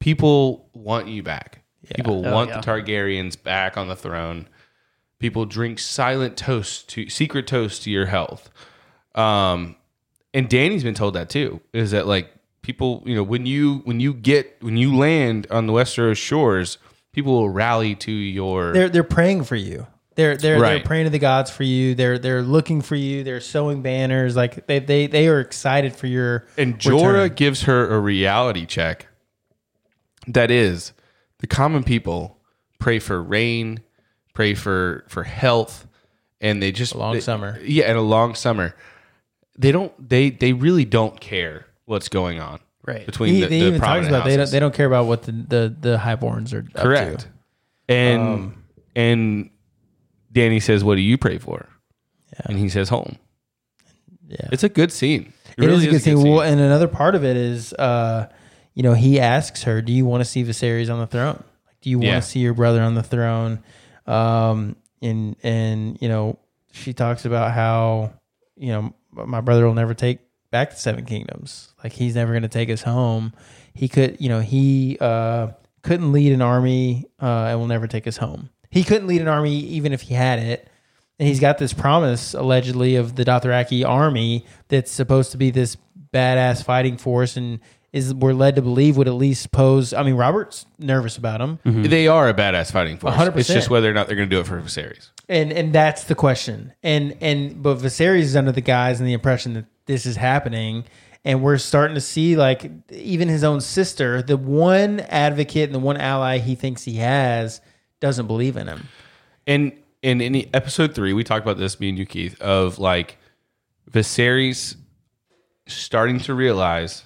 Speaker 2: people want you back. People
Speaker 3: Oh,
Speaker 2: want
Speaker 3: yeah.
Speaker 2: the Targaryens back on the throne. People drink silent toast to secret toast to your health. Um, and Danny's been told that too. Is that like people, you know, when you when you get when you land on the Westeros shores, people will rally to your
Speaker 1: they're they're praying for you. They're they're
Speaker 2: Right.
Speaker 1: they're praying to the gods for you. They're they're looking for you. They're sewing banners. Like they they they are excited for your
Speaker 2: And Jorah
Speaker 1: return.
Speaker 2: gives her a reality check. That is, the common people pray for rain, pray for for health, and they just a
Speaker 1: long summer.
Speaker 2: Yeah, and a long summer. They don't. They they really don't care what's going on
Speaker 3: Right.
Speaker 2: between
Speaker 1: He-
Speaker 2: the,
Speaker 1: they
Speaker 2: the
Speaker 1: even talks
Speaker 2: prominent
Speaker 1: about they don't
Speaker 2: houses.
Speaker 1: they don't care about what the the, the highborns are up
Speaker 2: Correct.
Speaker 1: to. Um,
Speaker 2: And and Danny says, "What do you pray for?" And he says, "Home."
Speaker 1: Yeah.
Speaker 2: It's a good scene.
Speaker 1: It is a good thing. Well,
Speaker 2: scene.
Speaker 1: and another part of it is, uh, you know, he asks her, "Do you want to see Viserys on the throne? Like, do you want
Speaker 2: Yeah.
Speaker 1: to see your brother on the throne?" Um, and and you know, she talks about how you know my brother will never take back the Seven Kingdoms. Like he's never going to take us home. He could, you know, he uh, couldn't lead an army uh, and will never take us home. He couldn't lead an army even if he had it. And he's got this promise allegedly of the Dothraki army that's supposed to be this badass fighting force and is we're led to believe would at least pose. I mean, Robert's nervous about him,
Speaker 2: They are a badass fighting force.
Speaker 1: 100%.
Speaker 2: It's just whether or not they're going to do it for Viserys.
Speaker 1: and and that's the question. And and but Viserys is under the guise and the impression that this is happening, and we're starting to see like even his own sister, the one advocate and the one ally he thinks he has, doesn't believe in him.
Speaker 2: And in any episode three, we talked about this, me and you, Keith, of like Viserys starting to realize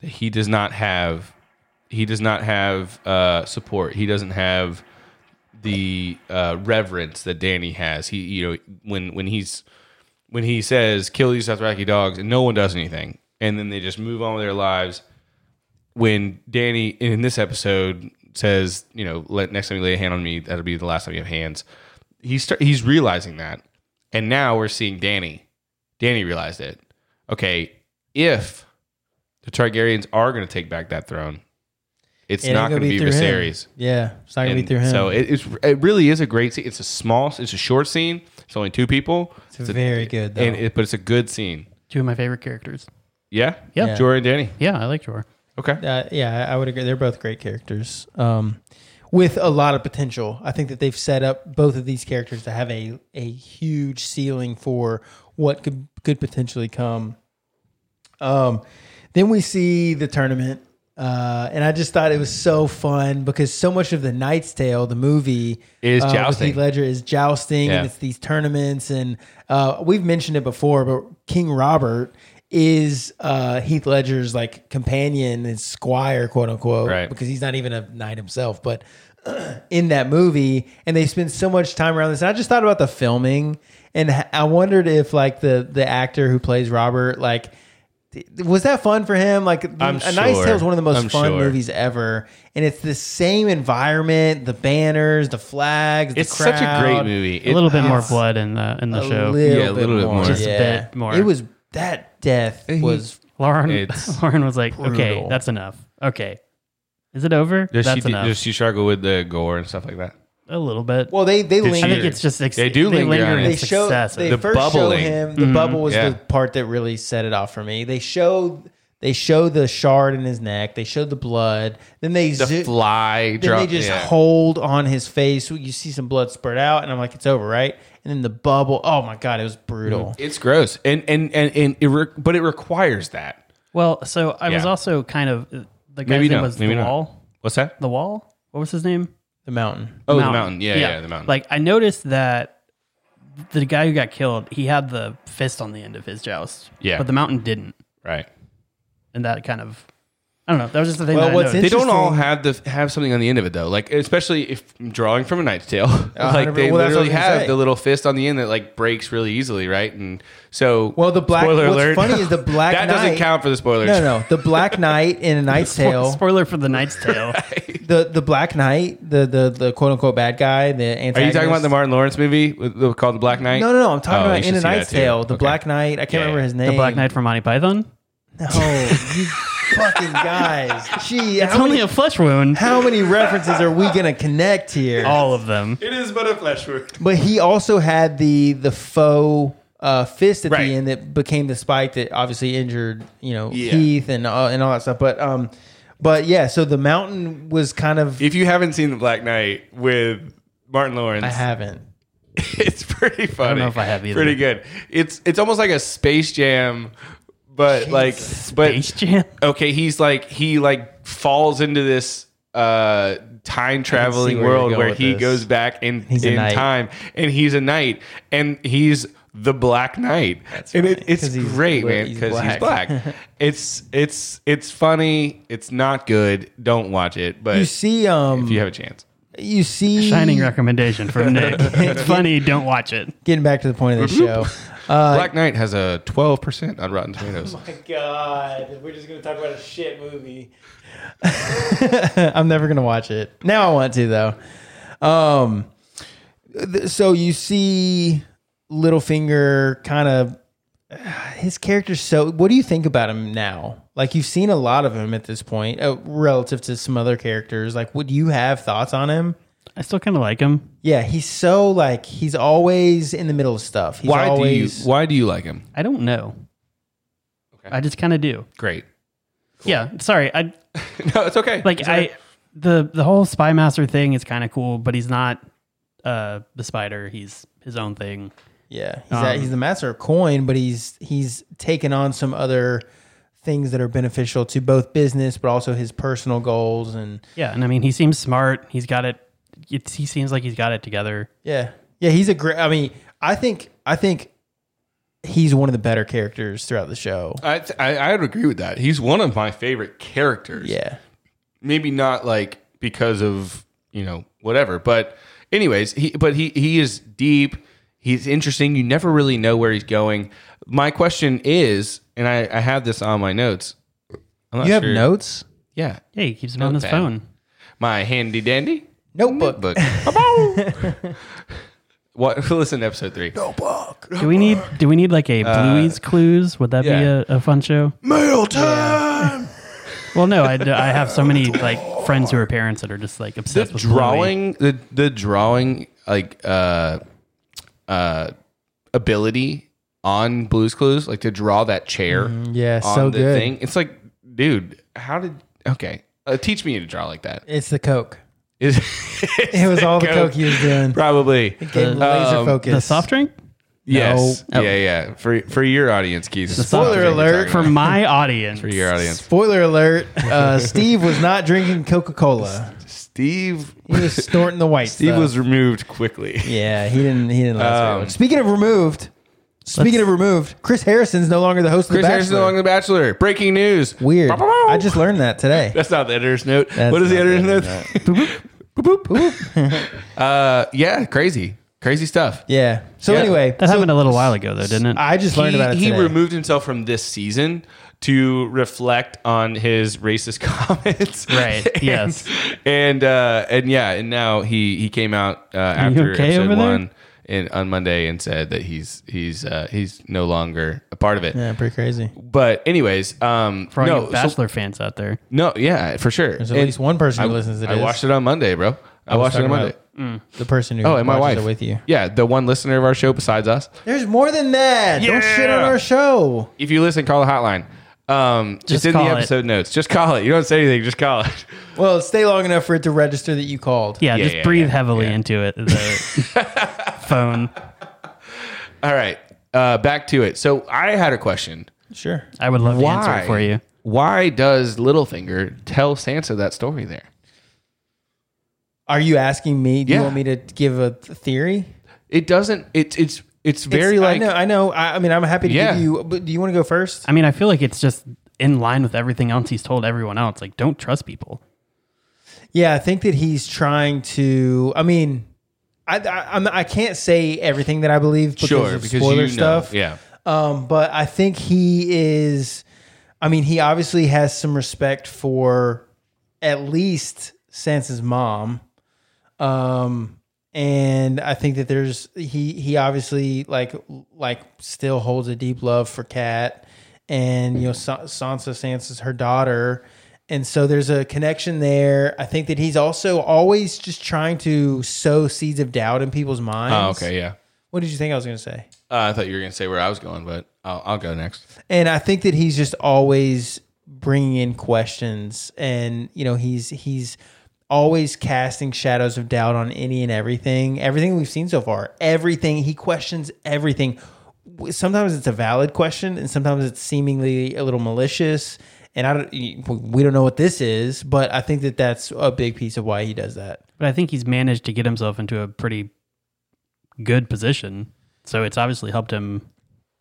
Speaker 2: that he does not have he does not have uh, support. He doesn't have the uh, reverence that Danny has. He you know when when he's when he says kill these Dothraki dogs and no one does anything, and then they just move on with their lives. When Danny in this episode says, you know, let next time you lay a hand on me, that'll be the last time you have hands. He's start, he's realizing that, and now we're seeing Danny. Danny realized it. Okay, if the Targaryens are going to take back that throne, it's
Speaker 1: It ain't
Speaker 2: not going to be
Speaker 1: through him.
Speaker 2: Viserys.
Speaker 1: Yeah, it's not gonna be
Speaker 2: And
Speaker 1: through him.
Speaker 2: So it, it's it really is a great scene. It's a small, it's a short scene. It's only two people.
Speaker 1: it's, very good though.
Speaker 2: and it, but it's a good scene.
Speaker 3: Two of my favorite characters.
Speaker 2: Yeah,
Speaker 3: Yeah.
Speaker 1: Yeah.
Speaker 2: Jorah and Danny.
Speaker 3: Yeah, I like Jorah.
Speaker 2: Okay,
Speaker 1: uh, yeah, I I would agree. They're both great characters um, with a lot of potential. I think that they've set up both of these characters to have a a huge ceiling for what could could potentially come. Um, then we see the tournament, uh, and I just thought it was so fun because so much of the Knight's Tale, the movie,
Speaker 2: Is
Speaker 1: uh, with
Speaker 2: jousting.
Speaker 1: Heath Ledger is jousting,
Speaker 2: Yeah.
Speaker 1: and it's these tournaments, and uh, we've mentioned it before, but King Robert is uh, Heath Ledger's like companion, his squire, quote unquote,
Speaker 2: Right.
Speaker 1: because he's not even a knight himself, but [clears throat] in that movie, and they spend so much time around this. And I just thought about the filming, and h- I wondered if like the the actor who plays Robert, like, th- was that fun for him? Like,
Speaker 2: I'm
Speaker 1: A Nice
Speaker 2: sure.
Speaker 1: Tale is one of the most
Speaker 2: I'm
Speaker 1: fun
Speaker 2: sure.
Speaker 1: movies ever, and it's the same environment, the banners, the flags, the
Speaker 2: it's such a great
Speaker 1: crowd.
Speaker 2: movie.
Speaker 3: a
Speaker 2: It- uh,
Speaker 3: little bit more blood in the in the show.
Speaker 1: little,
Speaker 2: Yeah, a little
Speaker 1: bit,
Speaker 2: bit
Speaker 1: more.
Speaker 2: more. Just
Speaker 3: a
Speaker 1: yeah.
Speaker 3: bit more.
Speaker 1: It was that death was
Speaker 3: Lauren
Speaker 2: It's
Speaker 3: [laughs] Lauren was like, okay,
Speaker 1: brutal.
Speaker 3: that's enough. Okay. Is it over?
Speaker 2: Does
Speaker 3: that's
Speaker 2: she
Speaker 3: enough.
Speaker 2: does she struggle with the gore and stuff like that?
Speaker 3: a little bit.
Speaker 1: well. They they
Speaker 2: Did she-
Speaker 3: I think
Speaker 1: lingered.
Speaker 3: it's just ex-
Speaker 2: They do linger on
Speaker 3: in
Speaker 2: it.
Speaker 1: They show
Speaker 3: success.
Speaker 1: they
Speaker 2: The
Speaker 1: first
Speaker 2: bubbling.
Speaker 1: show him the bubble was
Speaker 2: Yeah.
Speaker 1: the part that really set it off for me. They showed they showed the shard in his neck. They showed the blood. Then they
Speaker 2: The
Speaker 1: zo-
Speaker 2: fly
Speaker 1: then
Speaker 2: drop.
Speaker 1: they just
Speaker 2: yeah.
Speaker 1: hold on his face. You see some blood spurt out, and I'm like, it's over, right? And then the bubble. Oh my god, it was brutal.
Speaker 2: it's gross, and and and, and it re- but it requires that.
Speaker 3: well, so I was
Speaker 2: Yeah.
Speaker 3: also kind of uh, the guy's
Speaker 2: Maybe
Speaker 3: name
Speaker 2: not.
Speaker 3: was
Speaker 2: Maybe
Speaker 3: the
Speaker 2: not.
Speaker 3: wall.
Speaker 2: What's that?
Speaker 3: The wall? What was his name?
Speaker 1: The mountain.
Speaker 2: Oh, the mountain. Yeah, yeah, the mountain.
Speaker 3: Like I noticed that the guy who got killed, he had the fist on the end of his joust.
Speaker 2: Yeah.
Speaker 3: But the mountain didn't.
Speaker 2: Right.
Speaker 3: And that kind of, I don't know. That was just the thing
Speaker 1: Well,
Speaker 3: that
Speaker 1: what's
Speaker 3: I
Speaker 2: They
Speaker 1: in-
Speaker 3: noticed.
Speaker 2: don't all
Speaker 1: Interesting.
Speaker 2: have the have something on the end of it though. Like especially if I'm drawing from a Knight's [laughs] Tale, like
Speaker 1: 100%.
Speaker 2: they
Speaker 1: Well, that's what I was
Speaker 2: literally
Speaker 1: gonna
Speaker 2: have
Speaker 1: say.
Speaker 2: the little fist on the end that like breaks really easily, right? And so
Speaker 1: Well, the black-
Speaker 2: spoiler
Speaker 1: what's
Speaker 2: alert.
Speaker 1: funny
Speaker 2: [laughs]
Speaker 1: is the Black
Speaker 2: that doesn't
Speaker 1: Knight-
Speaker 2: count for the spoilers.
Speaker 1: No, no, the Black Knight in A Knight's
Speaker 2: [laughs]
Speaker 1: Tale.
Speaker 3: Spoiler for the
Speaker 1: [laughs]
Speaker 3: Knight's Tale.
Speaker 1: The the Black Knight, the the the quote unquote bad guy, the
Speaker 2: Are you
Speaker 1: antagonist.
Speaker 2: talking about the Martin Lawrence movie with, with- called The Black Knight?
Speaker 1: No, no, no. I'm talking
Speaker 2: Oh, you
Speaker 1: about
Speaker 2: should
Speaker 1: in A
Speaker 2: see that
Speaker 1: Knight's
Speaker 2: too.
Speaker 1: Tale. The
Speaker 2: Okay.
Speaker 1: Black Knight. I can't
Speaker 2: Yeah,
Speaker 1: remember
Speaker 2: yeah.
Speaker 1: his
Speaker 3: the
Speaker 1: name.
Speaker 3: Black Knight from Monty Python.
Speaker 1: [laughs] No, you fucking guys.
Speaker 2: [laughs]
Speaker 1: Gee,
Speaker 3: It's
Speaker 1: how,
Speaker 3: only
Speaker 1: many,
Speaker 3: a flesh wound.
Speaker 1: how many references are we gonna connect here?
Speaker 2: Oh.
Speaker 3: All of them.
Speaker 2: It is but a flesh wound.
Speaker 1: But he also had the the faux uh, fist at
Speaker 2: Right.
Speaker 1: the end that became the spike that obviously injured you know
Speaker 2: Yeah.
Speaker 1: Heath and uh, and all that stuff. But um, but yeah, so the mountain was kind of
Speaker 2: [laughs] If you haven't seen The Black Knight with Martin Lawrence,
Speaker 1: I haven't.
Speaker 2: [laughs] it's pretty funny. I
Speaker 3: know if I have either.
Speaker 2: Pretty good. It's it's almost like a Space Jam, but like but
Speaker 3: Space Jam.
Speaker 2: okay, he's like he like falls into this uh time traveling
Speaker 1: where you're
Speaker 2: world
Speaker 1: going
Speaker 2: where
Speaker 1: with
Speaker 2: he
Speaker 1: this.
Speaker 2: goes back in,
Speaker 1: He's a
Speaker 2: in
Speaker 1: knight.
Speaker 2: time and he's a knight and he's the black knight and it,
Speaker 1: right,
Speaker 2: it's
Speaker 1: 'cause he's
Speaker 2: great
Speaker 1: bla-
Speaker 2: man
Speaker 1: he's
Speaker 2: because he's
Speaker 1: black. [laughs]
Speaker 2: black it's it's it's funny it's not good don't watch it but
Speaker 1: You see, um,
Speaker 2: if you have a chance
Speaker 1: you see,
Speaker 3: Shining recommendation from
Speaker 1: [laughs]
Speaker 3: Nick. it's funny. Don't watch it.
Speaker 1: Getting back to the point of the
Speaker 2: Mm-hmm.
Speaker 1: show. [laughs] Uh,
Speaker 2: black knight has a 12% on rotten tomatoes
Speaker 1: God, we're just gonna talk about a shit movie. [laughs] I'm never gonna watch it. Now I want to though. Um, th- so you see Littlefinger kind of [sighs] his character's so. What do you think about him now? Like you've seen a lot of him at this point, uh, relative to some other characters. Like, would you have thoughts on him?
Speaker 3: I still kind of like him.
Speaker 1: Yeah, he's so like he's always in the middle of stuff. He's
Speaker 2: why
Speaker 1: always,
Speaker 2: do you why do you like him
Speaker 3: I don't know.
Speaker 2: Okay.
Speaker 3: I just kind of do.
Speaker 2: great [laughs]
Speaker 3: Yeah. Sorry. I
Speaker 2: no it's okay
Speaker 3: like
Speaker 2: It's
Speaker 3: I
Speaker 2: okay.
Speaker 3: the the whole spy master thing is kind of cool, but he's not uh the spider. He's his own thing.
Speaker 1: Yeah, he's, a- he's the master of coin, but he's he's taken on some other things that are beneficial to both business, but also his personal goals. And
Speaker 3: Yeah, and I mean he seems smart. He's got it. It's, he seems like he's got it together.
Speaker 1: yeah, yeah, he's a great. I mean, I think I think he's one of the better characters throughout the show.
Speaker 2: I, I I would agree with that. He's one of my favorite characters.
Speaker 1: Yeah,
Speaker 2: Maybe not like because of, you know, whatever, but anyways, he but he he is deep. He's interesting. You never really know where he's going. My question is, and I, I have this on my notes. I'm not
Speaker 1: you have
Speaker 2: sure-
Speaker 1: notes,
Speaker 2: Yeah.
Speaker 3: Yeah, he keeps it on his
Speaker 2: Notepad.
Speaker 3: phone.
Speaker 2: My handy dandy
Speaker 1: notebook. [laughs]
Speaker 2: book. Ba-boom. [laughs] what [laughs] listen to episode three. Notebook.
Speaker 3: Do we need do we need
Speaker 2: [laughs]
Speaker 3: like a Bluey's Clues? Would that
Speaker 2: Uh, yeah.
Speaker 3: be a, a fun show?
Speaker 2: Mail time.
Speaker 3: Well, no, I, I have so many like friends who are parents that are just like obsessed
Speaker 2: the
Speaker 3: with
Speaker 2: drawing the the drawing like uh uh ability on blues clues like to draw that chair
Speaker 1: Mm, Yeah,
Speaker 2: on
Speaker 1: so
Speaker 2: the
Speaker 1: good.
Speaker 2: thing it's like dude how did okay uh, teach me to draw like that
Speaker 1: It's the coke.
Speaker 2: is
Speaker 1: [laughs] It was all the coke he was doing.
Speaker 2: probably
Speaker 1: Getting laser focus.
Speaker 3: Bluey. The soft drink?
Speaker 2: yes
Speaker 3: No.
Speaker 2: yeah yeah for for your audience keith
Speaker 3: soft
Speaker 1: Spoiler
Speaker 2: drink we're
Speaker 1: alert
Speaker 2: talking [laughs]
Speaker 3: For
Speaker 2: about.
Speaker 3: my audience.
Speaker 2: for your audience
Speaker 1: Spoiler alert:
Speaker 2: [laughs]
Speaker 1: uh, Steve was not drinking Coca Cola.
Speaker 2: steve
Speaker 1: He was snorting the white.
Speaker 2: steve
Speaker 1: stuff.
Speaker 2: was removed quickly
Speaker 1: Yeah, he didn't. He didn't last very
Speaker 2: Um,
Speaker 1: long. Speaking of removed, speaking of removed, Chris Harrison's no longer the host
Speaker 2: chris
Speaker 1: of The
Speaker 2: harrison
Speaker 1: Bachelor.
Speaker 2: along the bachelor breaking news
Speaker 1: Weird.
Speaker 2: Ba-ba-boom.
Speaker 1: I just learned that today.
Speaker 2: [laughs] That's not the editor's note.
Speaker 1: That's
Speaker 2: what is the
Speaker 1: not the
Speaker 2: editor's note?
Speaker 1: editor's
Speaker 2: [laughs] Boop, boop.
Speaker 1: [laughs]
Speaker 2: uh, yeah, crazy, crazy stuff.
Speaker 1: Yeah. So
Speaker 2: Yeah.
Speaker 1: anyway,
Speaker 3: That
Speaker 1: so
Speaker 3: happened a little while ago, though, didn't it?
Speaker 1: I just learned
Speaker 2: he,
Speaker 1: about it
Speaker 2: he
Speaker 1: today.
Speaker 2: removed himself from this season to reflect on his racist [laughs] comments.
Speaker 3: Right,
Speaker 2: [laughs] And-
Speaker 3: yes.
Speaker 2: And uh, and yeah, and now he he came out uh,
Speaker 3: you
Speaker 2: after
Speaker 3: okay
Speaker 2: episode
Speaker 3: over there?
Speaker 2: one in, on Monday and said that he's he's uh, he's no longer a part of it.
Speaker 1: yeah, pretty crazy.
Speaker 2: But anyways, um,
Speaker 3: For all
Speaker 2: no,
Speaker 3: you
Speaker 2: so-
Speaker 3: Bachelor fans out there.
Speaker 2: no, yeah, for sure.
Speaker 1: There's at least one person who listens to
Speaker 2: I
Speaker 1: this.
Speaker 2: watched it on Monday, bro. I,
Speaker 1: was
Speaker 2: watched it on
Speaker 1: talking
Speaker 2: Monday.
Speaker 1: about The person who
Speaker 2: Oh, and my
Speaker 1: watches
Speaker 2: wife
Speaker 1: it with you.
Speaker 2: Yeah, the one listener of our show besides us.
Speaker 1: There's more than that. Don't
Speaker 2: Yeah.
Speaker 1: shit on our show.
Speaker 2: If you listen, call the hotline. Um, it's
Speaker 3: Just
Speaker 2: in
Speaker 3: call
Speaker 2: the
Speaker 3: it.
Speaker 2: episode notes. Just call it. You don't say anything. Just call it. [laughs]
Speaker 1: Well, stay long enough for it to register that you called.
Speaker 3: Yeah,
Speaker 2: Yeah,
Speaker 3: just
Speaker 2: yeah,
Speaker 3: breathe
Speaker 2: yeah,
Speaker 3: heavily
Speaker 2: yeah.
Speaker 3: into it. The
Speaker 2: [laughs]
Speaker 3: phone.
Speaker 2: All right. Uh, back to it. So I had a question.
Speaker 1: Sure.
Speaker 3: I would love to answer
Speaker 2: Why?
Speaker 3: it for you.
Speaker 2: Why does Littlefinger tell Sansa that story there?
Speaker 1: Are you asking me? Do
Speaker 2: Yeah.
Speaker 1: you want me to give a th- theory?
Speaker 2: It doesn't. It's it's It's very like
Speaker 1: I know. I know. I, I mean, I'm happy to
Speaker 2: Yeah.
Speaker 1: give you. But do you want to go first?
Speaker 3: I mean, I feel like it's just in line with everything else he's told everyone else. Like, don't trust people.
Speaker 1: Yeah, I think that he's trying to. I mean, I I, I'm, I can't say everything that I believe because
Speaker 2: sure
Speaker 1: of
Speaker 2: because
Speaker 1: spoiler
Speaker 2: you
Speaker 1: stuff.
Speaker 2: know. Yeah.
Speaker 1: Um, but I think he is. I mean, he obviously has some respect for at least Sansa's mom. Um, and I think that there's he he obviously like like still holds a deep love for Kat, and you know Sa- Sansa Sansa's her daughter, and so there's a connection there. I think that he's also always just trying to sow seeds of doubt in people's
Speaker 2: Oh,
Speaker 1: minds.
Speaker 2: okay. Yeah.
Speaker 1: What did you think I was going to say?
Speaker 2: Uh, I thought you were gonna say where I was going, but I'll, I'll go next.
Speaker 1: and I think that he's just always bringing in questions, and you know he's he's always casting shadows of doubt on any and everything, everything we've seen so far. Everything he questions everything. Sometimes it's a valid question, and sometimes it's seemingly a little malicious. And I don't, we don't know what this is, but I think that that's a big piece of why he does that.
Speaker 3: But I think he's managed to get himself into a pretty good position. So it's obviously helped him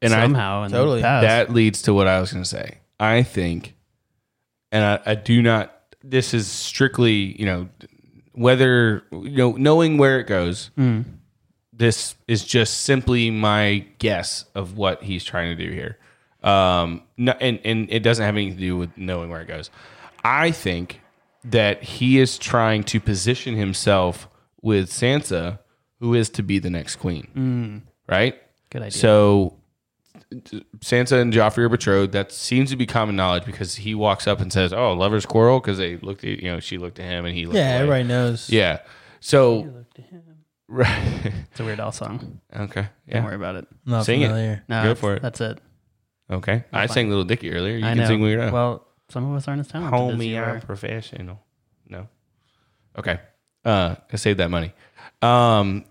Speaker 2: And I-
Speaker 3: somehow. in
Speaker 1: Totally.
Speaker 3: The past.
Speaker 2: That leads to what I was going to say. I think, and I, I do not. This is strictly, you know, whether you know knowing where it goes. This is just simply my guess of what he's trying to do here. Um, no, and and it doesn't have anything to do with knowing where it goes. I think that he is trying to position himself with Sansa, who is to be the next queen, right?
Speaker 3: Good idea.
Speaker 2: So Sansa and Joffrey are betrothed. That seems to be common knowledge because he walks up and says, "Oh, lovers quarrel," because they looked at you know she looked at him and he looked.
Speaker 1: Yeah,
Speaker 2: away.
Speaker 1: everybody knows.
Speaker 2: Yeah. So. Right. [laughs]
Speaker 3: it's a Weird Al song.
Speaker 2: okay.
Speaker 3: Don't
Speaker 2: Yeah.
Speaker 3: worry about it.
Speaker 1: I'm not
Speaker 2: Sing it.
Speaker 1: familiar.
Speaker 3: No,
Speaker 2: Go for it.
Speaker 3: That's it.
Speaker 2: Okay. I sang Little Dicky earlier. You
Speaker 3: I
Speaker 2: can
Speaker 3: know.
Speaker 2: sing Weird Al.
Speaker 3: Well, some of us aren't as talented as
Speaker 2: Homie,
Speaker 3: you
Speaker 2: I'm
Speaker 3: are.
Speaker 2: professional. No. Okay. Uh, I saved that money. Um,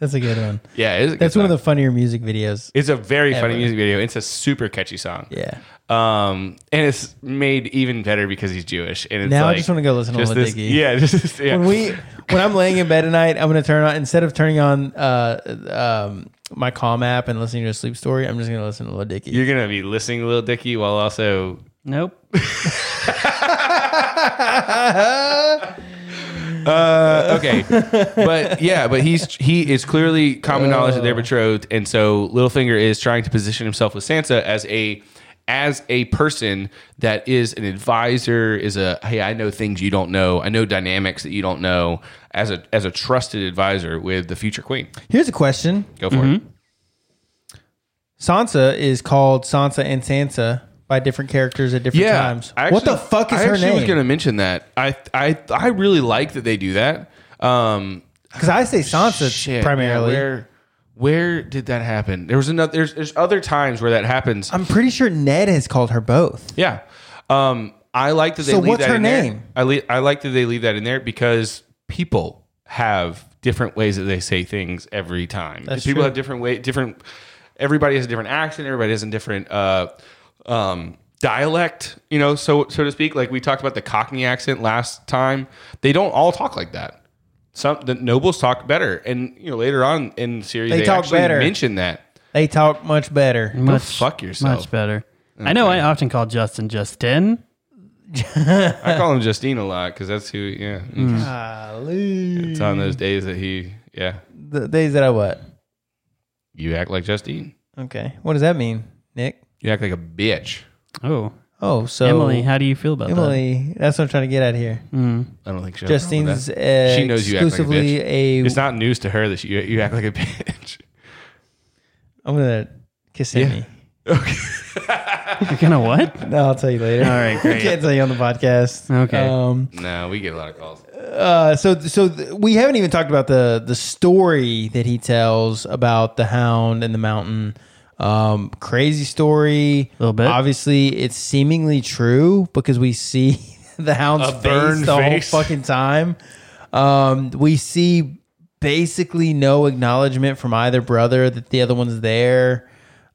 Speaker 1: That's a good one.
Speaker 2: yeah. It is a good
Speaker 1: That's one of
Speaker 2: song.
Speaker 1: the funnier music videos.
Speaker 2: It's a very funny
Speaker 1: Ever.
Speaker 2: music video. It's a super catchy song.
Speaker 1: Yeah.
Speaker 2: Um, and it's made even better because he's Jewish. And it's
Speaker 1: Now
Speaker 2: like,
Speaker 1: I just want to go listen to
Speaker 2: just
Speaker 1: Lil
Speaker 2: this,
Speaker 1: Dicky.
Speaker 2: yeah, [laughs] just yeah.
Speaker 1: when we when I'm laying in bed at night, I'm gonna turn on instead of turning on uh um my calm app and listening to a sleep story, I'm just gonna listen to Lil Dicky.
Speaker 2: you're gonna be listening to Lil Dicky
Speaker 1: [laughs]
Speaker 2: while also
Speaker 3: Nope.
Speaker 2: uh, okay, but yeah, but he's he is clearly common
Speaker 1: Uh.
Speaker 2: knowledge that they're betrothed, and so Littlefinger is trying to position himself with Sansa as a as a person that is an advisor, is a hey, I know things you don't know, I know dynamics that you don't know, as a as a trusted advisor with the future queen.
Speaker 1: Here's a question:
Speaker 2: Go for it.
Speaker 1: Sansa is called Sansa and Sansa by different characters at different times.
Speaker 2: I
Speaker 1: what the
Speaker 2: actually-
Speaker 1: fuck is
Speaker 2: I
Speaker 1: her
Speaker 2: actually was going to
Speaker 1: name?
Speaker 2: mention that. I I I really like that they do that. Um,
Speaker 1: Because I say Sansa
Speaker 2: shit,
Speaker 1: primarily.
Speaker 2: man, where where did that happen? There was another. There's there's other times where that happens.
Speaker 1: I'm pretty sure Ned has called her both.
Speaker 2: yeah. Um, I like that they
Speaker 1: So
Speaker 2: leave
Speaker 1: what's
Speaker 2: that
Speaker 1: her
Speaker 2: in
Speaker 1: name?
Speaker 2: there. I le- I like that they leave that in there because people have different ways that they say things every time.
Speaker 1: That's
Speaker 2: people
Speaker 1: true.
Speaker 2: have different way different. Everybody has a different accent. Everybody has a different. Uh, um, dialect you know so so to speak like we talked about the cockney accent last time they don't all talk like that some the nobles talk better and you know later on in the series
Speaker 1: They
Speaker 2: they,
Speaker 1: talk
Speaker 2: actually
Speaker 1: better.
Speaker 2: mention that
Speaker 1: They talk much better.
Speaker 2: Mm.
Speaker 3: Much
Speaker 2: fuck yourself.
Speaker 3: Much better. I know. I often call Justin Justin.
Speaker 2: i call him justine a lot because that's who yeah
Speaker 3: Mm.
Speaker 1: Golly.
Speaker 2: it's on
Speaker 1: Mm.
Speaker 2: those days that he yeah
Speaker 1: The days that I what?
Speaker 2: you act like justine
Speaker 1: Okay. What does that mean, Nick?
Speaker 2: you act like a bitch
Speaker 3: Oh,
Speaker 1: Oh, so
Speaker 3: Emily, how do you feel about
Speaker 1: Emily, that's what I'm trying to get at here.
Speaker 2: i don't think she
Speaker 1: Justine's uh,
Speaker 2: She knows you act like a
Speaker 1: exclusively
Speaker 2: bitch.
Speaker 1: a.
Speaker 2: it's not news to her that she, you, you act like a [laughs] bitch
Speaker 1: I'm gonna kiss Amy.
Speaker 3: that? You're gonna what? All
Speaker 1: No, I'll tell you later.
Speaker 3: right,
Speaker 1: [laughs] I
Speaker 3: great.
Speaker 1: can't tell you on the podcast.
Speaker 3: Okay.
Speaker 1: Um,
Speaker 2: no we get a lot of calls
Speaker 1: uh, so so th- we haven't even talked about the the story that he tells about the hound and the mountain. Um, crazy story.
Speaker 3: Little bit.
Speaker 1: Obviously, it's seemingly true because we see [laughs] the hound's
Speaker 2: A
Speaker 1: face
Speaker 2: burned
Speaker 1: the
Speaker 2: face.
Speaker 1: whole fucking time. Um, we see basically no acknowledgement from either brother that the other one's there.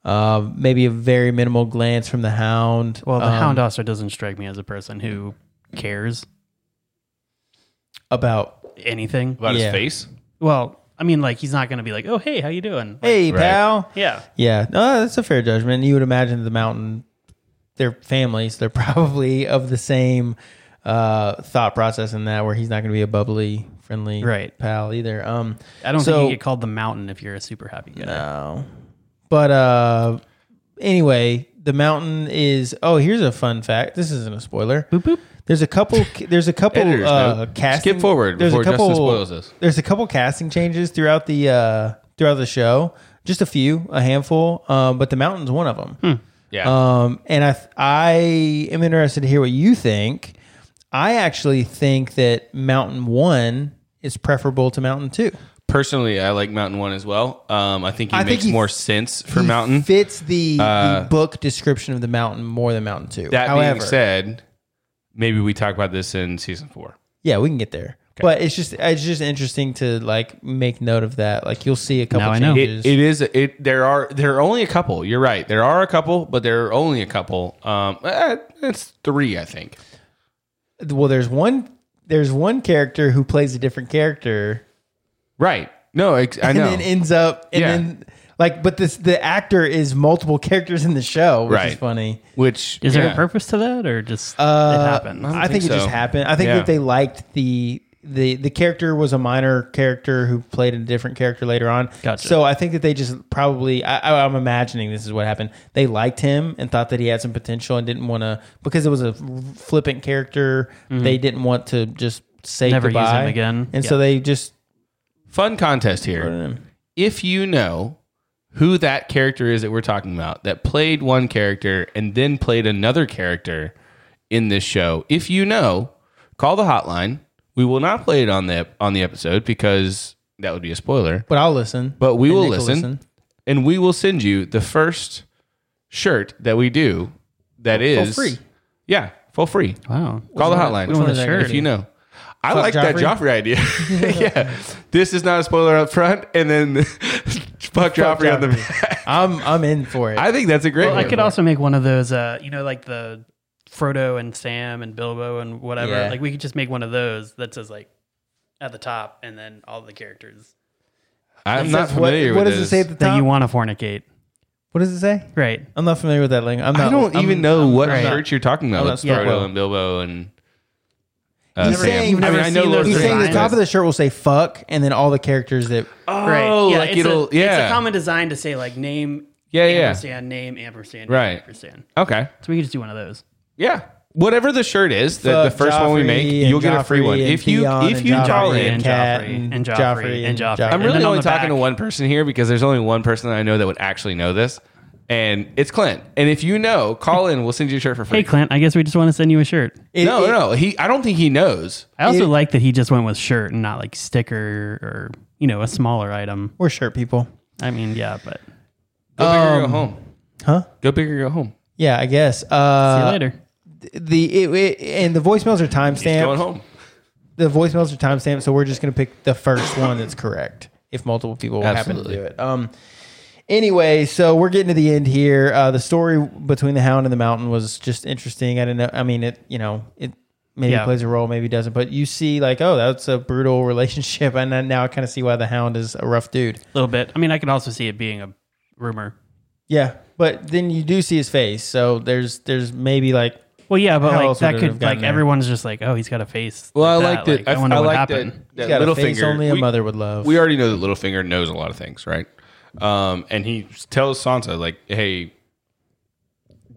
Speaker 1: Um, maybe a very minimal glance from the hound.
Speaker 3: [laughs] Well, the
Speaker 1: um,
Speaker 3: hound also doesn't strike me as a person who cares
Speaker 1: about
Speaker 3: anything.
Speaker 2: about
Speaker 1: Yeah.
Speaker 2: his face
Speaker 3: Well, I mean, like he's not gonna be like, "Oh, hey, how you doing?" Like,
Speaker 1: Hey,
Speaker 2: Right.
Speaker 1: pal.
Speaker 3: yeah,
Speaker 1: Yeah, no, that's a fair judgment. You would imagine the mountain, their families, they're [laughs] probably of the same uh, thought process in that, where he's not going to be a bubbly, friendly
Speaker 3: Right.
Speaker 1: pal either. Um,
Speaker 3: I don't
Speaker 1: So-
Speaker 3: think you get called the mountain if you're a super happy guy.
Speaker 1: no, but uh, anyway, the mountain is. Oh, here's a fun fact. This isn't a spoiler. Boop boop. There's a couple. There's a couple
Speaker 2: Editor's
Speaker 1: uh,
Speaker 2: note.
Speaker 1: casting.
Speaker 2: Skip forward
Speaker 1: there's
Speaker 2: before
Speaker 1: a couple,
Speaker 2: Justin spoils this.
Speaker 1: There's a couple casting changes throughout the uh, throughout the show. Just a few, a handful. Um, but the mountain's one of them.
Speaker 2: Yeah.
Speaker 1: Um, and I, I am interested to hear what you think. I actually think that Mountain One is preferable to Mountain Two.
Speaker 2: Personally, I like Mountain One as well. Um, I think he
Speaker 1: I think
Speaker 2: makes
Speaker 1: he-
Speaker 2: more sense for
Speaker 1: He
Speaker 2: Mountain.
Speaker 1: fits the,
Speaker 2: Uh,
Speaker 1: the book description of the mountain more than Mountain Two.
Speaker 2: That
Speaker 1: However,
Speaker 2: being said, maybe we talk about this in season four.
Speaker 1: yeah, we can get there. But it's just it's just interesting to like make note of that. Like you'll see a couple
Speaker 3: Now I know.
Speaker 1: changes.
Speaker 2: It, it is it. There are there are only a couple. You're right. There are a couple, but there are only a couple. Um, eh, it's three, I think.
Speaker 1: well, there's one there's one character who plays a different character
Speaker 2: Right. No, ex- I
Speaker 1: and
Speaker 2: know.
Speaker 1: then ends up and
Speaker 2: Yeah.
Speaker 1: then like but this the actor is multiple characters in the show, which is
Speaker 2: Right.
Speaker 1: funny.
Speaker 2: Which
Speaker 3: Is there
Speaker 2: yeah.
Speaker 3: a purpose to that, or just
Speaker 1: Uh,
Speaker 3: it happened?
Speaker 1: I think,
Speaker 2: think
Speaker 1: it just
Speaker 2: so.
Speaker 1: happened. I think
Speaker 2: Yeah.
Speaker 1: that they liked the the the character was a minor character who played a different character later on.
Speaker 3: Gotcha.
Speaker 1: So I think that they just probably I, I, I'm imagining this is what happened. They liked him and thought that he had some potential and didn't want to because it was a flippant character.
Speaker 2: Mm-hmm.
Speaker 1: They didn't want to just say
Speaker 3: Never use him
Speaker 1: goodbye
Speaker 3: again.
Speaker 1: And
Speaker 3: Yeah.
Speaker 1: so they just
Speaker 2: fun contest here? If you know who that character is that we're talking about that played one character and then played another character in this show, if you know, call the hotline. We will not play it on the on the episode because that would be a spoiler.
Speaker 1: but I'll listen.
Speaker 2: But we
Speaker 1: And
Speaker 2: will
Speaker 1: Nick
Speaker 2: listen, and we will send you the first shirt that we do. That is
Speaker 1: free.
Speaker 2: Yeah, for free.
Speaker 3: wow.
Speaker 2: Call the hotline.
Speaker 3: Which one is
Speaker 1: that
Speaker 3: that?
Speaker 1: gonna
Speaker 2: If you know. I like that
Speaker 1: Joffrey?
Speaker 2: Joffrey idea. [laughs] yeah. This is not a spoiler up front, and then [laughs] fuck, Joffrey on the [laughs] back.
Speaker 1: I'm I'm in for it.
Speaker 2: I think that's a great
Speaker 3: Well, I
Speaker 2: one.
Speaker 3: could also make one of those, uh, you know, like the Frodo and Sam and Bilbo and whatever.
Speaker 1: Yeah.
Speaker 3: Like we could just make one of those that says like at the top and then all the characters
Speaker 2: I'm
Speaker 1: It
Speaker 2: not
Speaker 1: says what-
Speaker 2: familiar
Speaker 1: what,
Speaker 2: with
Speaker 1: does
Speaker 2: this.
Speaker 1: it say at the
Speaker 3: that
Speaker 1: top?
Speaker 3: you want to fornicate.
Speaker 1: what does it say?
Speaker 3: Right.
Speaker 1: I'm not familiar with that language. I'm not,
Speaker 2: I don't
Speaker 1: I'm-
Speaker 2: even know what
Speaker 3: right.
Speaker 2: shirt you're talking about
Speaker 1: I'm
Speaker 2: with
Speaker 1: not
Speaker 2: Frodo
Speaker 1: spoiled.
Speaker 2: and Bilbo and uh,
Speaker 1: He's
Speaker 2: Sam.
Speaker 1: saying- You've
Speaker 2: I mean,
Speaker 3: never
Speaker 2: I know Lord
Speaker 3: seen those
Speaker 2: of
Speaker 1: He's
Speaker 2: the
Speaker 1: saying the
Speaker 2: Rings.
Speaker 1: top of the shirt will say "fuck" and then all the characters that
Speaker 2: Oh,
Speaker 3: right.
Speaker 2: like
Speaker 3: it's
Speaker 2: it'll
Speaker 3: a,
Speaker 2: yeah.
Speaker 3: It's a common design to say like name.
Speaker 2: Yeah, yeah.
Speaker 3: Ampersand, name ampersand, name,
Speaker 2: Right.
Speaker 3: Ampersand.
Speaker 2: okay.
Speaker 3: So we could just do one of those.
Speaker 2: Yeah. Whatever the shirt is, the, the
Speaker 1: Fuck
Speaker 2: first one we
Speaker 1: Joffrey
Speaker 2: make,
Speaker 1: and
Speaker 2: you'll get a free
Speaker 1: Joffrey
Speaker 2: one.
Speaker 1: and
Speaker 2: If you
Speaker 1: Theon
Speaker 2: if
Speaker 1: and
Speaker 2: you
Speaker 1: Joffrey
Speaker 2: call
Speaker 1: and
Speaker 2: in,
Speaker 3: and
Speaker 1: Cat
Speaker 3: Joffrey
Speaker 1: and
Speaker 3: and
Speaker 1: Joffrey
Speaker 3: Joffrey and
Speaker 1: and
Speaker 3: Joffrey.
Speaker 1: Joffrey.
Speaker 2: I'm
Speaker 3: And
Speaker 2: really
Speaker 3: then on
Speaker 2: only
Speaker 3: the
Speaker 2: talking
Speaker 3: back-
Speaker 2: to one person here because there's only one person that I know that would actually know this, and it's Clint. And if you know, call in. We'll send you a shirt for free.
Speaker 3: Hey, Clint, I guess we just want to send you a shirt.
Speaker 1: It-
Speaker 2: no,
Speaker 1: it-
Speaker 2: no, he. I don't think he knows.
Speaker 3: I also
Speaker 1: It-
Speaker 3: like that he just went with shirt and not like sticker or, you know, a smaller item.
Speaker 1: We're shirt people,
Speaker 3: I mean, yeah, but
Speaker 2: Go big or go
Speaker 3: Um,
Speaker 2: home.
Speaker 1: huh?
Speaker 2: Go big or go home.
Speaker 1: Yeah, I guess.
Speaker 3: see
Speaker 1: Uh,
Speaker 3: you later.
Speaker 1: The it, it, and the voicemails are
Speaker 2: Going
Speaker 1: timestamped.
Speaker 2: home.
Speaker 1: The voicemails are timestamped, so we're just gonna pick the first one that's correct if multiple people happen
Speaker 2: Absolutely.
Speaker 1: to do it. Um. Anyway, so we're getting to the end here. Uh, the story between the Hound and the Mountain was just interesting. I didn't know. I mean, it. You know, it maybe
Speaker 3: Yeah.
Speaker 1: plays a role, maybe doesn't. But you see, like, oh, that's a brutal [laughs] relationship, and then now I kind of see why the Hound is a rough dude.
Speaker 3: A little bit. I mean, I could also see it being a rumor.
Speaker 1: Yeah, but then you do see his face, so there's there's maybe like
Speaker 3: Well, yeah, but
Speaker 1: How
Speaker 3: like
Speaker 1: else would
Speaker 3: that
Speaker 1: it have
Speaker 3: could
Speaker 1: gotten
Speaker 3: like
Speaker 1: there?
Speaker 3: everyone's just like, oh, he's got a face.
Speaker 2: Well, I liked
Speaker 3: that.
Speaker 2: it. I,
Speaker 3: wonder
Speaker 2: I
Speaker 3: what
Speaker 2: liked
Speaker 3: happened.
Speaker 2: that.
Speaker 1: he's
Speaker 2: That
Speaker 1: got
Speaker 2: little
Speaker 1: a face
Speaker 2: finger.
Speaker 1: only a
Speaker 2: we,
Speaker 1: mother would love.
Speaker 2: we already know that Littlefinger knows a lot of things, right? Um, and he tells Sansa like, "Hey,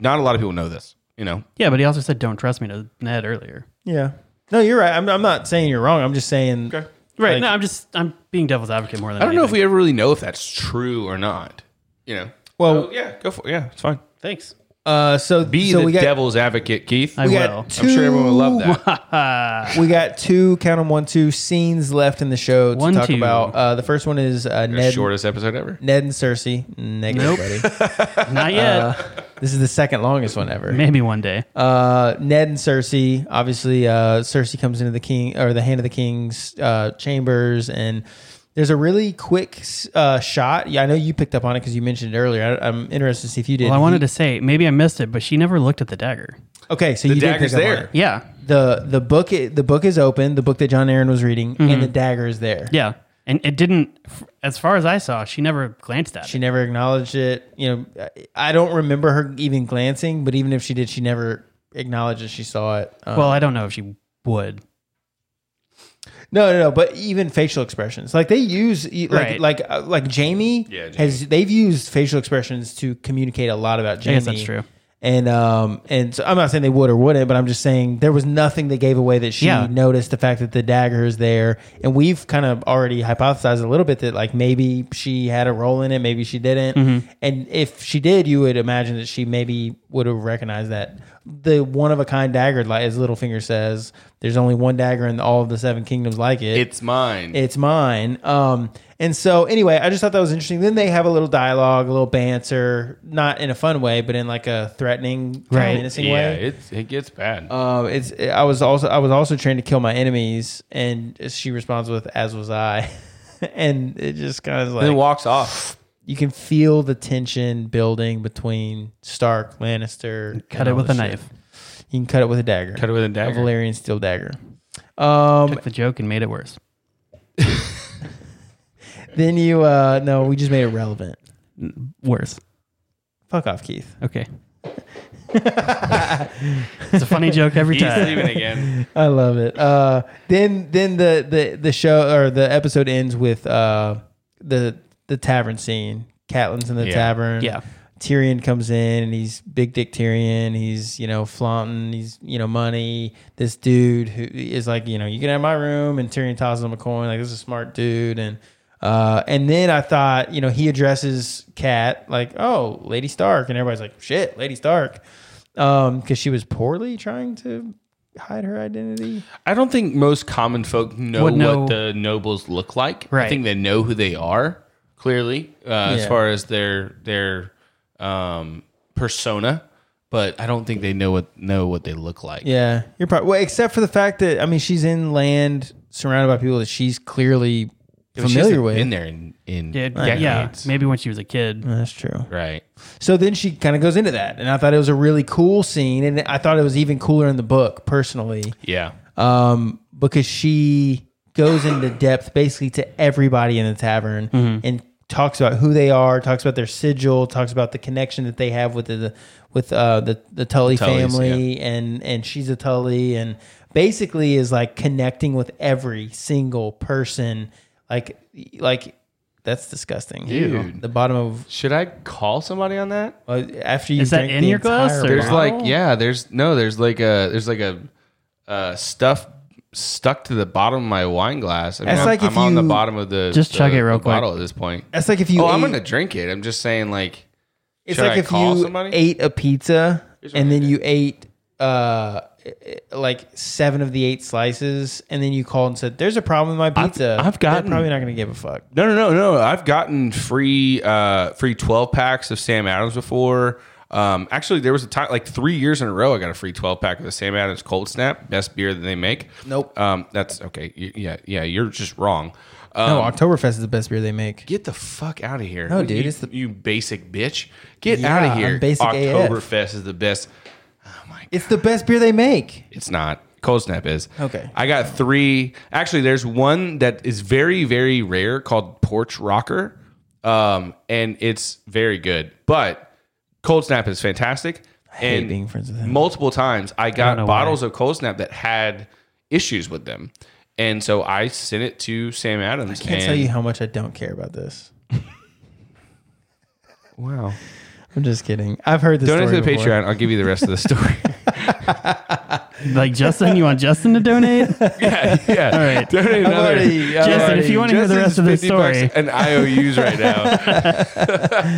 Speaker 2: not a lot of people know this, you know."
Speaker 3: Yeah, but he also said, "Don't trust me" to Ned earlier.
Speaker 1: yeah. No, you're right. I'm, I'm not saying you're wrong. I'm just saying.
Speaker 3: Right.
Speaker 1: Like-
Speaker 3: no, I'm just I'm being devil's advocate more than
Speaker 2: I don't know if
Speaker 3: anything.
Speaker 2: we ever really know if that's true or not. You know.
Speaker 1: Well-
Speaker 2: So, yeah, go for it. Yeah, it's fine.
Speaker 3: Thanks.
Speaker 1: Uh, so
Speaker 2: Be
Speaker 1: so
Speaker 2: the
Speaker 1: we got
Speaker 2: devil's advocate, Keith.
Speaker 3: I
Speaker 1: we
Speaker 3: will.
Speaker 1: got
Speaker 3: I'm
Speaker 1: two,
Speaker 2: I'm sure everyone will love
Speaker 1: [laughs]
Speaker 2: that.
Speaker 1: We got two count on one two scenes left in the show to
Speaker 3: One,
Speaker 1: talk
Speaker 3: two.
Speaker 1: about. Uh, the first one is uh, Ned
Speaker 2: Shortest episode ever.
Speaker 1: Ned and Cersei. Negative,
Speaker 2: [laughs]
Speaker 1: buddy.
Speaker 3: Not yet.
Speaker 2: Uh,
Speaker 1: This is the second longest one ever.
Speaker 3: Maybe one day.
Speaker 1: uh, Ned and Cersei. Obviously, uh, Cersei comes into the king or the hand of the king's uh, chambers, and there's a really quick uh, shot. Yeah, I know you picked up on it because you mentioned it earlier. I, I'm interested to see if you did.
Speaker 3: Well, I wanted to say maybe I missed it, but she never looked at the dagger.
Speaker 1: Okay, so
Speaker 2: The
Speaker 1: you did
Speaker 2: dagger's
Speaker 1: pick up on
Speaker 2: there.
Speaker 1: it.
Speaker 3: Yeah. Mm-hmm.
Speaker 1: the The book i- the book is open. The book that John Aaron was reading, and the dagger is there.
Speaker 3: Yeah. And it didn't, f- as far as I saw, she never glanced at
Speaker 1: She
Speaker 3: it.
Speaker 1: never acknowledged it. You know, I I don't remember her even glancing, but even if she did, she never acknowledged that she saw it. Um,
Speaker 3: Well, I don't know if she would.
Speaker 1: No, no, no. But even facial expressions, like they use, like,
Speaker 3: Right.
Speaker 1: like, uh, like Jamie,
Speaker 2: Yeah, Jamie.
Speaker 1: has they've used facial expressions to communicate a lot about Jamie.
Speaker 3: guess that's true.
Speaker 1: And um, and so I'm not saying they would or wouldn't, but I'm just saying there was nothing that gave away that she
Speaker 3: Yeah.
Speaker 1: noticed the fact that the dagger is there. And we've kind of already hypothesized a little bit that like maybe she had a role in it, maybe she didn't. And if she did, you would imagine that she maybe would have recognized that the one of a kind dagger, like as Littlefinger says, there's only one dagger in all of the Seven Kingdoms like it
Speaker 2: It's mine.
Speaker 1: it's mine. Um, and so anyway, I just thought that was interesting. Then they have a little dialogue, a little banter, not in a fun way, but in like a threatening, kind of
Speaker 3: Right.
Speaker 1: menacing
Speaker 2: yeah,
Speaker 1: way.
Speaker 2: it's, it gets bad.
Speaker 1: Um, it's I was also I was also trained to kill my enemies, and she responds with "as was I," [laughs] and it just kind of
Speaker 2: and then
Speaker 1: like
Speaker 2: walks off.
Speaker 1: you can feel the tension building between Stark, Lannister. and
Speaker 3: Cut it
Speaker 1: all
Speaker 3: with a
Speaker 1: this Oh, shit.
Speaker 3: knife.
Speaker 1: You can cut it with a dagger,
Speaker 2: Cut it with a
Speaker 1: a
Speaker 2: dagger.
Speaker 1: Valyrian steel dagger. Um,
Speaker 3: Took the joke and made it worse.
Speaker 1: then you uh, no, we just made it relevant.
Speaker 3: Worse.
Speaker 1: Fuck off, Keith.
Speaker 3: Okay. [laughs] it's a funny joke every
Speaker 2: He's
Speaker 3: time. [laughs]
Speaker 2: leaving
Speaker 1: [laughs]
Speaker 2: again.
Speaker 1: I love it. Uh, then then the, the the show or the episode ends with uh, the the tavern scene. Catelyn's in the
Speaker 2: Yeah.
Speaker 1: tavern.
Speaker 3: Yeah.
Speaker 1: Tyrion comes in and he's big dick Tyrion. He's you know flaunting. He's you know money. This dude who is like you know you can have my room and Tyrion tosses him a coin. Like this is a smart dude and. Uh, and then I thought, you know, he addresses Kat like, "Oh, Lady Stark," and everybody's like, "Shit, Lady Stark," um, because she was poorly trying to hide her identity.
Speaker 2: I don't think most common folk know
Speaker 3: Would know-
Speaker 2: what the nobles look like. I
Speaker 3: Right.
Speaker 2: think they know who they are clearly uh, as
Speaker 1: Yeah.
Speaker 2: far as their their um, persona, but I don't think they know what know what they look like.
Speaker 1: Yeah, you're probably well, except for the fact that I mean, she's in land surrounded by people that she's clearly
Speaker 2: But she
Speaker 1: familiar
Speaker 2: hasn't
Speaker 1: with.
Speaker 2: Been there in, in
Speaker 3: Did,
Speaker 2: decades.
Speaker 3: yeah, maybe when she was a kid.
Speaker 1: That's true.
Speaker 2: Right.
Speaker 1: So then she kind of goes into that, and I thought it was a really cool scene, and I thought it was even cooler in the book personally,
Speaker 2: Yeah.
Speaker 1: um, because she goes into depth basically to everybody in the tavern
Speaker 3: Mm-hmm.
Speaker 1: and talks about who they are, talks about their sigil, talks about the connection that they have with the, the with uh, the the Tully
Speaker 2: Tullys,
Speaker 1: family, and and she's a Tully, and basically is like connecting with every single person, like like. That's disgusting.
Speaker 2: Dude.
Speaker 1: The bottom of
Speaker 2: Should I call somebody on that?
Speaker 1: uh, after you
Speaker 3: Is that
Speaker 1: drink
Speaker 3: in
Speaker 1: the
Speaker 3: your glass,
Speaker 1: entire
Speaker 3: or-
Speaker 2: There's
Speaker 1: bottle-
Speaker 2: like yeah, there's no, there's like a there's like a uh, stuff stuck to the bottom of my wine glass. I mean,
Speaker 1: That's
Speaker 2: I'm,
Speaker 1: like if
Speaker 2: I'm on the
Speaker 1: you-
Speaker 2: bottom of the
Speaker 3: Just
Speaker 2: the-
Speaker 3: chug it real
Speaker 2: the
Speaker 3: quick.
Speaker 2: bottle at this point.
Speaker 1: that's like if you
Speaker 2: oh, I'm
Speaker 1: ate-
Speaker 2: gonna drink it. I'm just saying like
Speaker 1: It's
Speaker 2: Should
Speaker 1: like
Speaker 2: I
Speaker 1: if
Speaker 2: call
Speaker 1: you
Speaker 2: somebody?
Speaker 1: ate a pizza
Speaker 2: Here's what
Speaker 1: and
Speaker 2: I
Speaker 1: then you ate uh like seven of the eight slices, and then you called and said, "There's a problem with my
Speaker 2: I've-
Speaker 1: pizza."
Speaker 2: I've gotten-
Speaker 1: They're probably not going to give a fuck.
Speaker 2: no, no, no, no. I've gotten free uh free 12 packs of Sam Adams before. Um, actually, there was a time like three years in a row. I got a free 12 pack of the Sam Adams Cold Snap, best beer that they make.
Speaker 1: Nope.
Speaker 2: Um, that's okay. Y- Yeah, yeah. You're just wrong. Um,
Speaker 1: No, Oh, Oktoberfest is the best beer they make.
Speaker 2: Get the fuck out of here.
Speaker 1: No, dude,
Speaker 2: You,
Speaker 1: it's the-
Speaker 2: you basic bitch. Get
Speaker 1: Yeah,
Speaker 2: out of
Speaker 1: I'm
Speaker 2: here.
Speaker 1: basic AF.
Speaker 2: Oktoberfest is the best. Oh my
Speaker 1: It's the best beer they make.
Speaker 2: it's not. Cold Snap is.
Speaker 1: Okay.
Speaker 2: I got three. Actually, there's one that is very, very rare called Porch Rocker. Um, and it's very good. But Cold Snap is fantastic. I
Speaker 1: hate being friends with him.
Speaker 2: Multiple times I got
Speaker 3: know
Speaker 2: bottles of Cold Snap that had issues with them. And so I sent it to Sam Adams.
Speaker 1: Can't
Speaker 2: and
Speaker 1: tell you how much I don't care about this.
Speaker 2: Wow.
Speaker 1: I'm just kidding. I've heard this.
Speaker 2: Donate to
Speaker 1: story
Speaker 2: the
Speaker 1: before.
Speaker 2: Patreon. I'll give you the rest of
Speaker 1: [laughs]
Speaker 2: the story. [laughs]
Speaker 3: Like Justin, you want Justin to
Speaker 1: [laughs]
Speaker 3: donate?
Speaker 2: yeah, yeah. All
Speaker 3: right.
Speaker 2: Donate
Speaker 1: I'm
Speaker 2: another.
Speaker 1: already- I'm
Speaker 3: Justin,
Speaker 1: already-
Speaker 3: if you want to hear the rest of the
Speaker 2: Justin's 50 bucks
Speaker 3: story,
Speaker 2: and IOUs right [laughs] now.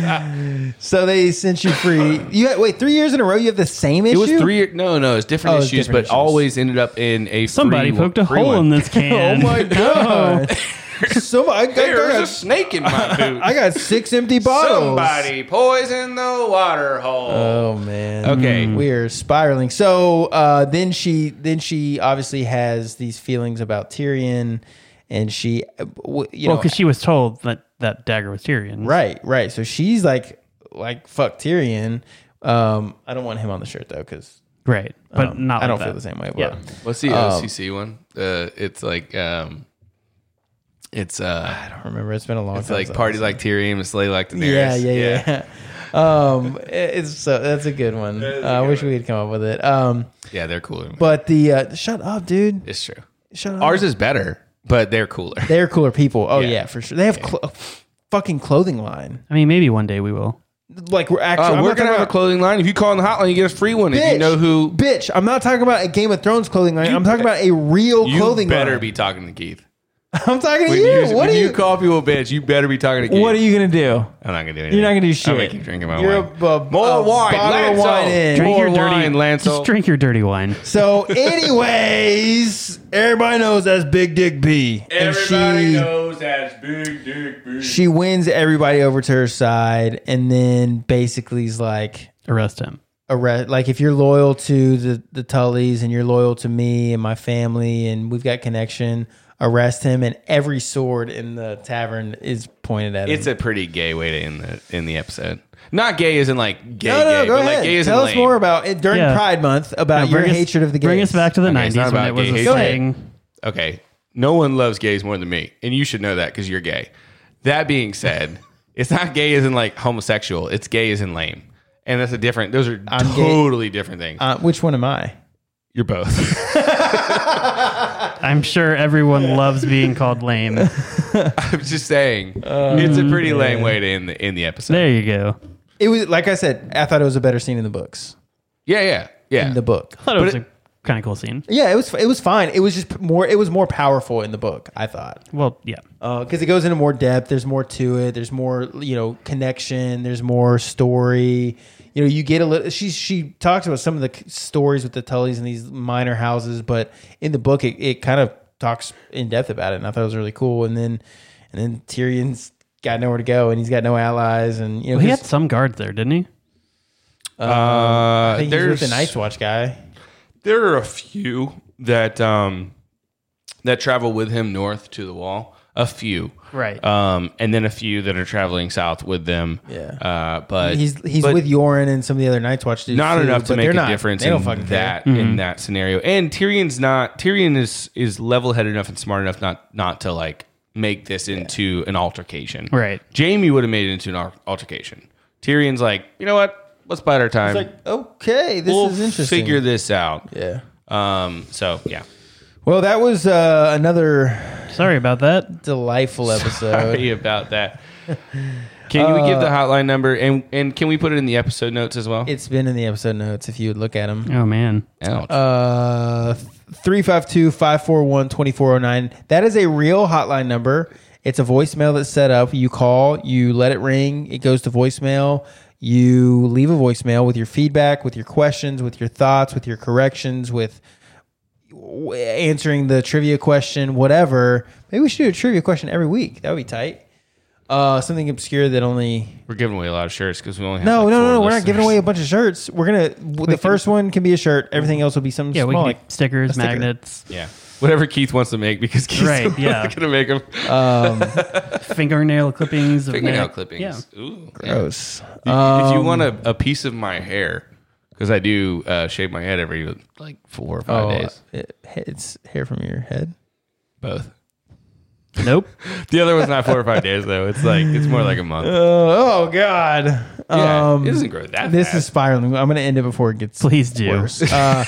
Speaker 1: so they sent you
Speaker 2: [laughs]
Speaker 1: free. You had, wait three years in a row. You have the same
Speaker 2: It
Speaker 1: issue.
Speaker 2: was three. No, no, it's different
Speaker 1: Oh, it's
Speaker 2: issues,
Speaker 1: different
Speaker 2: but
Speaker 1: issues.
Speaker 2: always ended up in a
Speaker 3: somebody
Speaker 2: free,
Speaker 3: poked a
Speaker 2: free
Speaker 3: hole
Speaker 2: one.
Speaker 3: in
Speaker 1: [laughs]
Speaker 3: this
Speaker 1: Oh
Speaker 3: can.
Speaker 1: my [laughs]
Speaker 2: [laughs]
Speaker 1: god! Oh. so I got,
Speaker 2: There's
Speaker 1: [laughs]
Speaker 2: a snake in my boot.
Speaker 1: I got six empty bottles.
Speaker 2: Somebody poisoned the water hole.
Speaker 1: Oh man.
Speaker 2: Okay.
Speaker 1: We are spiraling. So uh, then she then she obviously has these feelings about Tyrion, and she, uh, w- you
Speaker 3: well,
Speaker 1: know,
Speaker 3: because she was told that that dagger was Tyrion.
Speaker 1: right, right. So she's like, like fuck Tyrion. Um, I don't want him on the shirt though, because
Speaker 3: Right. But not.
Speaker 1: Oh, I don't feel
Speaker 3: like that.
Speaker 1: um, the same way. But
Speaker 3: Yeah.
Speaker 2: What's the OCC one? Uh, it's like um, It's uh,
Speaker 1: I don't remember. It's been a long
Speaker 2: it's
Speaker 1: time.
Speaker 2: like
Speaker 1: since I
Speaker 2: party
Speaker 1: was-
Speaker 2: like Tyrion, and slay like Daenerys.
Speaker 1: Yeah, yeah, yeah. um, it- it's so that's a good one.
Speaker 2: is a
Speaker 1: Uh, I
Speaker 2: good
Speaker 1: wish
Speaker 2: one.
Speaker 1: we had come up with it. Um,
Speaker 2: Yeah, they're cooler. But
Speaker 1: but the uh, shut up, dude.
Speaker 2: it's true.
Speaker 1: Shut up.
Speaker 2: Ours is better, but they're cooler.
Speaker 1: They're cooler people. Oh
Speaker 2: Yeah.
Speaker 1: yeah, for sure. They have clo- fucking clothing line.
Speaker 3: I mean, maybe one day we will.
Speaker 1: Like we're
Speaker 2: Uh,
Speaker 1: actually. I'm
Speaker 2: we're
Speaker 1: not
Speaker 2: gonna
Speaker 1: talking
Speaker 2: have a
Speaker 1: about-
Speaker 2: clothing line. If you call in the hotline, you get a free one. If you
Speaker 1: Bitch,
Speaker 2: know who,
Speaker 1: Bitch, I'm not talking about a Game of Thrones clothing line. I'm talking about a real
Speaker 2: you
Speaker 1: clothing
Speaker 2: better
Speaker 1: line.
Speaker 2: be talking to Keith.
Speaker 1: [laughs] I'm talking to
Speaker 2: When
Speaker 1: you.
Speaker 2: you,
Speaker 1: what are
Speaker 2: when
Speaker 1: you?
Speaker 2: you call people bitch, you better be talking to Keith.
Speaker 1: what are you gonna do?
Speaker 2: I'm not gonna do anything.
Speaker 1: You're not gonna do
Speaker 2: I'm gonna
Speaker 1: shit.
Speaker 2: keep drinking my
Speaker 1: You're
Speaker 2: wine.
Speaker 1: a- a-
Speaker 2: More
Speaker 1: a
Speaker 2: wine,
Speaker 1: bottle of
Speaker 2: Lancel.
Speaker 1: wine in.
Speaker 2: Drink
Speaker 3: Drink
Speaker 2: More
Speaker 3: your dirty
Speaker 2: wine, Lancel.
Speaker 3: Just drink your dirty wine.
Speaker 1: So, anyways, everybody knows that's Big Dick B. and she,
Speaker 2: knows that's Big Dick B.
Speaker 1: She wins everybody over to her side, and then basically is like,
Speaker 3: Arrest him.
Speaker 1: arrest. Like, if you're loyal to the the Tullys and you're loyal to me and my family, and we've got connection, arrest him. And every sword in the tavern is pointed at
Speaker 2: It's
Speaker 1: him.
Speaker 2: a pretty gay way to end the end the episode. Not gay isn't like gay,
Speaker 1: no, no,
Speaker 2: gay,
Speaker 1: go
Speaker 2: but
Speaker 1: ahead.
Speaker 2: like gay isn't
Speaker 1: Tell us
Speaker 2: lame.
Speaker 1: more about it during
Speaker 3: Yeah.
Speaker 1: Pride Month about
Speaker 3: Now,
Speaker 1: your
Speaker 3: bring us-
Speaker 1: hatred of the gays.
Speaker 3: Bring us back to the
Speaker 2: Okay, it's not
Speaker 3: 90s when
Speaker 2: about
Speaker 3: it was
Speaker 2: gay
Speaker 3: a
Speaker 2: hatred. Go ahead.
Speaker 3: saying.
Speaker 2: okay, no one loves gays more than me, and you should know that because you're gay. That being said, [laughs] it's not gay isn't like homosexual. It's gay isn't lame, and that's a different. Those are
Speaker 1: I'm gay.
Speaker 2: totally different things.
Speaker 1: Uh, which one am I?
Speaker 2: you're both. [laughs]
Speaker 3: I'm sure everyone loves being called lame.
Speaker 2: [laughs] I'm just saying,
Speaker 1: Uh,
Speaker 2: it's a pretty lame way to end the end the episode.
Speaker 3: There you go.
Speaker 1: It was like I said. I thought it was a better scene in the books.
Speaker 2: Yeah, yeah, yeah. Uh,
Speaker 1: In the book.
Speaker 3: thought it was
Speaker 2: it-
Speaker 3: a kind of cool scene.
Speaker 1: Yeah, it was it was fine. It was just more it was more powerful in the book. I thought
Speaker 3: Well, yeah.
Speaker 1: because Uh, it goes into more depth. There's more to it. There's more you know connection. There's more story. You know, you get a little. She she talks about some of the c- stories with the Tullys and these minor houses, but in the book, it, it kind of talks in depth about it, and I thought it was really cool. And then and then Tyrion's got nowhere to go, and he's got no allies, and you know
Speaker 3: Well, he
Speaker 1: his-
Speaker 3: had some guards there, didn't he?
Speaker 1: I
Speaker 2: uh,
Speaker 1: think he's with
Speaker 2: there's
Speaker 1: the Night's Watch guy.
Speaker 2: there are a few that um that travel with him north to the wall. A few,
Speaker 3: Right.
Speaker 2: Um, and then a few that are traveling south with them.
Speaker 1: Yeah.
Speaker 2: Uh, but
Speaker 1: He's he's
Speaker 2: but
Speaker 1: with Yoren and some of the other Night's Watch dudes.
Speaker 2: not
Speaker 1: too,
Speaker 2: enough to
Speaker 1: but
Speaker 2: make
Speaker 1: they're
Speaker 2: a
Speaker 1: not-
Speaker 2: difference
Speaker 1: They don't
Speaker 2: in
Speaker 1: fucking care.
Speaker 2: that in that scenario. And Tyrion's not Tyrion is is level headed enough and smart enough not not to like make this into an altercation.
Speaker 3: Right.
Speaker 2: Jamie would have made it into an al- altercation. Tyrion's like, you know what? Let's bide our time.
Speaker 1: It's like, okay, this
Speaker 2: we'll
Speaker 1: is interesting.
Speaker 2: figure this out.
Speaker 1: yeah.
Speaker 2: Um. So
Speaker 1: [laughs]
Speaker 2: yeah.
Speaker 1: Well, that was uh, another
Speaker 3: Sorry about that.
Speaker 1: delightful episode.
Speaker 2: Sorry about that. Can we give the hotline number and and can we put it in the episode notes as well?
Speaker 1: Uh, It's been in the episode notes if you would look at them.
Speaker 3: Oh man.
Speaker 2: Ouch.
Speaker 1: Uh, 352-541-2409. That is a real hotline number. It's a voicemail that's set up. You call, you let it ring, it goes to voicemail. You leave a voicemail with your feedback, with your questions, with your thoughts, with your corrections, with w- answering the trivia question, whatever. Maybe we should do a trivia question every week. That would be tight. Uh, something obscure that only
Speaker 2: We're giving away a lot of shirts because we only have
Speaker 1: no,
Speaker 2: like,
Speaker 1: no,
Speaker 2: four
Speaker 1: no, no. We're not
Speaker 2: listeners.
Speaker 1: giving away a bunch of shirts. We're gonna w the first one can be a shirt. Everything else will be something
Speaker 3: Yeah, we
Speaker 1: small.
Speaker 3: can do
Speaker 1: like
Speaker 3: stickers,
Speaker 1: a sticker.
Speaker 3: magnets,
Speaker 2: Yeah, whatever Keith wants to make because Keith's
Speaker 3: Right,
Speaker 2: [laughs]
Speaker 3: yeah.
Speaker 2: gonna make them
Speaker 3: fingernail clippings, of
Speaker 2: fingernail
Speaker 3: neck.
Speaker 2: clippings.
Speaker 3: Yeah. Um,
Speaker 2: Ooh,
Speaker 1: gross.
Speaker 2: if you want a, a piece of my hair, because I do uh, shave my head every like four or five
Speaker 1: Oh,
Speaker 3: uh,
Speaker 2: days,
Speaker 1: it- it's hair from your head.
Speaker 2: both.
Speaker 3: Nope.
Speaker 2: The other one's not four or five days though. It's like it's more like a month.
Speaker 1: Oh, oh God.
Speaker 3: Um,
Speaker 2: Yeah, it doesn't grow that
Speaker 1: This
Speaker 2: fast.
Speaker 1: is spiraling. I'm gonna end it before it gets
Speaker 3: Please do.
Speaker 1: [laughs] worse. Uh,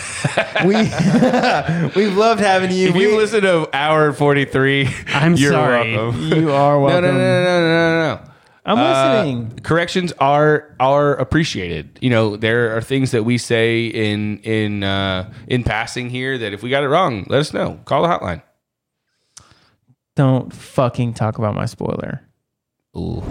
Speaker 1: we [laughs] we've loved having you.
Speaker 2: If
Speaker 1: we,
Speaker 2: you listen to hour forty three,
Speaker 3: I'm sorry.
Speaker 1: you are
Speaker 2: [laughs] No,
Speaker 1: welcome.
Speaker 2: no, no, no, no, no, no.
Speaker 1: I'm
Speaker 2: Uh,
Speaker 1: listening.
Speaker 2: corrections are are appreciated. You know, there are things that we say in in uh, in passing here that if we got it wrong, let us know. Call the hotline.
Speaker 1: Don't fucking talk about my spoiler.
Speaker 2: Ooh.